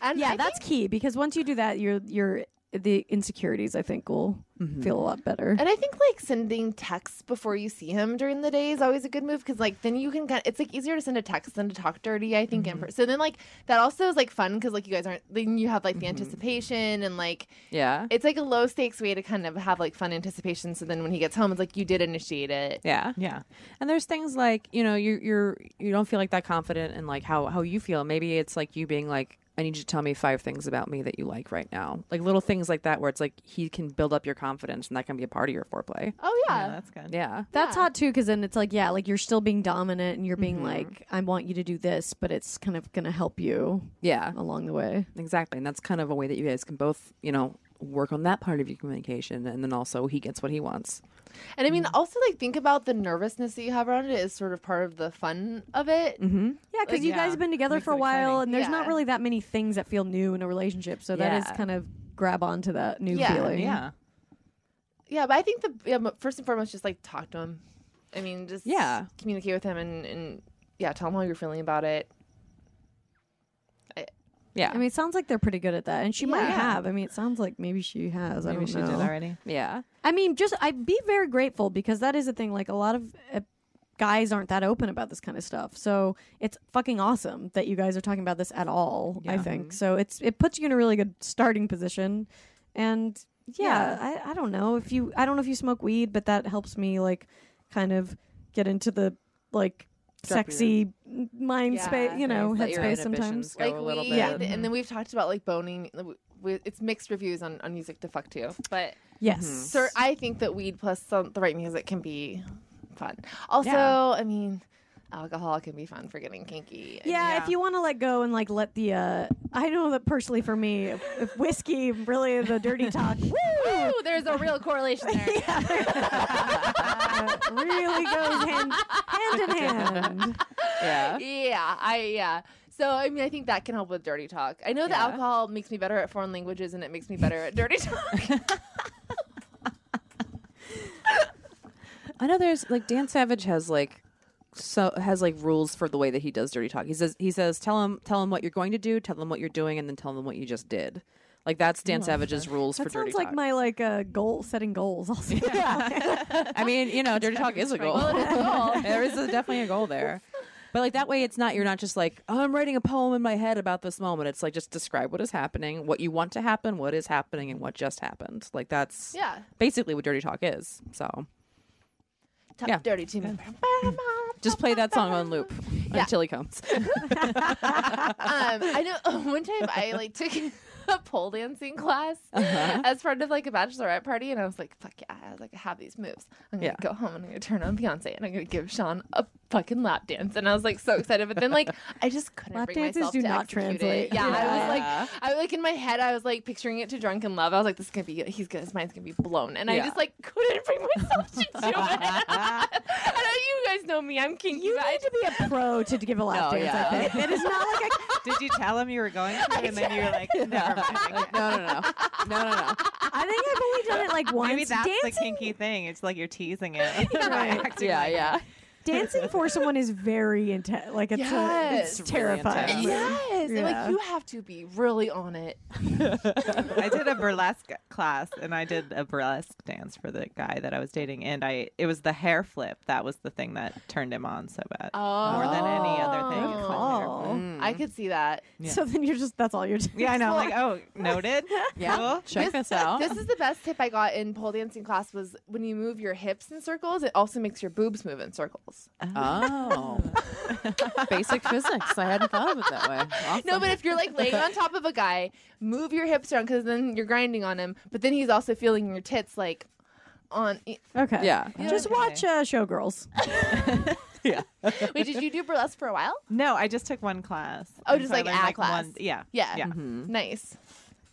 Speaker 4: And
Speaker 2: Yeah,
Speaker 4: I
Speaker 2: that's
Speaker 4: think-
Speaker 2: key because once you do that, you're you're the insecurities I think will
Speaker 3: Mm-hmm.
Speaker 2: feel a lot better.
Speaker 4: And I think like sending texts before you see him during the day is always a good move because like then you can kind it's like easier to send a text than to talk dirty. I think
Speaker 2: Mm-hmm.
Speaker 4: in person. So then like that also is like fun because like you guys aren't then you have like the
Speaker 2: Mm-hmm.
Speaker 4: anticipation and like
Speaker 3: Yeah.
Speaker 4: it's like a low stakes way to kind of have like fun anticipation. So then when he gets home, it's like you did initiate it.
Speaker 3: Yeah.
Speaker 5: Yeah.
Speaker 3: And there's things like, you know, you're you're you don't feel like that confident in like how how you feel. Maybe it's like you being like, I need you to tell me five things about me that you like right now. Like little things like that where it's like he can build up your confidence and that can be a part of your foreplay.
Speaker 4: Oh
Speaker 5: Yeah,
Speaker 4: yeah.
Speaker 5: that's good.
Speaker 3: Yeah.
Speaker 2: That's
Speaker 4: Yeah.
Speaker 2: hot too, because then it's like, yeah, like you're still being dominant and you're
Speaker 3: Mm-hmm.
Speaker 2: being like, I want you to do this, but it's kind of going to help you
Speaker 3: Yeah.
Speaker 2: along the way.
Speaker 3: Exactly. And that's kind of a way that you guys can both, you know, work on that part of your communication and then also he gets what he wants.
Speaker 4: And I mean,
Speaker 2: Mm-hmm.
Speaker 4: also like think about the nervousness that you have around it is sort of part of the fun of it.
Speaker 2: Mm-hmm. Yeah, because
Speaker 4: Like,
Speaker 2: you
Speaker 4: yeah,
Speaker 2: guys have been together
Speaker 5: makes
Speaker 2: for a
Speaker 5: it
Speaker 2: while,
Speaker 5: exciting.
Speaker 2: and there's not
Speaker 4: Yeah.
Speaker 2: really that many things that feel new in a relationship. So that is
Speaker 3: Yeah.
Speaker 2: kind of grab onto that new
Speaker 4: Yeah.
Speaker 2: feeling.
Speaker 5: Yeah.
Speaker 4: Yeah, but I think the yeah, but first and foremost, just like talk to him. I mean, just
Speaker 3: Yeah.
Speaker 4: communicate with him and and yeah, tell him how you're feeling about it.
Speaker 3: Yeah.
Speaker 2: I mean, it sounds like they're pretty good at that, and she might
Speaker 4: Yeah.
Speaker 2: have. I mean, it sounds like maybe she has. I
Speaker 5: Maybe
Speaker 2: don't
Speaker 5: she
Speaker 2: know.
Speaker 5: did already.
Speaker 3: yeah.
Speaker 2: I mean, just I'd be very grateful because that is the thing. Like a lot of uh, guys aren't that open about this kind of stuff, so it's fucking awesome that you guys are talking about this at all. I
Speaker 5: Yeah.
Speaker 2: think so. It's it puts you in a really good starting position, and yeah, I, I don't know if you I don't know if you smoke weed, but that helps me like kind of get into the like sexy mind
Speaker 4: Yeah,
Speaker 2: space, you know,
Speaker 3: Let your
Speaker 2: headspace
Speaker 3: inhibitions
Speaker 2: sometimes.
Speaker 3: go a little
Speaker 4: we,
Speaker 3: bit.
Speaker 2: Yeah.
Speaker 4: and then we've talked about like boning. w- w- It's mixed reviews on, on music to fuck to, but
Speaker 2: Yes,
Speaker 4: sir, I think that weed plus some, the right music can be fun. Also,
Speaker 5: Yeah.
Speaker 4: I mean, alcohol can be fun for getting kinky. I
Speaker 2: Yeah,
Speaker 4: mean,
Speaker 2: if you want to let go and like let the uh I know that personally for me, if, if whiskey really the dirty talk, woo, [laughs]
Speaker 4: Ooh, there's a real correlation there.
Speaker 2: uh, really goes hand hand in hand.
Speaker 4: [laughs]
Speaker 3: Yeah.
Speaker 4: yeah, I yeah. So I mean, I think that can help with dirty talk. I know that
Speaker 3: Yeah.
Speaker 4: alcohol makes me better at foreign languages, and it makes me better at dirty
Speaker 3: [laughs]
Speaker 4: talk. [laughs]
Speaker 3: I know there's like Dan Savage has like so has like rules for the way that he does dirty talk. He says he says tell him tell him what you're going to do, tell them what you're doing, and then tell them what you just did. Like that's Dan Savage's rules for
Speaker 2: That
Speaker 3: dirty
Speaker 2: sounds like
Speaker 3: talk.
Speaker 2: my like uh, goal setting goals also. [laughs]
Speaker 3: I mean, you [laughs] know, dirty talk is a goal. there is a, definitely a goal there. But like that way, it's not you're not just like oh, I'm writing a poem in my head about this moment. It's like just describe what is happening, what you want to happen, what is happening, and what just happened. Like that's
Speaker 4: Yeah.
Speaker 3: basically what dirty talk is. So
Speaker 4: Talk
Speaker 3: Yeah.
Speaker 4: dirty to me.
Speaker 3: just play that song on loop until he comes.
Speaker 4: um, I know [laughs] one time I like took [laughs] a pole dancing class
Speaker 2: Uh-huh.
Speaker 4: as part of like a bachelorette party, and I was like, "Fuck yeah!" I was like, "I have these moves. I'm gonna
Speaker 3: Yeah.
Speaker 4: go home. and I'm gonna turn on Beyonce, and I'm gonna give Sean a fucking lap dance." And I was like so excited, but then
Speaker 2: [laughs]
Speaker 4: like I just couldn't
Speaker 2: Lap
Speaker 4: bring
Speaker 2: dances
Speaker 4: myself
Speaker 2: do
Speaker 4: to
Speaker 2: not
Speaker 4: execute it.
Speaker 2: translate.
Speaker 4: Yeah, I
Speaker 3: Yeah.
Speaker 4: was like, I like in my head, I was like picturing it to Drunken Love. I was like, "This is gonna be he's gonna his mind's gonna be blown," and I
Speaker 3: Yeah.
Speaker 4: just like couldn't bring myself to do
Speaker 2: [laughs]
Speaker 4: it. [laughs] and I, you guys know me, I'm kinky.
Speaker 2: You
Speaker 4: but I
Speaker 2: need to be a pro to give a lap
Speaker 3: No,
Speaker 2: dance.
Speaker 3: yeah.
Speaker 2: I think it is not like I,
Speaker 5: Did you tell him you were going
Speaker 3: [laughs]
Speaker 5: to, and then you were like, never mind.
Speaker 3: Like, [laughs] no, no, no, no, no, [laughs] no.
Speaker 2: I think I've only done it like once.
Speaker 5: Maybe that's
Speaker 2: dancing,
Speaker 5: the kinky thing. It's like you're teasing it.
Speaker 2: Right.
Speaker 3: Yeah, yeah.
Speaker 2: dancing for someone is very intense. Like it's, uh,
Speaker 4: Yes.
Speaker 2: it's
Speaker 4: It's
Speaker 3: really
Speaker 2: terrifying.
Speaker 3: intense.
Speaker 4: Yes, and,
Speaker 2: Yeah.
Speaker 4: like you have to be really on it.
Speaker 5: I did a burlesque class and I did a burlesque dance for the guy that I was dating and I it was the hair flip that was the thing that turned him on so bad.
Speaker 4: Oh,
Speaker 5: More than any other thing. is the hair flip.
Speaker 2: Oh.
Speaker 4: I could see that.
Speaker 2: So then you're just that's all you're doing. [laughs]
Speaker 5: Yeah, I know. I'm like, oh, noted. Cool.
Speaker 3: Check this, out. [laughs]
Speaker 4: This is the best tip I got in pole dancing class was when you move your hips in circles, it also makes your boobs move in circles.
Speaker 3: oh, basic physics. I hadn't thought of it that way. Awesome.
Speaker 4: No, but if you're like laying on top of a guy, move your hips around because then you're grinding on him. But then he's also feeling your tits like on. e Wait,
Speaker 2: Okay.
Speaker 3: Yeah.
Speaker 2: Just watch uh, Showgirls.
Speaker 4: did you do burlesque for a while?
Speaker 5: No, I just took one class.
Speaker 4: Oh,
Speaker 5: And
Speaker 4: just
Speaker 5: so I
Speaker 4: like
Speaker 5: learned,
Speaker 4: at a class.
Speaker 5: One, yeah.
Speaker 4: Yeah. Mm-hmm.
Speaker 5: Yeah.
Speaker 2: Mm-hmm.
Speaker 4: Nice.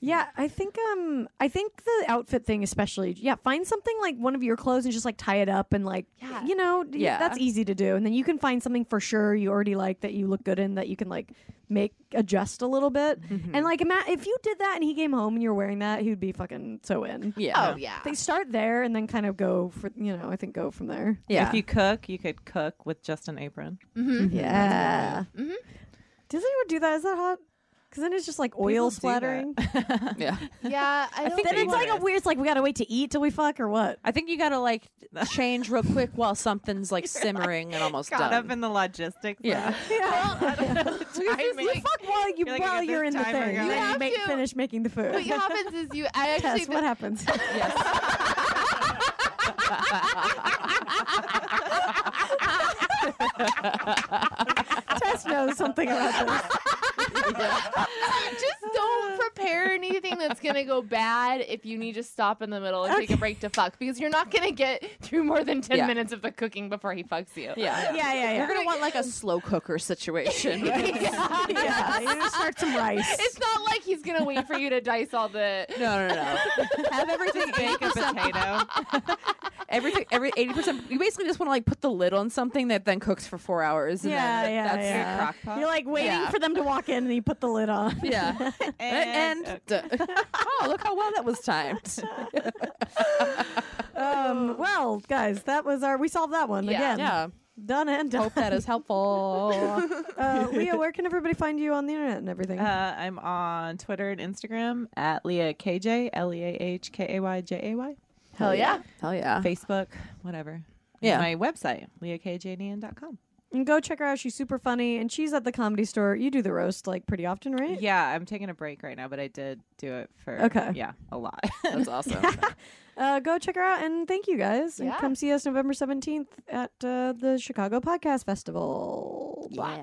Speaker 2: Yeah, I think um I think the outfit thing especially. Yeah, find something like one of your clothes and just like tie it up and like
Speaker 4: Yeah.
Speaker 2: you know, d-
Speaker 3: Yeah.
Speaker 2: that's easy to do. And then you can find something for sure you already like that you look good in that you can like make adjust a little bit. And like ima- if you did that and he came home and you're wearing that, he would be fucking so in.
Speaker 3: yeah,
Speaker 4: Oh yeah.
Speaker 2: They start there and then kind of go for you know, I think go from there.
Speaker 3: yeah.
Speaker 5: If you cook, you could cook with just an apron.
Speaker 2: Yeah. Does anyone do that? Is that hot? Because then it's just like
Speaker 5: People
Speaker 2: oil
Speaker 5: do that.
Speaker 2: splattering.
Speaker 5: [laughs]
Speaker 3: Yeah.
Speaker 4: Yeah, I, don't
Speaker 3: think
Speaker 4: think
Speaker 2: Then
Speaker 3: they
Speaker 2: it's like [laughs] a weird. It's like we gotta wait to eat till we fuck or what?
Speaker 3: I think you gotta like change real quick while something's like simmering and [laughs] almost
Speaker 5: Caught
Speaker 3: done.
Speaker 5: up in the logistics. of
Speaker 2: [laughs]
Speaker 3: yeah.
Speaker 5: it.
Speaker 4: [laughs]
Speaker 2: You
Speaker 5: [laughs] timing.
Speaker 2: fuck while you
Speaker 5: You're like, I
Speaker 2: while
Speaker 5: got
Speaker 2: you're in
Speaker 5: this
Speaker 2: the
Speaker 5: timer
Speaker 2: thing.
Speaker 5: going.
Speaker 2: You then you
Speaker 4: have
Speaker 2: make,
Speaker 4: to-
Speaker 2: finish making the food.
Speaker 4: what happens is you. I actually
Speaker 2: [laughs] Tess, what happens? [laughs] Tess knows something about this.
Speaker 4: [laughs] just don't prepare anything that's gonna go bad if you need to stop in the middle and take a break to fuck because you're not gonna get through more than ten
Speaker 3: Yeah.
Speaker 4: minutes of the cooking before he fucks you.
Speaker 2: Yeah,
Speaker 3: Yeah.
Speaker 2: yeah,
Speaker 3: You're
Speaker 2: yeah.
Speaker 3: gonna want like a slow cooker [laughs] situation.
Speaker 4: [laughs] Yeah.
Speaker 2: yeah, you just start some rice.
Speaker 4: It's not like he's gonna wait for you to dice all the.
Speaker 3: No, no, no. Have everything
Speaker 5: Bake a potato.
Speaker 3: everything every eighty percent. You basically just want to like put the lid on something that then cooks for four hours. And
Speaker 2: yeah,
Speaker 3: then
Speaker 2: yeah,
Speaker 3: that's
Speaker 2: yeah.
Speaker 3: Your crock pot.
Speaker 2: You're like waiting
Speaker 3: Yeah.
Speaker 2: for them to walk in, and you put the lid on.
Speaker 3: [laughs] yeah.
Speaker 5: And-
Speaker 3: And, [laughs] oh, look how well that was timed.
Speaker 2: Um, well, guys, that was our. We solved that one
Speaker 4: Yeah.
Speaker 2: again.
Speaker 3: yeah.
Speaker 2: Done and done.
Speaker 3: [laughs] Hope
Speaker 2: [laughs]
Speaker 3: that is helpful.
Speaker 2: Uh, Leah, where can everybody find you on the internet and everything?
Speaker 5: Uh, I'm on Twitter and Instagram at Leah KJ, L E A H K A Y J A Y.
Speaker 4: Hell yeah.
Speaker 3: Hell yeah.
Speaker 5: Facebook, whatever. And
Speaker 3: Yeah.
Speaker 5: My website, leahkjdan.com.
Speaker 2: and go check her out. She's super funny, and she's at the comedy store. You do the roast like pretty often, right?
Speaker 5: Yeah, I'm taking a break right now, but I did do it for
Speaker 2: Okay.
Speaker 5: Yeah, a lot. [laughs]
Speaker 3: That's
Speaker 8: [laughs]
Speaker 3: awesome.
Speaker 2: Uh, go check her out, and thank you guys. And
Speaker 4: Yeah.
Speaker 2: come see us November seventeenth at uh, the Chicago Podcast Festival.
Speaker 3: yeah.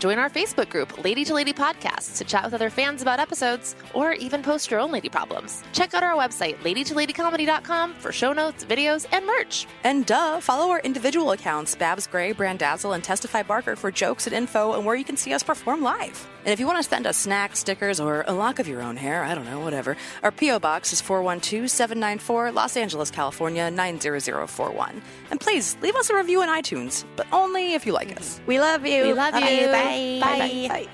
Speaker 4: Join our Facebook group, Lady to Lady Podcast, to chat with other fans about episodes or even post your own lady problems. Check out our website, ladytoladycomedy.com, for show notes, videos, and merch.
Speaker 9: And duh, follow our individual accounts, Babs Gray, Brandazzle, and Testify Barker for jokes and info and where you can see us perform live. And if you want to send us snacks, stickers, or a lock of your own hair, I don't know, whatever, our P.O. Box is 412 794 Los Angeles, California 90041. And please leave us a review on iTunes, but only if you like us.
Speaker 8: We love you.
Speaker 4: We love you.
Speaker 8: Bye.
Speaker 4: Bye.
Speaker 8: Bye. Bye.